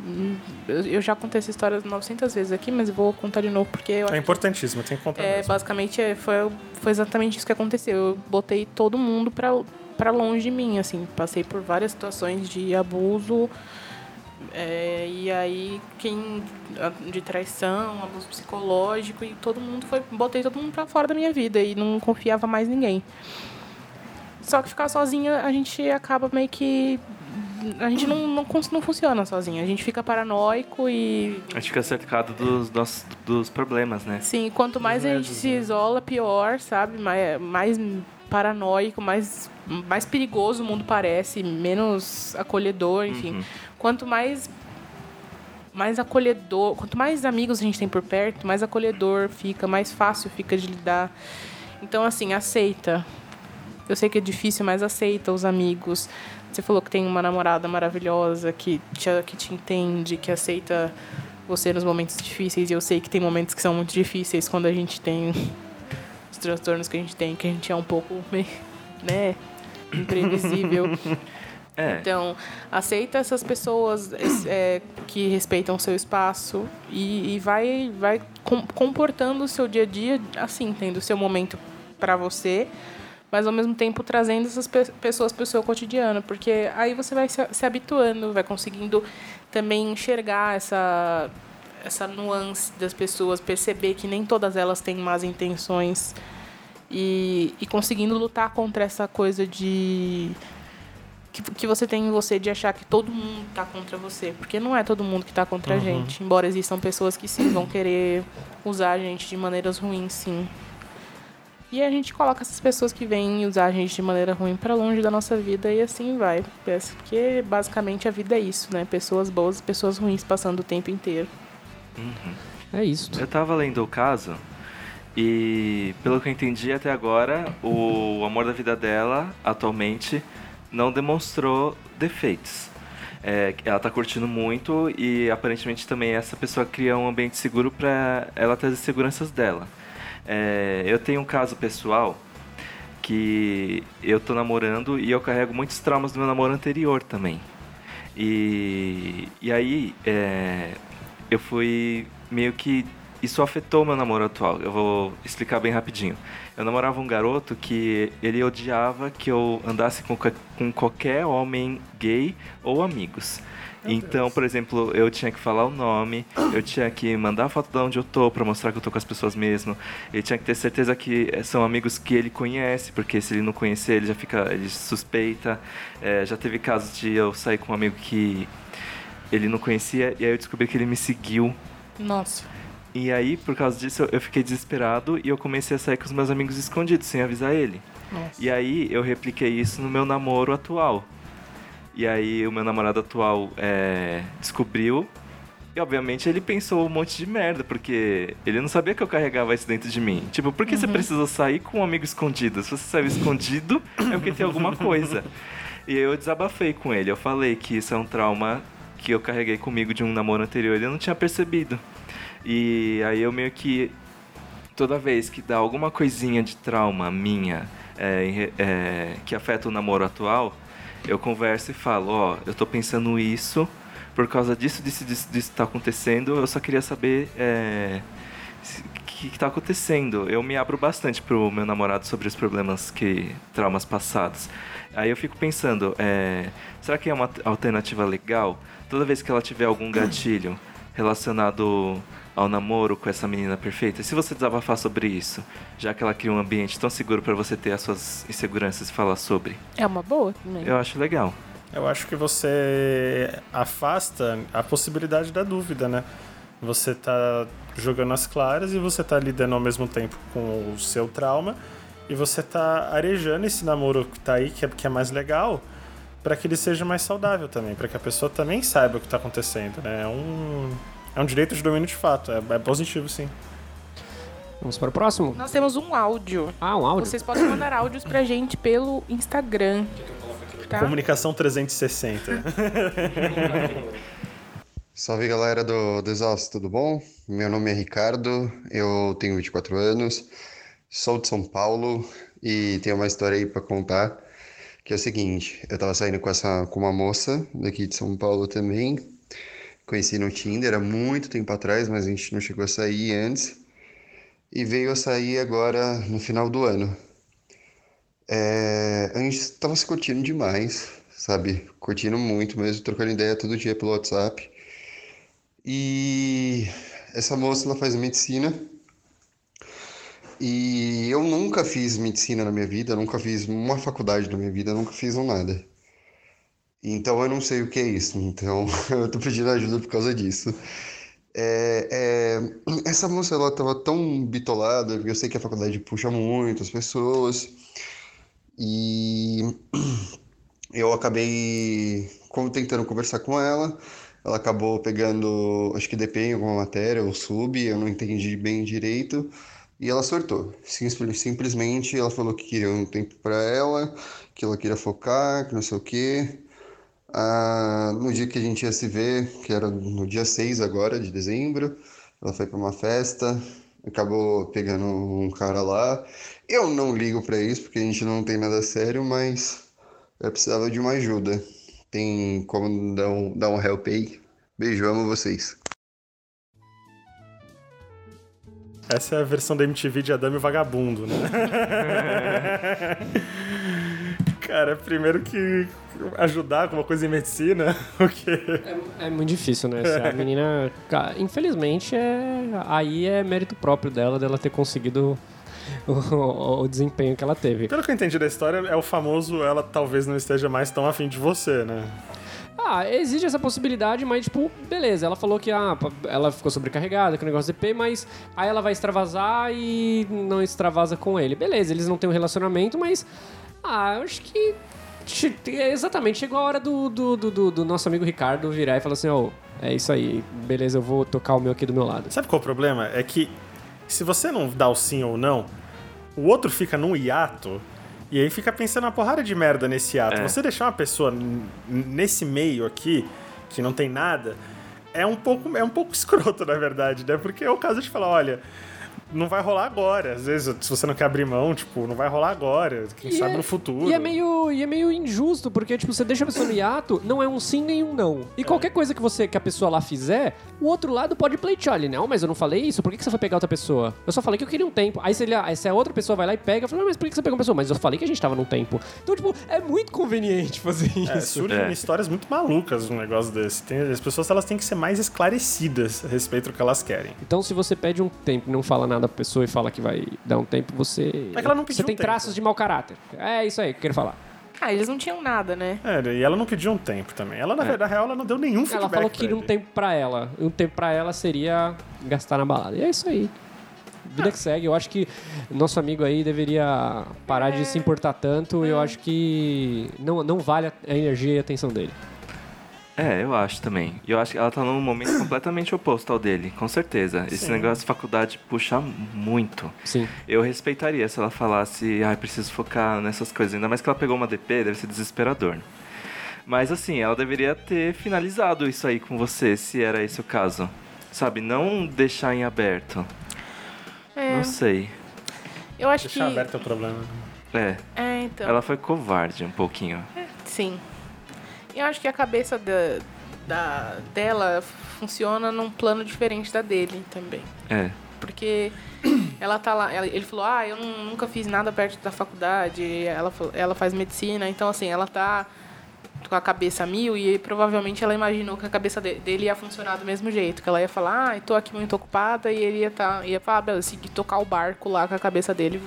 Speaker 2: eu eu já contei essa história 900 vezes aqui, mas eu vou contar de novo porque eu
Speaker 3: É importantíssimo, tem que contar
Speaker 2: é,
Speaker 3: mesmo.
Speaker 2: basicamente é, foi, foi exatamente isso que aconteceu. Eu botei todo mundo pra, pra longe de mim, assim. Passei por várias situações de abuso. é, e aí, quem. a- de traição, abuso psicológico, e todo mundo foi. Botei todo mundo pra fora da minha vida e não confiava mais ninguém. Só que ficar sozinha, a gente acaba meio que. A gente não, não, cons- não funciona sozinha. A gente fica paranoico e
Speaker 4: A gente fica cercado dos, nossos, dos problemas, né?
Speaker 2: Sim, quanto mais a gente se isola, pior, sabe? Mais, mais paranoico, mais, mais perigoso o mundo parece, menos acolhedor, enfim. Quanto mais mais acolhedor, quanto mais amigos a gente tem por perto, mais acolhedor fica, mais fácil fica de lidar. Então, assim, aceita. Eu sei que é difícil, mas aceita os amigos. Você falou que tem uma namorada maravilhosa que te, que te entende, que aceita você nos momentos difíceis. E eu sei que tem momentos que são muito difíceis quando a gente tem os transtornos que a gente tem, que a gente é um pouco meio, né, imprevisível.
Speaker 4: É.
Speaker 2: Então, aceita essas pessoas es- é, que respeitam o seu espaço e, e vai, vai com- comportando o seu dia a dia assim, tendo o seu momento para você, mas ao mesmo tempo trazendo essas pe- pessoas para o seu cotidiano, porque aí você vai se, se habituando, vai conseguindo também enxergar essa, essa nuance das pessoas, perceber que nem todas elas têm más intenções e, e conseguindo lutar contra essa coisa de que, que você tem em você de achar que todo mundo tá contra você. Porque não é todo mundo que tá contra
Speaker 4: Uhum.
Speaker 2: a gente. Embora existam pessoas que sim vão querer usar a gente de maneiras ruins, sim. E a gente coloca essas pessoas que vêm usar a gente de maneira ruim pra longe da nossa vida e assim vai. Porque basicamente a vida é isso, né? Pessoas boas e pessoas ruins passando o tempo inteiro.
Speaker 1: É isso.
Speaker 4: Eu tava lendo o caso e, pelo que eu entendi até agora, o amor da vida dela, atualmente, não demonstrou defeitos. É, ela tá curtindo muito e, aparentemente, também essa pessoa cria um ambiente seguro pra ela ter as inseguranças dela. É, eu tenho um caso pessoal que eu tô namorando e eu carrego muitos traumas do meu namoro anterior também. E, e aí, é, eu fui meio que. Isso afetou meu namoro atual. Eu vou explicar bem rapidinho. Eu namorava um garoto que ele odiava que eu andasse com, qua- com qualquer homem gay ou amigos. Então, por exemplo, eu tinha que falar o nome, eu tinha que mandar a foto de onde eu tô pra mostrar que eu tô com as pessoas mesmo. Ele tinha que ter certeza que eh, são amigos que ele conhece, porque se ele não conhecer, ele já fica, ele suspeita. Eh, já teve casos de eu sair com um amigo que ele não conhecia e aí eu descobri que ele me seguiu.
Speaker 2: Nossa.
Speaker 4: E aí, por causa disso, eu- eu fiquei desesperado e eu comecei a sair com os meus amigos escondidos, sem avisar ele.
Speaker 2: Nossa.
Speaker 4: E aí eu repliquei isso no meu namoro atual. E aí o meu namorado atual é, descobriu. E obviamente ele pensou um monte de merda, porque ele não sabia que eu carregava isso dentro de mim. Tipo, por que você precisou sair com um amigo escondido? Se você saiu escondido, é porque tem alguma coisa. E aí eu desabafei com ele. Eu falei que isso é um trauma que eu carreguei comigo de um namoro anterior e eu não tinha percebido. E aí eu meio que toda vez que dá alguma coisinha de trauma minha é, em re- é, que afeta o namoro atual, eu converso e falo, ó, eu tô pensando isso, por causa disso, disso, disso, disso tá acontecendo, eu só queria saber é, se- que que, que tá acontecendo. Eu me abro bastante pro meu namorado sobre os problemas que. traumas passados. Aí eu fico pensando, é, será que é uma alternativa legal? Toda vez que ela tiver algum gatilho relacionado ao namoro com essa menina perfeita, se você desabafar sobre isso, já que ela cria um ambiente tão seguro pra você ter as suas inseguranças e falar sobre,
Speaker 2: É uma boa também.
Speaker 4: eu acho legal.
Speaker 3: Eu acho que você afasta a possibilidade da dúvida, né? Você tá jogando as claras e você tá lidando ao mesmo tempo com o seu trauma e você tá arejando esse namoro que tá aí, que é, que é mais legal, para que ele seja mais saudável também, para que a pessoa também saiba o que tá acontecendo, né? É um, é um direito de domínio de fato, é, é positivo sim.
Speaker 1: Vamos para o próximo?
Speaker 2: Nós temos um áudio.
Speaker 1: Ah, um áudio.
Speaker 2: Vocês podem mandar áudios pra gente pelo Instagram. Tá?
Speaker 3: Comunicação 360.
Speaker 5: Salve galera do, do Exausto, tudo bom? Meu nome é Ricardo, eu tenho 24 anos, sou de São Paulo e tenho uma história aí para contar, que é o seguinte, eu tava saindo com essa com uma moça daqui de São Paulo também, conheci no Tinder há muito tempo atrás, mas a gente não chegou a sair antes, e veio a sair agora no final do ano. É, a gente tava se curtindo demais, sabe? Curtindo muito mesmo, trocando ideia todo dia pelo WhatsApp. E essa moça ela faz medicina. E eu nunca fiz medicina na minha vida, nunca fiz uma faculdade na minha vida, nunca fiz um nada. Então eu não sei o que é isso. Então eu tô pedindo ajuda por causa disso. É, é, essa moça ela tava tão bitolada, eu sei que a faculdade puxa muito as pessoas. E eu acabei como tentando conversar com ela. Ela acabou pegando, acho que DP em alguma matéria ou sub, eu não entendi bem direito. E ela surtou. Sim- simplesmente ela falou que queria um tempo para ela, que ela queria focar, que não sei o quê. Ah, no dia que a gente ia se ver, que era no dia 6 agora de dezembro, ela foi para uma festa, acabou pegando um cara lá. Eu não ligo para isso porque a gente não tem nada sério, mas eu precisava de uma ajuda. Tem como dar um, dar um help aí? Beijo, amo vocês.
Speaker 3: Essa é a versão da MTV de Adame o Vagabundo, né? Cara, primeiro que ajudar com uma coisa em medicina, o quê?
Speaker 1: É muito difícil, né? Se a menina. ca- Infelizmente, é... aí é mérito próprio dela, dela ter conseguido o, o- o desempenho que ela teve.
Speaker 3: Pelo que eu entendi da história, é o famoso ela talvez não esteja mais tão afim de você, né?
Speaker 1: Ah, existe essa possibilidade, mas, tipo, beleza. Ela falou que ah, pa- ela ficou sobrecarregada com o negócio de EP, mas aí ela vai extravasar e não extravasa com ele. Beleza, eles não têm um relacionamento, mas. Ah, eu acho que. che- é, Exatamente, chegou a hora do, do, do- do- do nosso amigo Ricardo virar e falar assim: ó, é isso aí, beleza, eu vou tocar o meu aqui do meu lado.
Speaker 3: Sabe qual é o problema? É que se você não dá o sim ou não, o outro fica num hiato e aí fica pensando uma porrada de merda nesse hiato. Você deixar uma pessoa n- nesse meio aqui, que não tem nada, é um pouco, é um pouco escroto, na verdade, né? Porque é o caso de falar, olha. Não vai rolar agora. Às vezes, se você não quer abrir mão, tipo, não vai rolar agora. Quem
Speaker 1: E
Speaker 3: sabe
Speaker 1: é-
Speaker 3: no futuro.
Speaker 1: E é, meio, e é meio injusto, porque, tipo, você deixa a pessoa no hiato, não é um sim nem um não. E qualquer coisa que você que a pessoa lá fizer, o outro lado pode pleitear ali, não, "Oh, mas eu não falei isso, por que, que você foi pegar outra pessoa? Eu só falei que eu queria um tempo. Aí se, ele, aí se a outra pessoa vai lá e pega, fala, "Ah, mas por que que você pegou uma pessoa? Mas eu falei que a gente tava num tempo. Então, tipo, é muito conveniente fazer
Speaker 3: É,
Speaker 1: isso.
Speaker 3: surgem
Speaker 4: É.
Speaker 3: histórias muito malucas num negócio desse. Tem- as pessoas elas têm que ser mais esclarecidas a respeito do que elas querem.
Speaker 1: Então, se você pede um tempo e não fala nada pra pessoa e fala que vai dar um tempo, você.
Speaker 3: É que ela não pediu
Speaker 1: você tem
Speaker 3: um tempo.
Speaker 1: traços de mau caráter. É isso aí que eu quero falar.
Speaker 2: Ah, eles não tinham nada, né?
Speaker 3: É, e ela não pediu um tempo também. Ela, na verdade, real, ela não deu nenhum feedback.
Speaker 1: Ela falou que
Speaker 3: pra
Speaker 1: queria um
Speaker 3: ele.
Speaker 1: tempo pra ela. E um tempo pra ela seria gastar na balada. E é isso aí. Vida que segue. Eu acho que nosso amigo aí deveria parar de se importar tanto. Eu acho que não, não vale a energia e a atenção dele.
Speaker 4: É, eu acho também. E eu acho que ela tá num momento completamente oposto ao dele, com certeza. Esse negócio de faculdade puxa muito.
Speaker 1: Sim.
Speaker 4: Eu respeitaria se ela falasse, ai, preciso focar nessas coisas. Ainda mais que ela pegou uma DP, deve ser desesperador. né? Mas assim, ela deveria ter finalizado isso aí com você, se era esse o caso. Sabe, não deixar em aberto.
Speaker 2: É,
Speaker 4: Não sei.
Speaker 2: eu acho
Speaker 3: Deixar
Speaker 2: que.
Speaker 3: aberto é o problema.
Speaker 4: É,
Speaker 2: É, então.
Speaker 4: ela foi covarde um pouquinho.
Speaker 2: Sim. Eu acho que a cabeça da, da- dela funciona num plano diferente da dele também.
Speaker 4: É,
Speaker 2: Porque Ela tá lá, ela- ele falou: "Ah, eu nun- nunca fiz nada perto da faculdade". Ela fa- ela faz medicina, então assim, ela tá com a cabeça a mil e provavelmente ela imaginou que a cabeça de- dele ia funcionar do mesmo jeito, que ela ia falar: "Ah, eu tô aqui muito ocupada" e ele ia tá, ia falar, "Ah, beleza, se tocar o barco lá com a cabeça dele,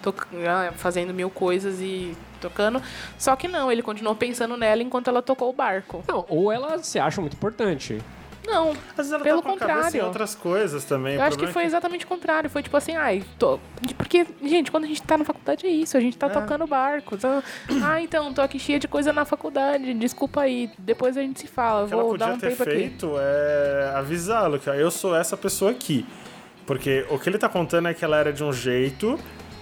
Speaker 2: toc- ah, fazendo mil coisas e tocando". Só que não, ele continuou pensando nela enquanto ela tocou o barco.
Speaker 1: Não, ou ela se acha muito importante.
Speaker 2: Não,
Speaker 3: Às vezes ela
Speaker 2: Pelo
Speaker 3: tá com a cabeça em
Speaker 2: contrário.
Speaker 3: outras coisas também.
Speaker 2: Eu
Speaker 3: o
Speaker 2: acho que
Speaker 3: problema é
Speaker 2: foi exatamente o contrário. Foi tipo assim, ai, tô. Porque, gente, quando a gente tá na faculdade é isso, a gente tá tocando barco. tá- Ah, então, tô aqui cheia de coisa na faculdade, desculpa aí, depois a gente se fala,
Speaker 3: O que ela
Speaker 2: vou
Speaker 3: podia
Speaker 2: dar um
Speaker 3: ter
Speaker 2: tempo aqui.
Speaker 3: feito é avisá-lo que ó, eu sou essa pessoa aqui. Porque o que ele tá contando é que ela era de um jeito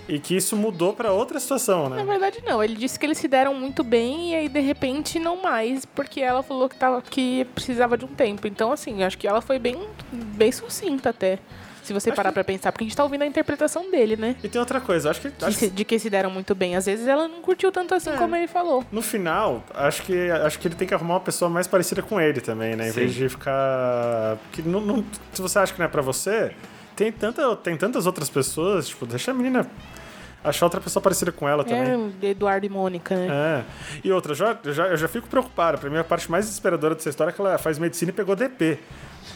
Speaker 3: e que isso mudou pra outra situação,
Speaker 2: Na
Speaker 3: né?
Speaker 2: verdade, não. Ele disse que eles se deram muito bem e aí, de repente, não mais, porque ela falou que, tava, que precisava de um tempo. Então, assim, acho que ela foi bem, bem sucinta até. Se você parar pra pensar, porque a gente tá ouvindo a interpretação dele, né?
Speaker 3: E tem outra coisa, eu acho que,
Speaker 2: Que
Speaker 3: acho É.
Speaker 2: se-
Speaker 3: que
Speaker 2: de que se deram muito bem. Às vezes ela não curtiu tanto assim como ele falou.
Speaker 3: no final, acho que acho que ele tem que arrumar uma pessoa mais parecida com ele também, né? Em
Speaker 4: Sim.
Speaker 3: vez de ficar que não, não- se você acha que não é pra você, tem tanta tem tantas outras pessoas, tipo, deixa a menina achar outra pessoa parecida com ela também.
Speaker 2: É, Eduardo e Mônica, né?
Speaker 3: É. E outra, já, eu já, eu já fico preocupado. Pra mim, a parte mais desesperadora dessa história é que ela faz medicina e pegou DP.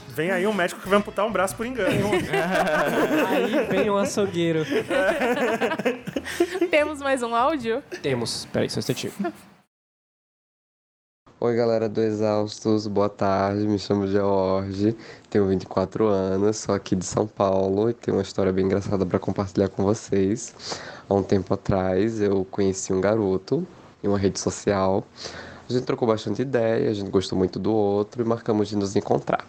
Speaker 3: Vem aí um médico que vai amputar um braço por engano.
Speaker 1: Aí vem um açougueiro.
Speaker 4: É.
Speaker 2: Temos mais um áudio?
Speaker 1: Temos. Peraí, só um instantinho.
Speaker 6: Oi, galera do Exaustos, boa tarde. Me chamo George, tenho 24 anos, sou aqui de São Paulo e tenho uma história bem engraçada para compartilhar com vocês. Há um tempo atrás, eu conheci um garoto em uma rede social. A gente trocou bastante ideia, a gente gostou muito do outro e marcamos de nos encontrar.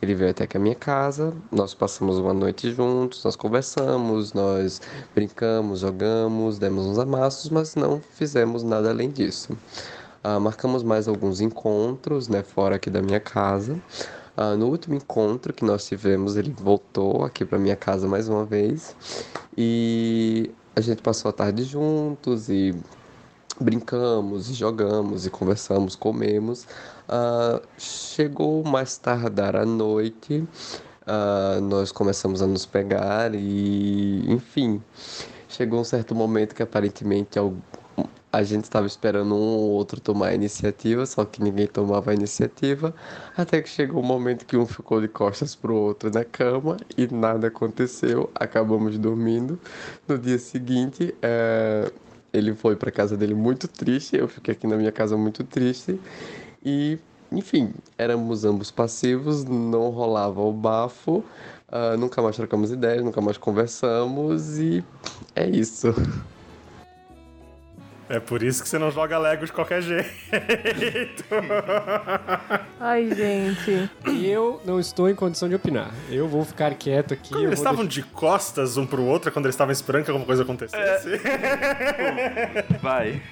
Speaker 6: Ele veio até aqui a minha casa, nós passamos uma noite juntos, nós conversamos, nós brincamos, jogamos, demos uns amassos, mas não fizemos nada além disso. Ah, marcamos mais alguns encontros, né, fora aqui da minha casa. Ah, no último encontro que nós tivemos, ele voltou aqui para minha casa mais uma vez e a gente passou a tarde juntos e brincamos, e jogamos, e conversamos, comemos. Ah, chegou mais tardar à noite, ah, nós começamos a nos pegar e, enfim, chegou um certo momento que aparentemente al- a gente estava esperando um ou outro tomar a iniciativa, só que ninguém tomava a iniciativa, até que chegou o momento que um ficou de costas pro outro na cama e nada aconteceu, acabamos dormindo. No dia seguinte, eh, ele foi para casa dele muito triste, eu fiquei aqui na minha casa muito triste e enfim, éramos ambos passivos, não rolava o bafo, ah, nunca mais trocamos ideias, nunca mais conversamos e é isso.
Speaker 3: é por isso que você não joga Lego de qualquer jeito.
Speaker 2: Ai, gente.
Speaker 1: E eu não estou em condição de opinar. Eu vou ficar quieto aqui.
Speaker 3: Quando
Speaker 1: eu
Speaker 3: eles
Speaker 1: vou
Speaker 3: estavam de costas um pro outro, quando eles estavam esperando que alguma coisa acontecesse.
Speaker 4: Vai.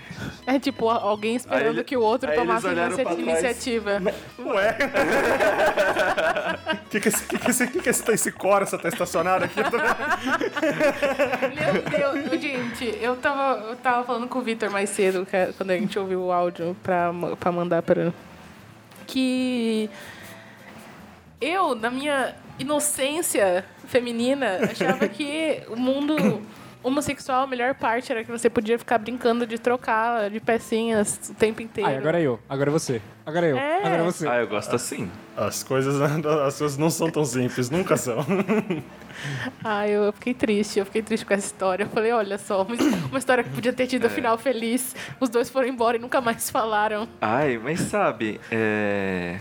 Speaker 2: É tipo a- alguém esperando
Speaker 4: Aí ele-
Speaker 2: que o outro
Speaker 4: aí eles
Speaker 2: tomasse
Speaker 4: olharam
Speaker 2: inicia-
Speaker 4: pra trás.
Speaker 2: iniciativa.
Speaker 3: Ué. O que, que, esse- que, que, esse- que, que esse, esse Corsa tá estacionado aqui?
Speaker 2: Meu Deus, gente, eu tava, eu tava falando com o Vitor mais cedo, que é- quando a gente ouviu o áudio pra, ma- pra mandar pra. Que. Eu, na minha inocência feminina, achava que o mundo homossexual, a melhor parte era que você podia ficar brincando de trocar de pecinhas o tempo inteiro.
Speaker 1: Ai, Ah, agora é eu. Agora você. Agora eu.
Speaker 2: É.
Speaker 1: Agora você.
Speaker 4: Ah, eu gosto assim.
Speaker 3: As coisas, as coisas não são tão simples, nunca são.
Speaker 2: Ah, eu eu fiquei triste, eu fiquei triste com essa história. Eu falei, olha só, uma, uma história que podia ter
Speaker 3: É.
Speaker 2: tido um final feliz. Os dois foram embora e nunca mais falaram.
Speaker 4: Ai, mas sabe, é...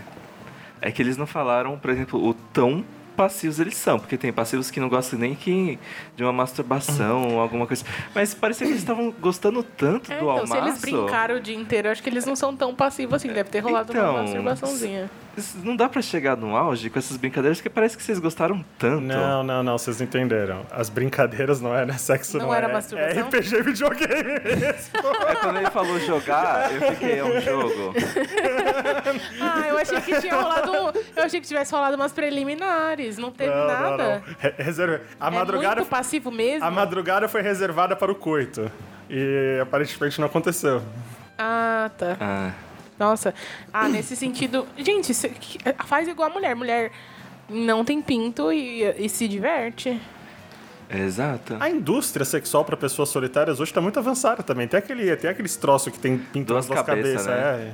Speaker 4: é que eles não falaram, por exemplo, o tão passivos eles são, porque tem passivos que não gostam nem que de uma masturbação ou alguma coisa. Mas parecia que eles estavam gostando tanto
Speaker 2: É,
Speaker 4: do
Speaker 2: então, se eles
Speaker 4: almaço.
Speaker 2: brincaram o dia inteiro, eu acho que eles não são tão passivos assim. Deve ter rolado
Speaker 4: Então,
Speaker 2: uma masturbaçãozinha.
Speaker 4: Isso- Não dá pra chegar no auge com essas brincadeiras que parece que vocês gostaram tanto.
Speaker 3: Não, não, não, vocês entenderam. As brincadeiras não era sexo,
Speaker 2: Não
Speaker 3: não,
Speaker 2: era
Speaker 3: é-
Speaker 2: masturbação?
Speaker 3: É RPG e videogame mesmo.
Speaker 4: É quando ele falou jogar, eu fiquei, é um jogo.
Speaker 2: Ah, eu achei que tinha rolado. um, Eu achei que tivesse rolado umas preliminares. Não teve
Speaker 3: Não, não,
Speaker 2: nada.
Speaker 3: não. Re- reserva- A,
Speaker 2: É
Speaker 3: madrugada,
Speaker 2: muito passivo mesmo.
Speaker 3: a madrugada foi reservada para o coito. E aparentemente não aconteceu.
Speaker 2: Ah, tá.
Speaker 4: Ah,
Speaker 2: Nossa. Ah, nesse sentido. Gente, isso- faz igual a mulher. Mulher não tem pinto e, e se diverte.
Speaker 4: É exata.
Speaker 3: A indústria sexual para pessoas solitárias hoje tá muito avançada também. Tem, aquele, tem aqueles troços que tem pintado
Speaker 4: Duas
Speaker 3: duas, duas
Speaker 4: cabeças,
Speaker 3: cabeças.
Speaker 4: né?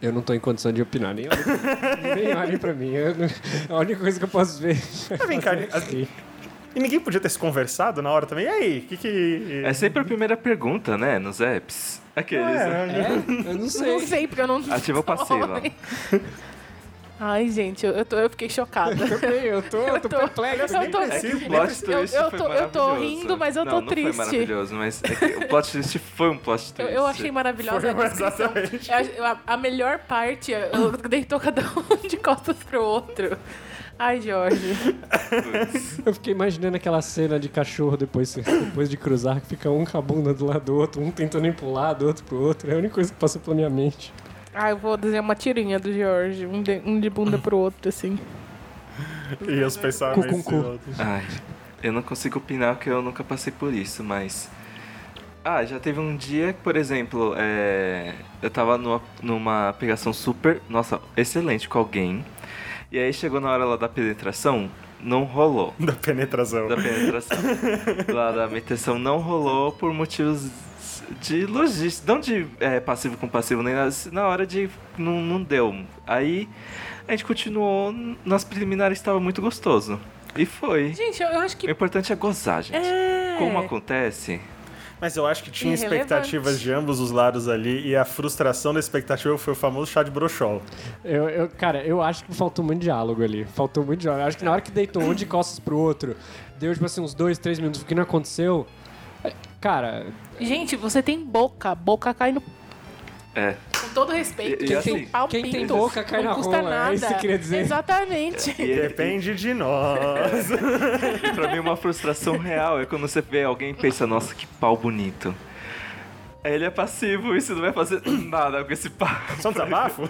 Speaker 3: é.
Speaker 1: Eu não tô em condição de opinar, nem olhe pra- nem olhe pra mim. Eu não- a única coisa que eu posso ver.
Speaker 3: Mas vem cá, assim, e ninguém podia ter se conversado na hora também. E aí, o que que...
Speaker 4: É sempre a primeira pergunta, né? Nos apps. Aqueles. né?
Speaker 3: É,
Speaker 1: É? Eu não sei.
Speaker 2: Não sei, porque eu não.
Speaker 4: Ativa o passeio lá.
Speaker 2: Ai, gente, eu, eu, tô- eu fiquei chocada.
Speaker 1: Eu tô, eu tô perplexo.
Speaker 2: Eu tô- assim,
Speaker 3: É que
Speaker 2: eu-
Speaker 3: o plot
Speaker 4: Plot
Speaker 2: eu,
Speaker 4: twist
Speaker 2: eu
Speaker 4: foi
Speaker 2: tô, eu tô
Speaker 4: maravilhoso.
Speaker 2: rindo, mas eu
Speaker 4: não,
Speaker 2: tô
Speaker 4: não
Speaker 2: triste.
Speaker 4: Foi maravilhoso, mas é que o plot twist foi um plot
Speaker 2: eu,
Speaker 4: twist.
Speaker 2: eu achei maravilhosa a
Speaker 3: Foi,
Speaker 2: descrição.
Speaker 3: exatamente.
Speaker 2: Eu acho- A, a melhor parte, eu deitou cada um de costas pro outro. Ai, Jorge.
Speaker 1: Eu fiquei imaginando aquela cena de cachorro depois, depois de cruzar, que fica um com a bunda do lado do outro, um tentando ir pro lado, outro pro outro. É a única coisa que passou pela minha mente.
Speaker 2: Ai, eu vou desenhar uma tirinha do Jorge, um de, um de bunda pro outro, assim.
Speaker 3: E os pensamentos...
Speaker 1: Cu, cu, cu.
Speaker 4: Ai, eu não consigo opinar porque eu nunca passei por isso, mas. Ah, já teve um dia que, por exemplo, é, eu tava numa, numa pegação super, nossa, excelente com alguém. E aí chegou na hora lá da penetração, não rolou.
Speaker 3: Da penetração.
Speaker 4: Da penetração. lá da meteção não rolou por motivos de logística. Não de é, passivo com passivo, nem nada. Na hora de. Não, não deu. Aí a gente continuou, nas preliminares estava muito gostoso. E foi.
Speaker 2: Gente, eu, eu acho
Speaker 4: O
Speaker 2: que.
Speaker 4: importante é gozar, gente.
Speaker 2: É.
Speaker 4: Como acontece,
Speaker 3: Mas eu acho que tinha
Speaker 2: Irrelevante.
Speaker 3: expectativas de ambos os lados ali e a frustração da expectativa foi o famoso chá de brochol.
Speaker 1: Eu, eu- cara, eu acho que faltou muito diálogo ali. Faltou muito diálogo. Eu acho que na hora que deitou um de costas pro outro, deu tipo assim uns dois, três minutos, o que não aconteceu. É, Cara,
Speaker 2: Gente, você tem boca. Boca cai no.
Speaker 4: é.
Speaker 2: Com todo respeito,
Speaker 4: E- e
Speaker 2: quem
Speaker 4: assim,
Speaker 2: tem pau
Speaker 1: quem tem
Speaker 2: pinto,
Speaker 1: boca cai
Speaker 2: não
Speaker 1: na
Speaker 2: custa
Speaker 1: rola,
Speaker 2: nada.
Speaker 1: é isso que eu queria dizer.
Speaker 2: Exatamente.
Speaker 4: E, e,
Speaker 3: Depende de nós.
Speaker 4: e é pra mim uma frustração real é quando você vê alguém e pensa, nossa, que pau bonito. Aí Ele é passivo, isso não vai fazer nada com esse pau.
Speaker 3: Só um desabafo?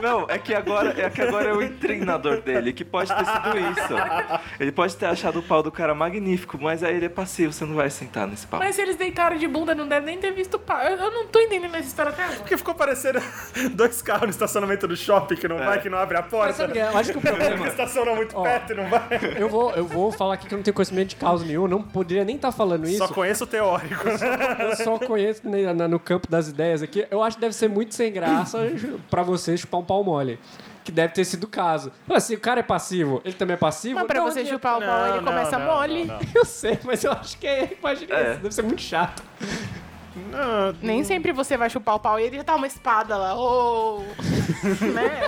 Speaker 4: Não, é que agora é que agora é o treinador dele, que pode ter sido isso. Ele pode ter achado o pau do cara magnífico, mas aí ele é passivo, você não vai sentar nesse pau.
Speaker 2: Mas se eles deitaram de bunda, não deve nem ter visto pau. Eu, eu não tô entendendo essa história até agora.
Speaker 3: Porque ficou parecendo dois carros no estacionamento do shopping que não vai, que não abre a
Speaker 1: mas
Speaker 3: porta.
Speaker 1: sabe o que é? eu acho que o problema.
Speaker 3: Estaciona muito
Speaker 1: Ó.
Speaker 3: perto e não vai.
Speaker 1: Eu vou, eu vou falar aqui que eu não tenho conhecimento de causa nenhum, não poderia nem estar falando isso.
Speaker 3: Só conheço o teórico.
Speaker 1: Eu só conheço né, na- no campo das ideias aqui. Eu acho que deve ser muito sem graça pra você chupar um pau mole. Que deve ter sido o caso. Mas se o cara é passivo, ele também é passivo?
Speaker 2: Mas pra
Speaker 1: Não,
Speaker 2: você
Speaker 1: eu-
Speaker 2: chupar o pau, ele
Speaker 3: não,
Speaker 2: começa
Speaker 3: não,
Speaker 2: mole.
Speaker 3: não,
Speaker 1: Eu sei, mas eu acho que é. Imagina
Speaker 4: É.
Speaker 1: isso. Deve ser muito chato.
Speaker 3: Ah,
Speaker 2: Nem sempre você vai chupar o pau e ele já tá uma espada lá. Oh. né?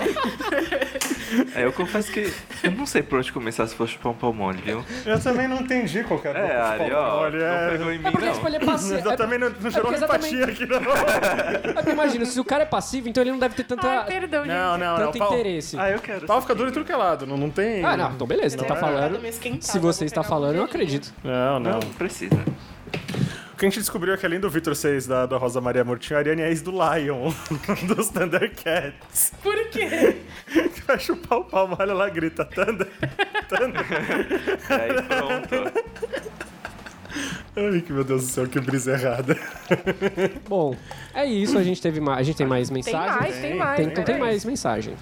Speaker 4: Aí É, eu confesso que eu não sei por onde começar se for chupar um pau mole, viu?
Speaker 3: eu também não entendi qual que era o
Speaker 4: É,
Speaker 3: ponto
Speaker 4: Ari, ó,
Speaker 3: Olha,
Speaker 4: não
Speaker 3: um é.
Speaker 4: pegou em mim,
Speaker 1: É porque tipo,
Speaker 4: não.
Speaker 1: ele é passivo.
Speaker 3: Eu também não, não gerou
Speaker 1: porque exatamente-
Speaker 3: empatia aqui, não.
Speaker 1: É, imagina, se o cara é passivo, então ele não deve ter tanta,
Speaker 2: Ai, perdão,
Speaker 3: Não,
Speaker 2: gente.
Speaker 3: não, não.
Speaker 1: tanto
Speaker 3: O pau,
Speaker 1: interesse.
Speaker 4: Ah, eu quero.
Speaker 3: o pau fica duro e tudo que é lado. Não, É. não tem.
Speaker 1: Ah, não, então beleza. Você
Speaker 2: Deve
Speaker 1: tá
Speaker 2: ter
Speaker 1: falando.
Speaker 2: dado uma esquentada,
Speaker 1: Se
Speaker 2: vou
Speaker 1: você está
Speaker 2: pegar um
Speaker 1: falando, eu
Speaker 2: gelinho.
Speaker 1: acredito.
Speaker 3: Não, não.
Speaker 4: Não, precisa.
Speaker 3: O que a gente descobriu é que além do Vitor 6 da, da Rosa Maria Murtinho, a Ariane é ex do Lion, dos Thundercats.
Speaker 2: Por quê?
Speaker 3: Vai chupar o palmo, olha lá, grita Thunder.
Speaker 4: E aí pronto.
Speaker 3: Ai, que meu Deus do céu, que brisa errada.
Speaker 1: Bom, é isso. A gente teve ma- A gente tem mais
Speaker 2: Tem
Speaker 1: mensagens.
Speaker 2: mais, tem mais.
Speaker 1: Tem- então tem
Speaker 2: peraí.
Speaker 1: mais mensagem.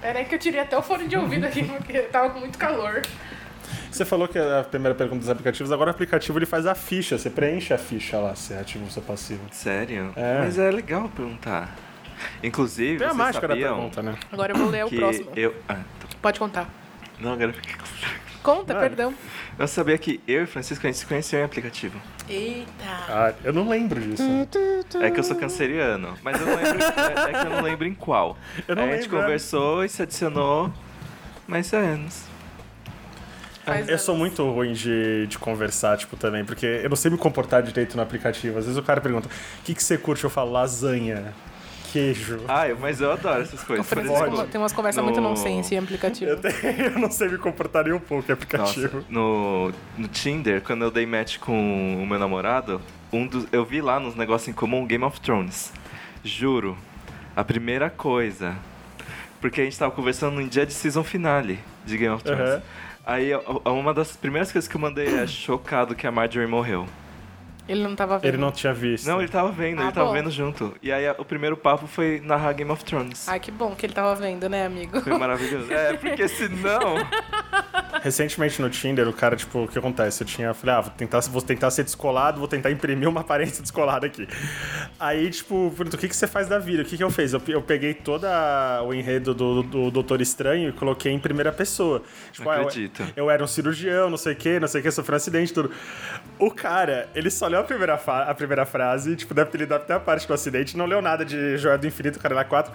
Speaker 2: Peraí que eu tirei até o fone de ouvido aqui, porque tava com muito calor.
Speaker 3: Você falou que a primeira pergunta dos aplicativos, agora o aplicativo ele faz a ficha, você preenche a ficha lá, se é ativo ou se é passivo.
Speaker 4: Sério?
Speaker 3: É.
Speaker 4: Mas é legal perguntar. Inclusive,
Speaker 3: Tem a
Speaker 4: vocês
Speaker 3: mágica da
Speaker 4: sabiam
Speaker 3: pergunta, né?
Speaker 2: Agora eu vou ler o
Speaker 4: que
Speaker 2: próximo.
Speaker 4: eu... Ah, tá.
Speaker 2: Pode contar.
Speaker 4: não, agora fica...
Speaker 2: Conta,
Speaker 3: Vai.
Speaker 2: perdão.
Speaker 4: Eu sabia que eu e Francisco, a gente se conheceu em aplicativo.
Speaker 2: Eita.
Speaker 3: Ah, eu não lembro disso.
Speaker 4: É que eu sou canceriano, mas eu não lembro, é, é que eu não lembro em qual.
Speaker 3: Eu não
Speaker 4: Aí a gente
Speaker 3: lembro, é.
Speaker 4: conversou e se adicionou, mas é anos.
Speaker 2: Faz
Speaker 3: Eu sou muito ruim de, de conversar, tipo, também, porque eu não sei me comportar direito no aplicativo. Às vezes o cara pergunta, o que, que você curte? Eu falo, lasanha, queijo.
Speaker 4: Ai, mas eu adoro essas coisas. Por
Speaker 2: Francisco,
Speaker 4: exemplo,
Speaker 2: tem umas conversas muito
Speaker 4: no-
Speaker 2: nonsense em aplicativo.
Speaker 3: Eu, tenho- eu não sei me comportar nem um pouco em
Speaker 4: Nossa,
Speaker 3: aplicativo.
Speaker 4: no, no Tinder, quando eu dei match com o meu namorado, um dos, eu vi lá nos negócios em comum Game of Thrones. Juro, a primeira coisa. Porque a gente tava conversando num dia de season finale de Game of Thrones.
Speaker 3: Uhum.
Speaker 4: Aí a- a- uma das primeiras coisas que eu mandei é chocado que a Marjorie morreu.
Speaker 2: Ele não tava vendo.
Speaker 3: Ele não tinha visto.
Speaker 4: Não, ele tava vendo,
Speaker 2: Ah,
Speaker 4: ele tava
Speaker 2: bom.
Speaker 4: vendo junto. E aí a- o primeiro papo foi narrar Game of Thrones.
Speaker 2: Ai, que bom que ele tava vendo, né, amigo?
Speaker 4: Foi maravilhoso. É, porque senão.
Speaker 3: Recentemente no Tinder, o cara, tipo, o que acontece? Eu tinha, eu falei, ah, vou tentar, vou tentar ser descolado, vou tentar imprimir uma aparência descolada aqui. Aí, tipo, pergunto, o que, que você faz da vida? O que, que eu fiz? Eu, pe- eu peguei todo o enredo do, do Doutor Estranho e coloquei em primeira pessoa. Tipo,
Speaker 4: Não
Speaker 3: ah, eu-
Speaker 4: acredito.
Speaker 3: eu era um cirurgião, não sei o que, não sei o que, sofri um acidente, tudo. O cara, ele só leu a primeira, fa- a primeira frase, tipo, deve ter lido até a parte do acidente, não leu nada de Joia do Infinito, cara lá 4.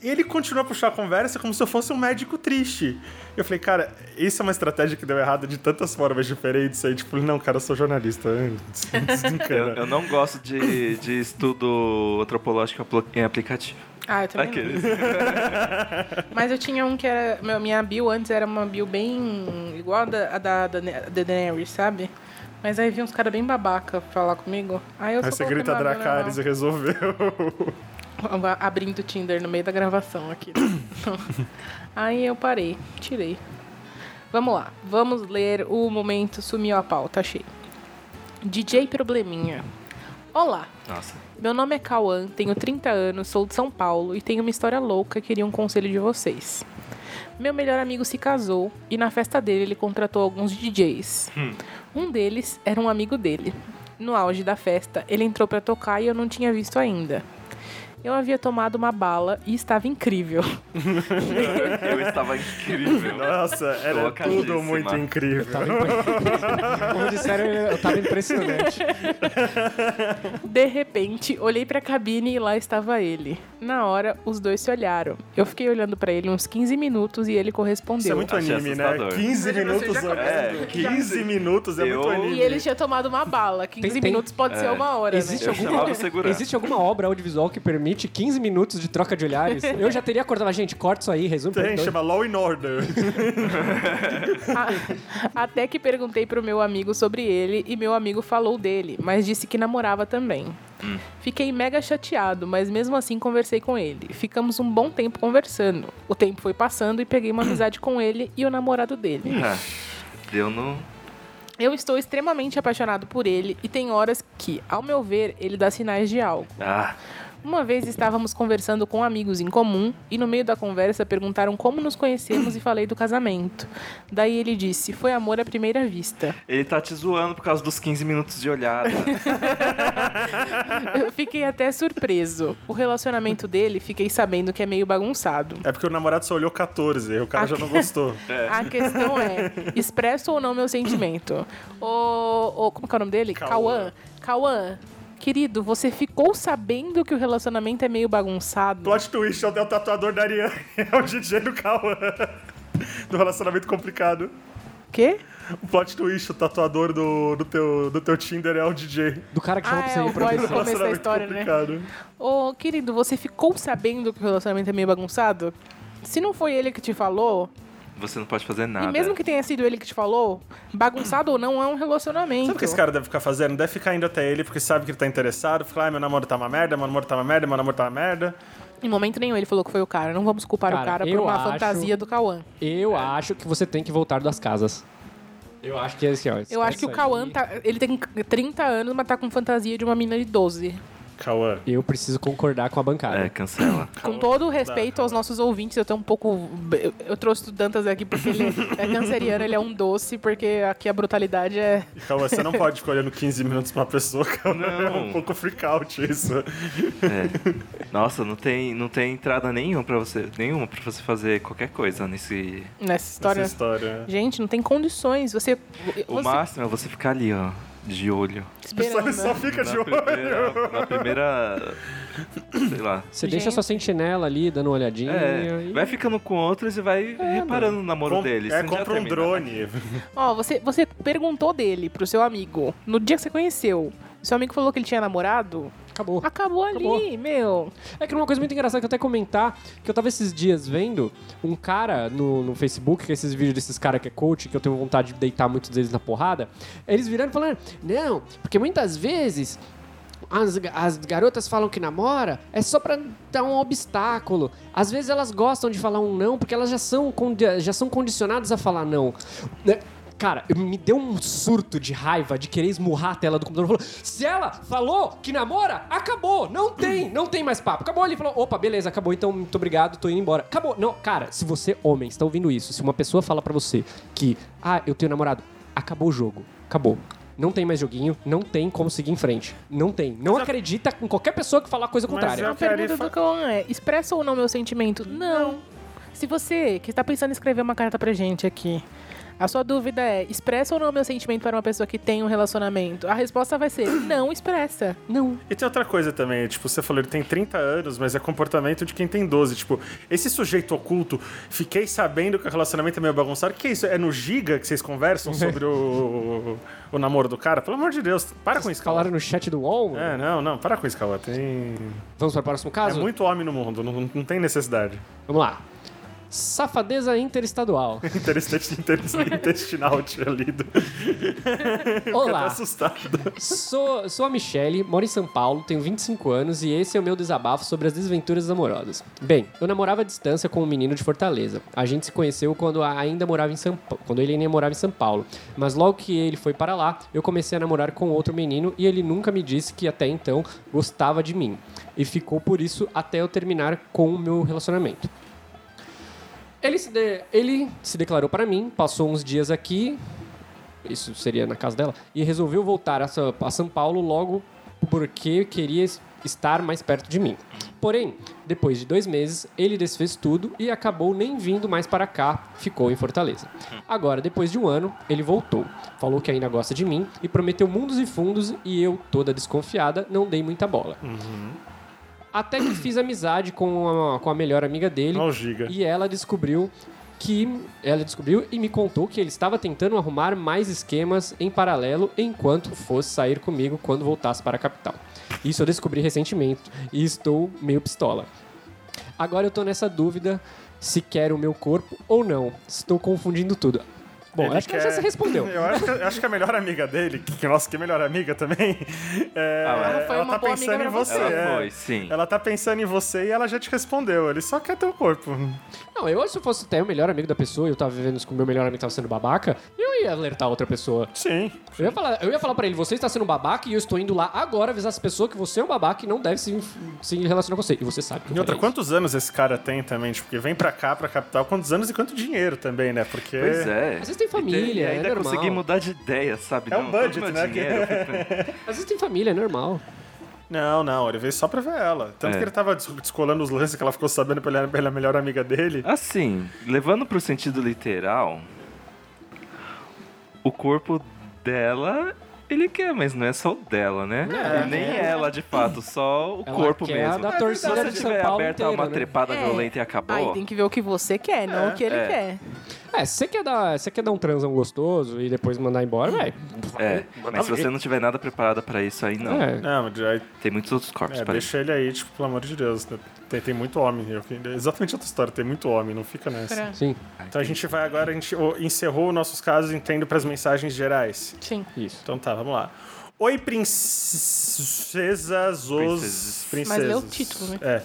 Speaker 3: E ele continua a puxar a conversa como se eu fosse um médico triste. Eu falei, cara, isso é uma estratégia que deu errado de tantas formas diferentes. Aí, tipo, não, cara, eu sou jornalista. des-
Speaker 4: Eu,
Speaker 3: Desencana.
Speaker 4: eu não gosto de, de estudo antropológico apl- em aplicativo.
Speaker 2: Ah, eu também não.
Speaker 4: Aqueles. né?
Speaker 2: Mas eu tinha um que era. meu- minha bio antes era uma bio bem igual a da, a da, da, da Daenerys, sabe? Mas aí vi uns caras bem babaca falar comigo. Aí eu só
Speaker 3: Aí você
Speaker 2: coloquei
Speaker 3: grita
Speaker 2: uma bio
Speaker 3: Dracarys e resolveu.
Speaker 2: normal. Abrindo o Tinder no meio da gravação aqui. Então, aí eu parei, tirei. Vamos lá, vamos ler o momento sumiu a pauta, achei. DJ Probleminha. Olá,
Speaker 4: Nossa.
Speaker 2: meu nome é Cauã, tenho 30 anos, sou de São Paulo e tenho uma história louca e queria um conselho de vocês. Meu melhor amigo se casou e na festa dele ele contratou alguns DJs. Um deles era um amigo dele. No auge da festa, ele entrou pra tocar e eu não tinha visto ainda. Eu havia tomado uma bala e estava incrível.
Speaker 4: Eu estava incrível.
Speaker 3: Nossa, era tudo
Speaker 4: Colocadíssima.
Speaker 3: muito incrível.
Speaker 1: Tava impre- Como disseram, eu tava impressionante.
Speaker 2: De repente, olhei pra cabine e lá estava ele. Na hora, os dois se olharam. Eu fiquei olhando pra ele uns 15 minutos e ele correspondeu.
Speaker 3: Isso é muito
Speaker 4: Achei
Speaker 3: anime, né?
Speaker 4: assustador.
Speaker 3: 15
Speaker 2: Mas você
Speaker 3: minutos
Speaker 2: já começa
Speaker 3: é,
Speaker 4: tudo.
Speaker 3: 15 minutos é
Speaker 4: Eu-
Speaker 3: muito anime.
Speaker 2: E ele tinha tomado uma bala. 15
Speaker 1: Tem- tem-
Speaker 2: minutos pode
Speaker 3: É.
Speaker 2: ser uma hora,
Speaker 1: Existe
Speaker 4: Eu
Speaker 2: né?
Speaker 1: alguma-
Speaker 4: chamava o segurança.
Speaker 1: Existe alguma obra audiovisual que permite 15 minutos de troca de olhares? Eu já teria acordado. Gente, corta isso aí, resume pra
Speaker 3: Tem,
Speaker 1: dois.
Speaker 3: chama Law and Order.
Speaker 2: A- Até que perguntei pro meu amigo sobre ele e meu amigo falou dele, mas disse que namorava também.
Speaker 3: Hum.
Speaker 2: Fiquei mega chateado, mas mesmo assim conversei com ele. Ficamos um bom tempo conversando. O tempo foi passando e peguei uma amizade com ele e o namorado dele.
Speaker 4: Ah, deu no.
Speaker 2: Eu estou extremamente apaixonado por ele e tem horas que, ao meu ver, ele dá sinais de algo.
Speaker 4: Ah,
Speaker 2: Uma vez estávamos conversando com amigos em comum e no meio da conversa perguntaram como nos conhecemos e falei do casamento. Daí ele disse: "Foi amor à primeira vista".
Speaker 4: ele tá te zoando por causa dos 15 minutos de olhada.
Speaker 2: Eu fiquei até surpreso. O relacionamento dele, fiquei sabendo que é meio bagunçado.
Speaker 3: É porque o namorado só olhou 14, aí o cara já não gostou.
Speaker 2: A questão é, expresso ou não meu sentimento? O, o- como que é o nome dele?
Speaker 3: Cauã.
Speaker 2: Cauã. Cauã, querido, você ficou sabendo que o relacionamento é meio bagunçado?
Speaker 3: Plot twist, é o tatuador da Ariane, é o DJ do Cauã. Do relacionamento complicado.
Speaker 2: Quê?
Speaker 3: O plot twist, o tatuador do, do, teu, do teu Tinder é o DJ.
Speaker 1: Do cara que chama
Speaker 2: Ah,
Speaker 1: pra você
Speaker 2: é,
Speaker 1: ir
Speaker 2: o
Speaker 1: pra
Speaker 2: boy
Speaker 1: pensão.
Speaker 2: do- começo da
Speaker 3: Relacionamento
Speaker 2: história, né?
Speaker 3: complicado.
Speaker 2: Ô, querido, você ficou sabendo que o relacionamento é meio bagunçado? Se não foi ele que te falou,
Speaker 4: Você não pode fazer nada.
Speaker 2: e mesmo que tenha sido ele que te falou, bagunçado ou não é um relacionamento.
Speaker 3: Sabe o que esse cara deve ficar fazendo? Deve ficar indo até ele porque sabe que ele tá interessado. Fica, ah, meu namoro tá uma merda, meu namoro tá uma merda, meu namoro tá uma merda.
Speaker 2: Em momento nenhum ele falou que foi o cara. Não vamos culpar
Speaker 1: Cara,
Speaker 2: o cara por
Speaker 1: eu
Speaker 2: uma
Speaker 1: acho-
Speaker 2: fantasia do Cauã.
Speaker 1: Eu acho que você tem que voltar das casas. Eu acho que é assim, ó.
Speaker 2: Eu acho que o
Speaker 1: esquece
Speaker 2: Cauã
Speaker 1: aí.
Speaker 2: tá. Ele tem 30 anos, mas tá com fantasia de uma menina de 12.
Speaker 3: Cauã.
Speaker 1: Eu preciso concordar com a bancada.
Speaker 4: É, cancela.
Speaker 2: Com todo o respeito aos nossos ouvintes, eu tô um pouco. Eu, eu trouxe o Dantas aqui porque ele é canceriano, ele é um doce, porque aqui a brutalidade é.
Speaker 3: Cauã, você não pode ficar olhando 15 minutos pra uma pessoa, Cauã. É um
Speaker 4: Não.
Speaker 3: pouco freak out isso.
Speaker 4: É. Nossa, não tem, não tem entrada nenhuma pra você, nenhuma para você fazer qualquer coisa nesse.
Speaker 2: nessa né, história.
Speaker 3: Essa história.
Speaker 2: Gente, não tem condições. Você.
Speaker 4: O
Speaker 2: você
Speaker 4: máximo é você ficar ali, ó, de olho.
Speaker 3: Só,
Speaker 2: esperando,
Speaker 3: só
Speaker 2: né?
Speaker 3: fica de
Speaker 4: na
Speaker 3: olho.
Speaker 4: primeira, na primeira, sei lá.
Speaker 1: Você deixa sua sentinela ali, dando uma olhadinha.
Speaker 4: É,
Speaker 1: e-
Speaker 4: vai ficando com outros e vai reparando no namoro
Speaker 3: É, Com-
Speaker 4: deles.
Speaker 3: É,
Speaker 4: Você não já né?
Speaker 3: compra um
Speaker 4: termina.
Speaker 3: drone.
Speaker 2: Ó, você, você perguntou dele pro seu amigo no dia que você conheceu. Seu amigo falou que ele tinha namorado.
Speaker 1: Acabou.
Speaker 2: Acabou ali,
Speaker 1: Acabou.
Speaker 2: meu.
Speaker 1: É que uma coisa muito engraçada que eu até comentar, que eu tava esses dias vendo um cara no, no Facebook, que é esses vídeos desses caras que é coach, que eu tenho vontade de deitar muitos deles na porrada, eles viraram e falaram, não, porque muitas vezes as, ga- as garotas falam que namora é só pra dar um obstáculo. Às vezes elas gostam de falar um não, porque elas já são, condi- já são condicionadas a falar não. né? Cara, eu- me deu um surto de raiva de querer esmurrar a tela do computador. Falou, se ela falou que namora, acabou. Não tem, não tem mais papo. Acabou ali. Falou, opa, beleza, acabou. Então, muito obrigado, tô indo embora. Acabou. Não, cara, se você, homem, está ouvindo isso, se uma pessoa fala pra você que, ah, eu tenho namorado, acabou o jogo. Acabou. Não tem mais joguinho, não tem como seguir em frente. Não tem. Não acredita com qualquer pessoa que falar coisa
Speaker 3: é- Mas é-
Speaker 1: contrária.
Speaker 3: eu
Speaker 2: A pergunta
Speaker 3: quero
Speaker 2: do Cauã é: expressa ou não meu sentimento? Não. Se você que está pensando em escrever uma carta pra gente aqui, a sua dúvida é: expressa ou não meu sentimento para uma pessoa que tem um relacionamento? A resposta vai ser: não expressa.
Speaker 1: Não.
Speaker 3: E tem outra coisa também, tipo, você falou, ele tem 30 anos, mas é comportamento de quem tem 12. Tipo, esse sujeito oculto, fiquei sabendo que o relacionamento é meio bagunçado. O que é isso? É no Giga que vocês conversam sobre o, o namoro do cara? Pelo amor de Deus, para com isso, Cauã.
Speaker 1: Falaram no chat do UOL.
Speaker 3: É, não, não, para com isso, Cauã. Tem...
Speaker 1: Vamos para o próximo
Speaker 3: É
Speaker 1: caso?
Speaker 3: muito homem no mundo, não, não tem necessidade.
Speaker 1: Vamos lá. Safadeza interestadual.
Speaker 3: Interessante, interessante intestinal tinha lido. Fiquei até
Speaker 1: Olá,
Speaker 3: assustado.
Speaker 1: sou, sou a Michelle, moro em São Paulo, tenho 25 anos e esse é o meu desabafo sobre as desventuras amorosas. Bem, eu namorava à distância com um menino de Fortaleza. A gente se conheceu quando ainda morava em São Paulo, quando ele ainda morava em São Paulo. Mas logo que ele foi para lá, eu comecei a namorar com outro menino e ele nunca me disse que até então gostava de mim. E ficou por isso até eu terminar com o meu relacionamento. Ele se, de- ele se declarou para mim, passou uns dias aqui, isso seria na casa dela, e resolveu voltar a, Sa- a São Paulo logo porque queria es- estar mais perto de mim. Porém, depois de dois meses, ele desfez tudo e acabou nem vindo mais para cá, ficou em Fortaleza. Agora, depois de um ano, ele voltou, falou que ainda gosta de mim e prometeu mundos e fundos e eu, toda desconfiada, não dei muita bola. Até que fiz amizade com a, com a melhor amiga dele.
Speaker 3: Não o Giga.
Speaker 1: E ela descobriu que ela descobriu e me contou que ele estava tentando arrumar mais esquemas em paralelo enquanto fosse sair comigo quando voltasse para a capital. Isso eu descobri recentemente e estou meio pistola. Agora eu tô nessa dúvida se quero o meu corpo ou não. Estou confundindo tudo. Bom,
Speaker 3: Ele
Speaker 1: acho que ela
Speaker 3: quer-
Speaker 1: já se respondeu.
Speaker 3: Eu acho, que, eu acho que é a melhor amiga dele, que, que, nossa, que melhor amiga também, é,
Speaker 4: Ah, mas
Speaker 3: ela,
Speaker 2: ela foi uma
Speaker 3: tá
Speaker 2: boa
Speaker 3: pensando
Speaker 2: amiga
Speaker 3: em
Speaker 2: pra
Speaker 3: você.
Speaker 2: você.
Speaker 4: Ela
Speaker 3: é.
Speaker 4: foi, sim.
Speaker 3: Ela tá pensando em você e ela já te respondeu. Ele só quer teu corpo.
Speaker 1: Não, eu se eu fosse até o melhor amigo da pessoa e eu tava vivendo isso com o meu melhor amigo que tava sendo babaca, eu ia alertar outra pessoa.
Speaker 3: Sim.
Speaker 1: Eu ia falar, eu ia falar pra ele, você está sendo um babaca e eu estou indo lá agora avisar as pessoas que você é um babaca e não deve se, se relacionar com você. E você sabe que eu
Speaker 3: E outra,
Speaker 1: falei isso.
Speaker 3: quantos anos esse cara tem também? Tipo, porque vem pra cá, pra capital, quantos anos e quanto dinheiro também, né? Porque.
Speaker 4: Pois é.
Speaker 1: Às vezes tem
Speaker 4: E tem-
Speaker 1: família,
Speaker 4: e
Speaker 1: é
Speaker 4: ainda
Speaker 1: normal.
Speaker 4: consegui mudar de ideia, sabe?
Speaker 3: É um
Speaker 4: Não, todo
Speaker 3: budget,
Speaker 4: meu
Speaker 3: né, que-
Speaker 4: dinheiro, eu fui-
Speaker 1: Às vezes tem família, é normal.
Speaker 3: Não, não, ele veio só pra ver ela. Tanto
Speaker 4: É.
Speaker 3: que ele tava des- descolando os lances que ela ficou sabendo pela, pela melhor amiga dele.
Speaker 4: Assim, levando pro sentido literal, o corpo dela, ele quer, mas não é só o dela, né? E nem
Speaker 3: é.
Speaker 4: ela, de fato, só o
Speaker 1: Ela
Speaker 4: corpo
Speaker 1: quer
Speaker 4: mesmo.
Speaker 1: a da
Speaker 4: Se
Speaker 1: torcida
Speaker 4: você
Speaker 1: de São
Speaker 4: tiver
Speaker 1: Paulo
Speaker 4: aberto a
Speaker 1: inteira,
Speaker 4: uma
Speaker 1: né?
Speaker 4: trepada
Speaker 2: É.
Speaker 4: violenta e
Speaker 2: Aí
Speaker 4: acabou,
Speaker 2: tem que ver o que você quer, não o que ele
Speaker 4: é.
Speaker 2: quer.
Speaker 1: É, se você quer dar, se você quer dar um transão gostoso e depois mandar embora, velho.
Speaker 4: é.
Speaker 2: um
Speaker 4: Mas se você não tiver nada preparada pra isso, aí não.
Speaker 1: É.
Speaker 3: Não, mas aí,
Speaker 4: Tem muitos outros corpos
Speaker 3: é,
Speaker 4: pra isso.
Speaker 3: deixa ele aí, tipo, pelo amor de Deus. né? Tem, tem muito homem. Eu, é exatamente outra história, tem muito homem, não fica nessa.
Speaker 2: Pra-
Speaker 1: Sim,
Speaker 4: Tá,
Speaker 3: Então a gente vai agora, a gente ô, encerrou nossos casos, entendo pras mensagens gerais.
Speaker 2: Sim.
Speaker 1: isso.
Speaker 3: Então tá, vamos lá. Oi, princesas, os
Speaker 4: Princesas.
Speaker 3: princesas.
Speaker 2: Mas lê o título, né?
Speaker 3: É.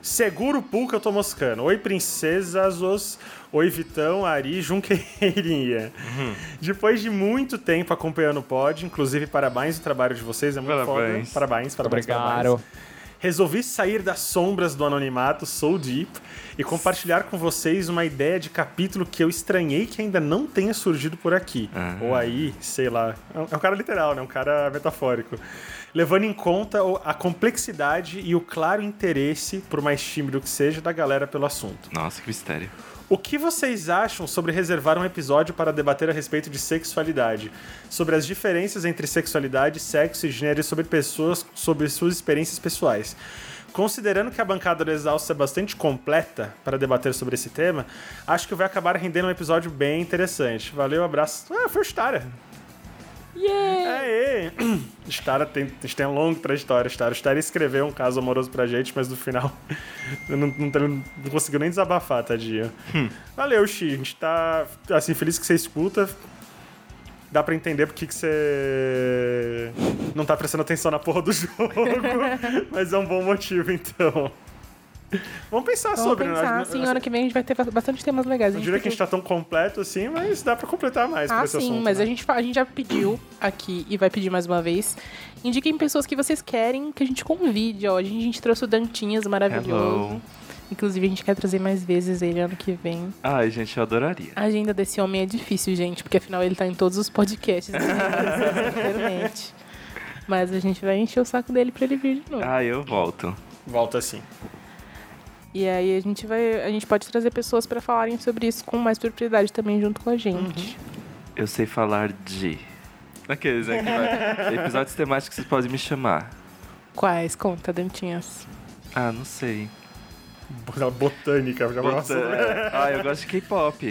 Speaker 3: Seguro o pool que eu tô moscando. Oi, princesas, os... Oi, Vitão, Ari, Junqueirinha.
Speaker 4: Uhum.
Speaker 3: Depois de muito tempo acompanhando o pod, inclusive parabéns o trabalho de vocês, é muito
Speaker 4: Parabéns.
Speaker 3: foda. Parabéns, parabéns,
Speaker 1: Obrigado.
Speaker 3: parabéns. Resolvi sair das sombras do anonimato, sou deep, e compartilhar com vocês uma ideia de capítulo que eu estranhei que ainda não tenha surgido por aqui. Ou aí, sei lá. É um é um cara literal, né? Um cara metafórico. Levando em conta o- a complexidade e o claro interesse, por mais tímido que seja, da galera pelo assunto.
Speaker 4: Nossa, que mistério.
Speaker 3: O que vocês acham sobre reservar um episódio para debater a respeito de sexualidade? Sobre as diferenças entre sexualidade, sexo e gênero e sobre pessoas, sobre suas experiências pessoais. Considerando que a bancada do Exausto é bastante completa para debater sobre esse tema, acho que vai acabar rendendo um episódio bem interessante. Valeu, abraço. Ah, foi o Stara.
Speaker 1: Yeah!
Speaker 3: Aê! Stara tem, a gente tem uma longa trajetória, Stara. Stara escreveu um caso amoroso pra gente, mas no final não, não, tem- não conseguiu nem desabafar, tadinho. Valeu, Xi. A gente tá assim, feliz que você escuta. Dá pra entender por que que você não tá prestando atenção na porra do jogo, mas é um bom motivo, então. Vamos pensar
Speaker 2: Vamos
Speaker 3: sobre, né?
Speaker 2: pensar,
Speaker 3: Acho-
Speaker 2: sim, ano que vem a gente vai ter bastante temas legais.
Speaker 3: Não diria que a gente
Speaker 2: podia-
Speaker 3: tá tão completo assim, mas dá pra completar mais com
Speaker 2: Ah,
Speaker 3: esse
Speaker 2: sim,
Speaker 3: assunto.
Speaker 2: mas
Speaker 3: né?
Speaker 2: a, gente, fa- a gente já pediu aqui e vai pedir mais uma vez. Indiquem pessoas que vocês querem que a gente convide. Ó. A gente, a gente trouxe o Dantinhas maravilhoso.
Speaker 4: Hello.
Speaker 2: Inclusive, a gente quer trazer mais vezes ele ano que vem.
Speaker 4: Ai, gente, eu adoraria.
Speaker 2: A agenda desse homem é difícil, gente, porque afinal ele tá em todos os podcasts da internet. Mas a gente vai encher o saco dele pra ele vir de novo.
Speaker 4: Ah, eu volto.
Speaker 3: Volta assim.
Speaker 2: E aí a gente vai. A gente pode trazer pessoas pra falarem sobre isso com mais propriedade também junto com a
Speaker 3: Uhum.
Speaker 2: gente.
Speaker 4: Eu sei falar de. Aqueles, né? que vai- Episódios temáticos que vocês podem me chamar.
Speaker 2: Quais? Conta, Dantinhas.
Speaker 4: Ah, não sei.
Speaker 3: Aquela botânica, já
Speaker 4: Puta,
Speaker 1: né?
Speaker 4: é. Ah, eu gosto de K-pop.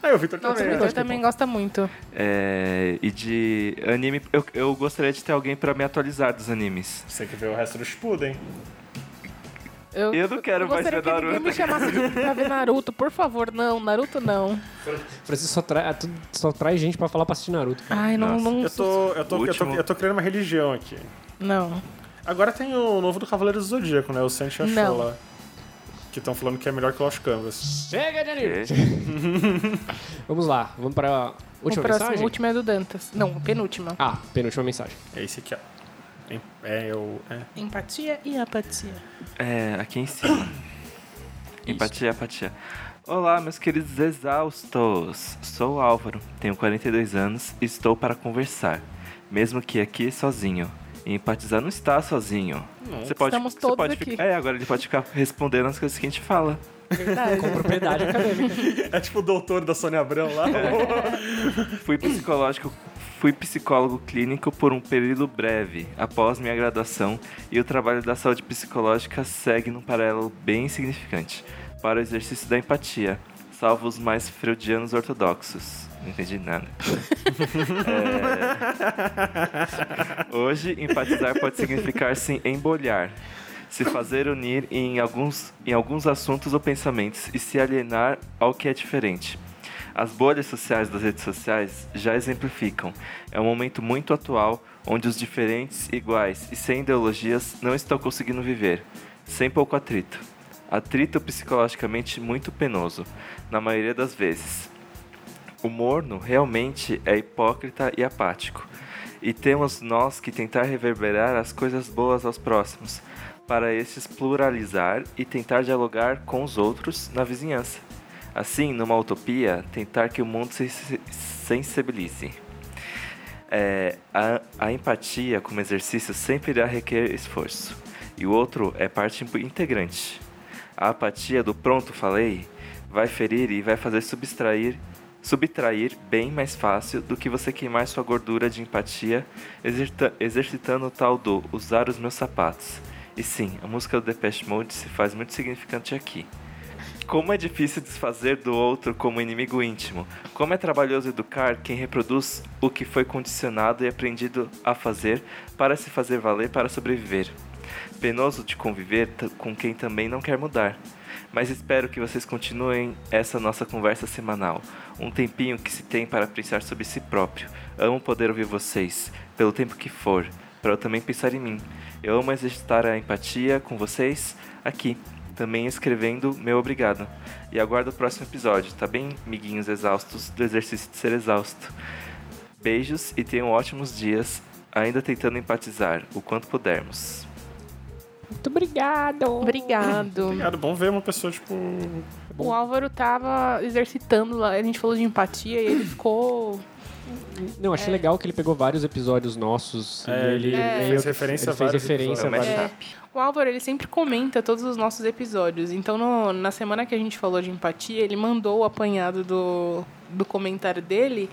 Speaker 3: Ah, o Victor
Speaker 2: Nossa, o
Speaker 3: também.
Speaker 2: Vitor
Speaker 3: né?
Speaker 2: também gosta muito.
Speaker 4: É, e de anime. Eu, eu gostaria de ter alguém pra me atualizar dos animes.
Speaker 3: Você que vê o resto do Shippuden.
Speaker 4: Eu não quero mais
Speaker 2: gostaria
Speaker 4: ver
Speaker 2: que ninguém
Speaker 4: Naruto.
Speaker 2: me chamasse de- pra ver Naruto, por favor. Não, Naruto não.
Speaker 1: Francisco só, trai- ah, tu- só traz gente pra falar pra assistir Naruto.
Speaker 2: Ai, não.
Speaker 4: Nossa.
Speaker 2: Não.
Speaker 3: Eu tô, eu, tô, eu, tô,
Speaker 4: Último.
Speaker 3: eu tô criando uma religião aqui.
Speaker 2: não.
Speaker 3: Agora tem o novo do Cavaleiro do Zodíaco, né? O Sancho
Speaker 2: Não.
Speaker 3: Ashola. Que estão falando que é melhor que Lost Canvas.
Speaker 1: Chega de anime!
Speaker 4: É.
Speaker 1: Vamos lá, vamos pra última
Speaker 2: o próximo,
Speaker 1: mensagem?
Speaker 2: último é do Dantas. Não, penúltima.
Speaker 1: Ah, penúltima mensagem.
Speaker 3: É esse aqui, ó. É, eu. É.
Speaker 2: Empatia e apatia.
Speaker 4: É, aqui em cima. Empatia, apatia. Olá, meus queridos exaustos. Sou o Álvaro, tenho 42 anos e estou para conversar, mesmo que aqui sozinho. E empatizar não está sozinho. Você pode,
Speaker 2: Estamos
Speaker 4: você
Speaker 2: todos
Speaker 4: pode
Speaker 2: aqui.
Speaker 4: ficar- é, agora ele pode ficar respondendo as coisas que a gente fala.
Speaker 2: Verdade.
Speaker 1: Propriedade acadêmica.
Speaker 3: É tipo o doutor da Sônia Abrão lá. É.
Speaker 4: Fui psicológico, fui psicólogo clínico por um período breve após minha graduação e o trabalho da saúde psicológica segue num paralelo bem significante para o exercício da empatia, salvo os mais freudianos ortodoxos. Não entendi nada. É. Hoje, empatizar pode significar se embolhar, se fazer unir em alguns, em alguns assuntos ou pensamentos e se alienar ao que é diferente. As bolhas sociais das redes sociais já exemplificam. É um momento muito atual onde os diferentes, iguais e sem ideologias não estão conseguindo viver, sem pouco atrito. Atrito psicologicamente muito penoso, na maioria das vezes. O morno realmente é hipócrita e apático. E temos nós que tentar reverberar as coisas boas aos próximos, para estes pluralizar e tentar dialogar com os outros na vizinhança. Assim, numa utopia, tentar que o mundo se se- sensibilize. É, a, a empatia como exercício sempre irá requer esforço, e o outro é parte integrante. A apatia do pronto falei vai ferir e vai fazer subtrair, subtrair bem mais fácil do que você queimar sua gordura de empatia exerta- exercitando o tal do usar os meus sapatos. E sim, a música do Depeche Mode se faz muito significante aqui. Como é difícil desfazer do outro como inimigo íntimo. Como é trabalhoso educar quem reproduz o que foi condicionado e aprendido a fazer para se fazer valer para sobreviver. Penoso de conviver t- com quem também não quer mudar. Mas espero que vocês continuem essa nossa conversa semanal. Um tempinho que se tem para pensar sobre si próprio. Amo poder ouvir vocês, pelo tempo que for, para eu também pensar em mim. Eu amo exercitar a empatia com vocês aqui, também escrevendo meu obrigado. E aguardo o próximo episódio, tá bem, miguinhos exaustos do exercício de ser exausto? Beijos e tenham ótimos dias, ainda tentando empatizar o quanto pudermos.
Speaker 1: Muito obrigado.
Speaker 2: Obrigado.
Speaker 3: Obrigado, bom ver uma pessoa, tipo.
Speaker 2: O Álvaro tava exercitando lá, a gente falou de empatia e ele ficou.
Speaker 1: Não,
Speaker 4: É.
Speaker 1: achei legal que ele pegou vários episódios nossos.
Speaker 3: É,
Speaker 1: e ele,
Speaker 2: ele
Speaker 1: meio
Speaker 3: fez
Speaker 1: que-
Speaker 3: referência a
Speaker 1: ele fez
Speaker 3: vários
Speaker 1: referência a
Speaker 4: episódios.
Speaker 1: vários.
Speaker 4: É.
Speaker 2: O Álvaro, ele sempre comenta todos os nossos episódios. Então, no- na semana que a gente falou de empatia, ele mandou o apanhado do, do comentário dele.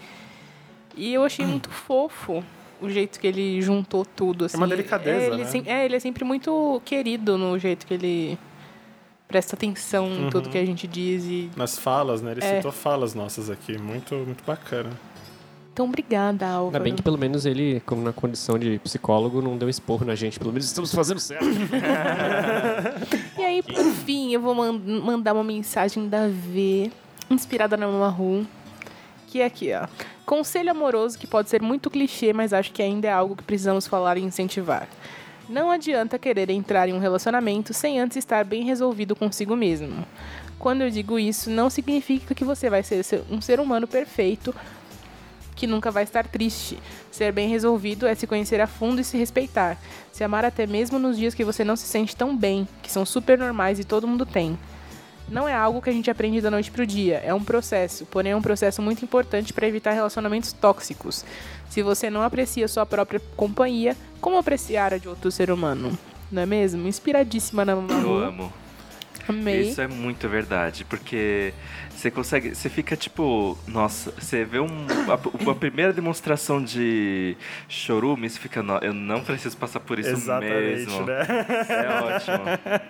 Speaker 2: E eu achei muito fofo o jeito que ele juntou tudo. Assim.
Speaker 3: uma delicadeza,
Speaker 2: ele
Speaker 3: né?
Speaker 2: sem- é, ele é sempre muito querido no jeito que ele presta atenção
Speaker 3: Uhum.
Speaker 2: em tudo que a gente diz. E...
Speaker 3: Nas falas, né? Ele
Speaker 2: É.
Speaker 3: citou falas nossas aqui. Muito, muito bacana.
Speaker 2: Então, obrigada, Álvaro.
Speaker 1: Ainda bem que pelo menos ele, como na condição de psicólogo, não deu esporro na gente. Pelo menos estamos fazendo certo.
Speaker 2: E aí, por fim, eu vou man- mandar uma mensagem da V, inspirada na Mama Ru, que é aqui, ó. Conselho amoroso que pode ser muito clichê, mas acho que ainda é algo que precisamos falar e incentivar. Não adianta querer entrar em um relacionamento sem antes estar bem resolvido consigo mesmo. Quando eu digo isso, não significa que você vai ser um ser humano perfeito que nunca vai estar triste. Ser bem resolvido é se conhecer a fundo e se respeitar. Se amar até mesmo nos dias que você não se sente tão bem, que são super normais e todo mundo tem. Não é algo que a gente aprende da noite pro dia, é um processo, porém é um processo muito importante para evitar relacionamentos tóxicos. Se você não aprecia sua própria companhia, como apreciar a de outro ser humano? Não é mesmo? Inspiradíssima na
Speaker 4: Eu
Speaker 2: Mamamoo.
Speaker 4: amo.
Speaker 2: Amei.
Speaker 4: Isso é muito verdade, porque você consegue, você fica tipo, nossa, você vê um- a- uma primeira demonstração de chorume, você fica, "Não, eu não preciso passar por isso
Speaker 3: Exatamente,
Speaker 4: mesmo.
Speaker 3: né?
Speaker 4: É ótimo.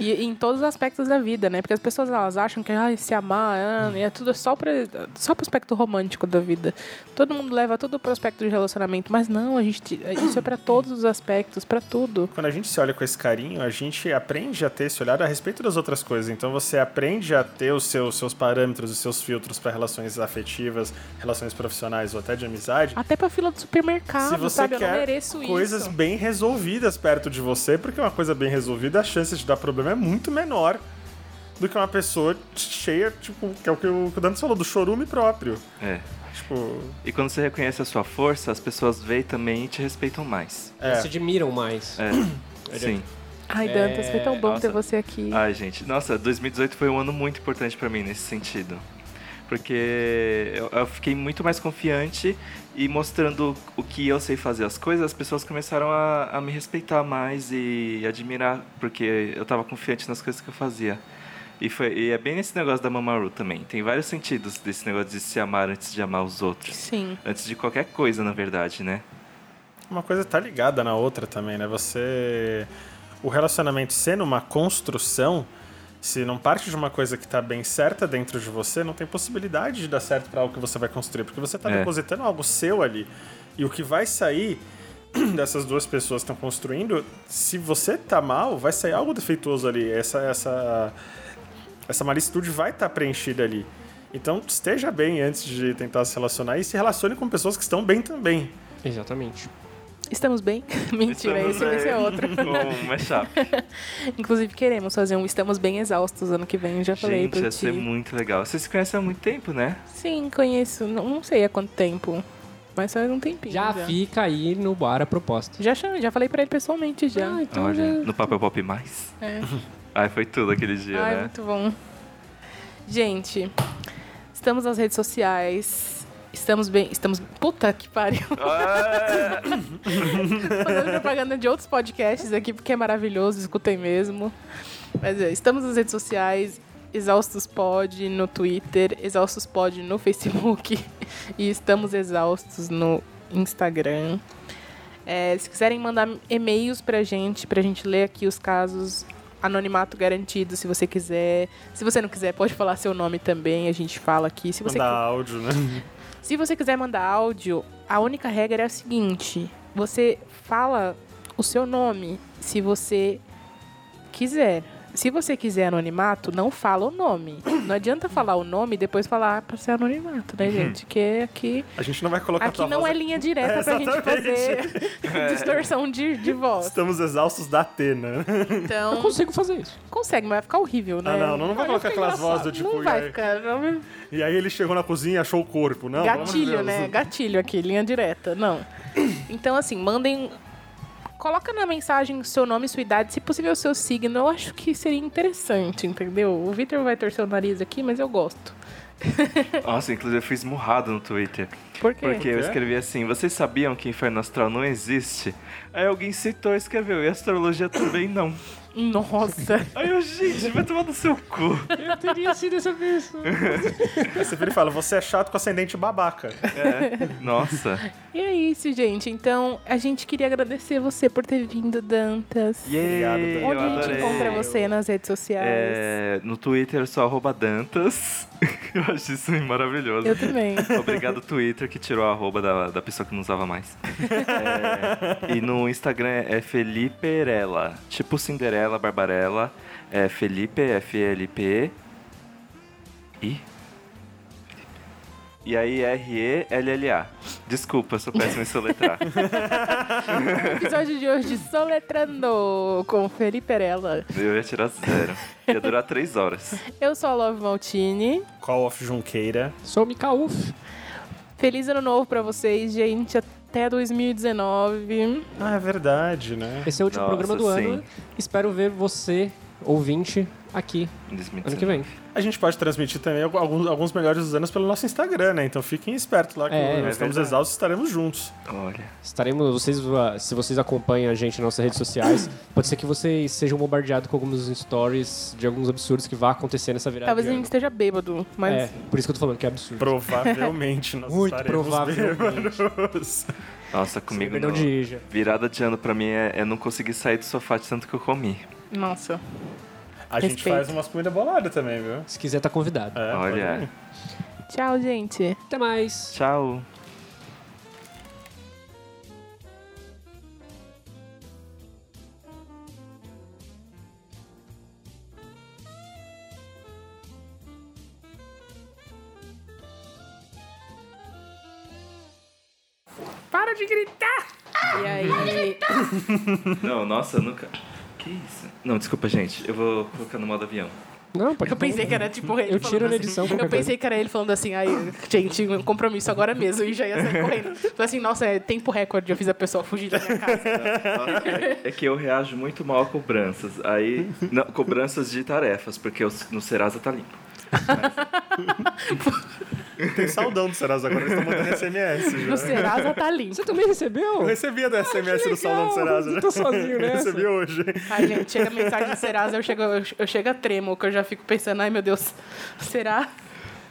Speaker 2: E em todos os aspectos da vida, né? Porque as pessoas elas acham que ah, se amar ah, é tudo só para só pro aspecto romântico da vida. Todo mundo leva tudo pro aspecto de relacionamento, mas não, a gente isso é pra todos os aspectos, pra tudo.
Speaker 3: Quando a gente se olha com esse carinho, a gente aprende a ter esse olhar a respeito das outras coisas. Então você aprende a ter os seus, seus parâmetros, os seus filtros para relações afetivas, relações profissionais ou até de amizade.
Speaker 2: Até pra fila do supermercado,
Speaker 3: se você
Speaker 2: sabe? Ah, Eu não
Speaker 3: quer
Speaker 2: mereço
Speaker 3: coisas
Speaker 2: isso.
Speaker 3: bem resolvidas perto de você, porque uma coisa bem resolvida, a chance de dar problema é muito menor do que uma pessoa cheia, tipo, que é o que o que o Dantes falou, do chorume próprio.
Speaker 4: É.
Speaker 3: Tipo,
Speaker 4: E quando você reconhece a sua força, as pessoas veem também e te respeitam mais.
Speaker 3: é.
Speaker 1: Se admiram mais.
Speaker 4: É. Sim.
Speaker 2: Ai, Dantas, foi tão bom
Speaker 4: nossa.
Speaker 2: ter você aqui.
Speaker 4: Ai, gente, nossa, 2018 foi um ano muito importante pra mim nesse sentido. Porque eu, eu fiquei muito mais confiante e mostrando o que eu sei fazer as coisas, as pessoas começaram a, a me respeitar mais e admirar, porque eu tava confiante nas coisas que eu fazia. E, foi, e é bem nesse negócio da Mamaru também. Tem vários sentidos desse negócio de se amar antes de amar os outros.
Speaker 2: Sim.
Speaker 4: Antes de qualquer coisa, na verdade, né?
Speaker 3: Uma coisa tá ligada na outra também, né? Você. O relacionamento sendo uma construção, se não parte de uma coisa que tá bem certa dentro de você, não tem possibilidade de dar certo para algo que você vai construir, porque você tá
Speaker 4: É.
Speaker 3: depositando algo seu ali. E o que vai sair dessas duas pessoas que estão construindo, se você tá mal, vai sair algo defeituoso ali. Essa. essa essa malicitude vai estar preenchida ali. Então esteja bem antes de tentar se relacionar e se relacione com pessoas que estão bem também.
Speaker 1: Exatamente.
Speaker 2: Estamos bem? Mentira,
Speaker 4: Estamos
Speaker 2: esse, esse é
Speaker 4: aí
Speaker 2: outro.
Speaker 4: Com o mashup.
Speaker 2: Inclusive, queremos fazer um Estamos Bem Exaustos ano que vem, já falei
Speaker 4: Gente,
Speaker 2: pra
Speaker 4: ia
Speaker 2: ti.
Speaker 4: ser muito legal. Vocês se conhecem há muito tempo, né?
Speaker 2: Sim, conheço. Não, não sei há quanto tempo. Mas faz um tempinho.
Speaker 1: Já fica aí no bar a proposta.
Speaker 2: Já chamei, já falei pra ele pessoalmente já.
Speaker 1: Ah, então
Speaker 4: Olha,
Speaker 1: já-
Speaker 4: no Papel Pop Mais.
Speaker 2: né? É.
Speaker 4: Ai, foi tudo aquele dia,
Speaker 2: Ai,
Speaker 4: né?
Speaker 2: muito bom. Gente, estamos nas redes sociais. Estamos bem. Estamos. Puta que pariu.
Speaker 4: Ah,
Speaker 2: Fazendo propaganda de outros podcasts aqui, porque é maravilhoso, escutem mesmo. Mas é, estamos nas redes sociais. Exaustos Pod no Twitter, Exaustos Pod no Facebook e estamos exaustos no Instagram. É, se quiserem mandar e-mails pra gente, pra gente ler aqui os casos, anonimato garantido, se você quiser. Se você não quiser, pode falar seu nome também, a gente fala aqui. Se você
Speaker 3: Mandar áudio, né?
Speaker 2: se você quiser mandar áudio, a única regra é a seguinte: você fala o seu nome se você quiser. Se você quiser anonimato, não fala o nome. Não adianta falar o nome e depois falar "Ah, pra ser anonimato, né, gente? Que aqui,
Speaker 3: A gente não vai colocar
Speaker 2: aqui
Speaker 3: tua
Speaker 2: não
Speaker 3: voz
Speaker 2: é linha direta
Speaker 3: É,
Speaker 2: pra gente
Speaker 3: exatamente. É.
Speaker 2: fazer distorção de, de voz.
Speaker 3: Estamos exaustos da Atena.
Speaker 1: Eu
Speaker 2: Então,
Speaker 1: consigo fazer isso.
Speaker 2: consegue, mas vai ficar horrível, né?
Speaker 3: Ah, não, não vai colocar
Speaker 2: fica
Speaker 3: aquelas vozes
Speaker 2: engraçado.
Speaker 3: do tipo,
Speaker 2: Não
Speaker 3: e
Speaker 2: vai
Speaker 3: aí?
Speaker 2: ficar. não-
Speaker 3: E aí ele chegou na cozinha e achou o corpo, não? pelo amor de
Speaker 2: Gatilho,
Speaker 3: Deus.
Speaker 2: né? Gatilho aqui, linha direta. Não. Então, assim, mandem. Coloca na mensagem o seu nome, sua idade, se possível o seu signo. Eu acho que seria interessante, entendeu? O Victor vai torcer o nariz aqui, mas eu gosto.
Speaker 4: Nossa, inclusive eu fui esmurrado no Twitter.
Speaker 2: Por quê?
Speaker 4: Porque eu
Speaker 3: quê?
Speaker 4: escrevi assim: vocês sabiam que inferno astral não existe? Aí alguém citou e escreveu, e astrologia também não.
Speaker 2: Nossa.
Speaker 4: Aí eu, gente, vai tomar no seu cu.
Speaker 1: Eu teria sido essa pessoa.
Speaker 3: Aí você vira e fala, você é chato com ascendente babaca.
Speaker 4: É, nossa.
Speaker 2: e é isso, gente. Então, a gente queria agradecer você por ter vindo, Dantas.
Speaker 3: Obrigado,
Speaker 4: Yay,
Speaker 3: Dani.
Speaker 4: eu
Speaker 2: Onde a gente
Speaker 4: adorei.
Speaker 2: encontra você nas redes sociais?
Speaker 4: É, no Twitter eu sou arroba Dantas. Eu acho isso maravilhoso.
Speaker 2: Eu também.
Speaker 4: Obrigado, Twitter, que tirou a arroba da, da pessoa que não usava mais. É, e no Instagram é Felipe Erela. Tipo Cinderela, Barbarella. É Felipe, F-L-P. E? E aí R-E-L-L-A. Desculpa, eu sou péssimo em soletrar.
Speaker 2: Episódio de hoje de Soletrando com Felipe Perella.
Speaker 4: Eu ia tirar zero. Ia durar três horas.
Speaker 2: Eu sou a Love Maltini.
Speaker 3: Call of Junqueira.
Speaker 1: Sou o Mikauf.
Speaker 2: Feliz ano novo pra vocês, gente. Até 2019.
Speaker 3: Ah, é verdade, né?
Speaker 1: Esse é o último
Speaker 4: Nossa,
Speaker 1: programa do
Speaker 4: sim.
Speaker 1: ano. Espero ver você, ouvinte, aqui ano que vem.
Speaker 3: A gente pode transmitir também algu- alguns, alguns melhores dos anos pelo nosso Instagram, né? Então fiquem espertos lá que
Speaker 1: É,
Speaker 3: nós
Speaker 1: é
Speaker 3: estamos
Speaker 4: verdade.
Speaker 3: exaustos e estaremos juntos.
Speaker 4: Olha.
Speaker 1: Estaremos, vocês, uh, se vocês acompanham a gente nas nossas redes sociais, pode ser que vocês sejam bombardeados com alguns stories de alguns absurdos que vá acontecer nessa virada.
Speaker 2: Talvez
Speaker 1: de
Speaker 2: a gente
Speaker 1: ano.
Speaker 2: esteja bêbado, mas
Speaker 1: É, por isso que eu tô falando que é absurdo.
Speaker 3: Provavelmente nós
Speaker 1: Muito
Speaker 3: estaremos
Speaker 1: provavelmente.
Speaker 3: bêbados.
Speaker 4: Nossa,
Speaker 1: Sem
Speaker 4: comigo
Speaker 1: perdão
Speaker 4: não.
Speaker 1: de Ija.
Speaker 4: Virada de ano pra mim é, é não conseguir sair do sofá de tanto que eu comi.
Speaker 1: É.
Speaker 2: nossa.
Speaker 3: A gente
Speaker 2: Respeito.
Speaker 3: faz umas comidas boladas também, viu?
Speaker 1: Se quiser, tá convidado.
Speaker 3: É, pode
Speaker 4: Olha.
Speaker 3: ir.
Speaker 2: Tchau, gente.
Speaker 1: Até mais.
Speaker 4: Tchau.
Speaker 2: Para de gritar! E aí,
Speaker 4: Não, nossa, nunca. Que isso? Não, desculpa, gente. Eu vou colocar no modo avião.
Speaker 1: Não, pode
Speaker 2: eu pensei que era tipo ele
Speaker 1: Eu
Speaker 2: falando
Speaker 1: tiro na
Speaker 2: assim-
Speaker 1: edição qualquer
Speaker 2: Eu pensei que era ele falando assim, aí, gente, um compromisso agora mesmo, e já ia sair correndo. Falei assim, nossa, é tempo recorde, eu fiz a pessoa fugir da minha casa.
Speaker 4: É que eu reajo muito mal a cobranças. Aí. Não, cobranças de tarefas, porque eu- no Serasa tá limpo.
Speaker 3: Tem saudão do Serasa agora, eles estão mandando SMS já.
Speaker 2: No Serasa tá limpo.
Speaker 1: Você também recebeu?
Speaker 3: Eu recebia do SMS do saudão
Speaker 1: Ah, legal,
Speaker 3: do Serasa.
Speaker 1: eu
Speaker 3: já.
Speaker 1: tô sozinho nessa.
Speaker 3: Recebi hoje.
Speaker 2: Ai, gente, chega mensagem do Serasa, eu chego, eu, eu chego a tremo, que eu já fico pensando, ai meu Deus, será?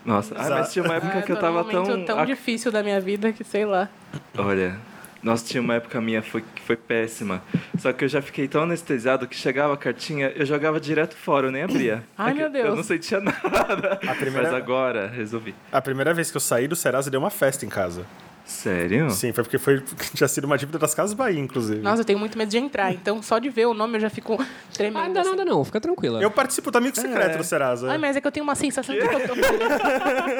Speaker 4: Nossa, ah, mas tinha uma
Speaker 1: É
Speaker 4: época
Speaker 2: Ai,
Speaker 4: que eu
Speaker 2: tô
Speaker 4: tava
Speaker 2: num momento
Speaker 4: tão.
Speaker 2: tão
Speaker 4: a-
Speaker 2: difícil da minha vida que sei lá.
Speaker 4: Olha. Nossa, tinha uma época minha foi- que foi péssima. Só que eu já fiquei tão anestesiado que chegava a cartinha, eu jogava direto fora, eu nem abria.
Speaker 2: Ai,
Speaker 4: É que
Speaker 2: meu Deus.
Speaker 4: Eu não sentia nada.
Speaker 3: A primeira-
Speaker 4: Mas agora, resolvi.
Speaker 3: A primeira vez que eu saí do Serasa, deu uma festa em casa.
Speaker 4: Sério?
Speaker 3: Sim, foi porque foi, tinha sido uma dívida das Casas Bahia, inclusive.
Speaker 2: Nossa, eu tenho muito medo de entrar, então só de ver o nome eu já fico tremendo.
Speaker 1: Ah, não,
Speaker 2: assim.
Speaker 1: nada não, fica tranquila.
Speaker 3: Eu participo do Amigo Secreto do Serasa.
Speaker 2: Ai, mas é que eu tenho uma sensação de que eu tô falhando.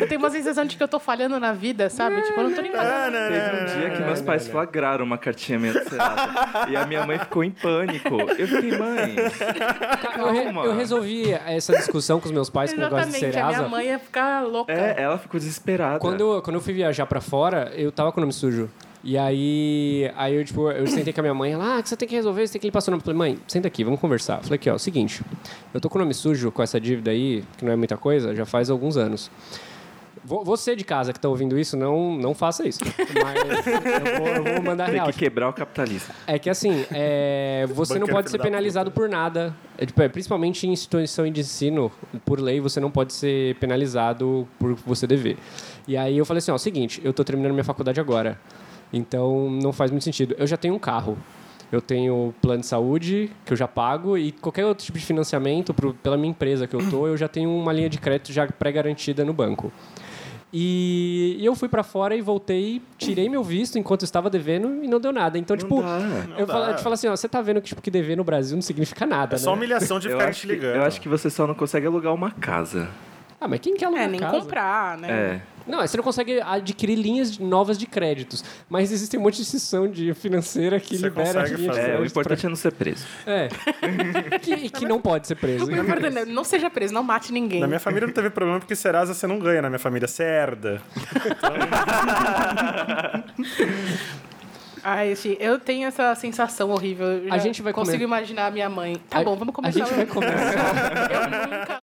Speaker 2: eu tenho uma sensação de que eu tô falhando na vida, sabe? Tipo, eu não tô nem falando.
Speaker 3: Ah, não, não,
Speaker 4: Teve um
Speaker 3: não,
Speaker 4: dia
Speaker 3: não,
Speaker 4: que
Speaker 3: não,
Speaker 4: meus
Speaker 3: não,
Speaker 4: pais
Speaker 3: não.
Speaker 4: flagraram uma cartinha minha do Serasa. e a minha mãe ficou em pânico. Eu fiquei, mãe.
Speaker 1: Eu, re-
Speaker 4: Calma.
Speaker 1: eu resolvi essa discussão com os meus pais com o negócio de
Speaker 2: Exatamente, a
Speaker 1: Serasa.
Speaker 2: minha mãe ia ficar louca.
Speaker 4: É, ela ficou desesperada.
Speaker 1: Quando eu, quando eu fui viajar pra fora, eu tava com o nome sujo. E aí, aí eu, tipo, eu sentei com a minha mãe, ela, ah, o que você tem que resolver, você tem que limpar seu nome. Eu falei, mãe, senta aqui, vamos conversar. Eu falei aqui, ó, seguinte, eu tô com o nome sujo com essa dívida aí, que não é muita coisa, já faz alguns anos. Vo- Você de casa que tá ouvindo isso, não, não faça isso. Mas eu vou, eu vou mandar
Speaker 4: Tem
Speaker 1: real.
Speaker 4: que quebrar o capitalismo.
Speaker 1: É que assim, é, você não
Speaker 3: Banqueiro
Speaker 1: pode ser
Speaker 3: filho da
Speaker 1: penalizado por nada. É, tipo, é, principalmente em instituição de ensino, por lei, você não pode ser penalizado por você dever. E aí eu falei assim, ó, seguinte, eu tô terminando minha faculdade agora. Então não faz muito sentido. Eu já tenho um carro. Eu tenho plano de saúde, que eu já pago, e qualquer outro tipo de financiamento pro- pela minha empresa que eu tô, eu já tenho uma linha de crédito já pré-garantida no banco. E, e eu fui pra fora e voltei, tirei meu visto enquanto eu estava devendo e não deu nada. Então, tipo, eu,
Speaker 3: dá.
Speaker 1: falo, eu te falo assim, ó, você tá vendo que, tipo, que dever no Brasil não significa nada, né?
Speaker 3: É só humilhação de
Speaker 4: Eu
Speaker 3: ficar te
Speaker 4: acho, que,
Speaker 3: ligando.
Speaker 4: eu acho que você só não consegue alugar uma casa.
Speaker 1: Ah, mas quem quer alugar
Speaker 2: É, nem
Speaker 1: casa?
Speaker 2: comprar, né?
Speaker 4: É.
Speaker 1: Não, você não consegue adquirir linhas de- novas de créditos. Mas existe um monte de instituição de financeira que
Speaker 3: Você
Speaker 1: libera
Speaker 3: consegue
Speaker 1: dinheiro de
Speaker 3: fazer.
Speaker 4: É, o
Speaker 1: crédito pra-
Speaker 4: importante é não ser preso.
Speaker 1: É. que, e que não pode ser preso.
Speaker 2: O importante é, Não seja preso, não mate ninguém.
Speaker 3: Na minha família não teve problema porque Serasa você não ganha, na minha família você herda.
Speaker 2: Ai, assim, eu tenho essa sensação horrível. Eu
Speaker 1: A
Speaker 2: já
Speaker 1: gente vai
Speaker 2: consigo
Speaker 1: comer.
Speaker 2: imaginar a minha mãe. Tá
Speaker 1: A-
Speaker 2: bom, vamos
Speaker 1: A
Speaker 2: começar.
Speaker 1: gente vai começar.
Speaker 2: Eu nunca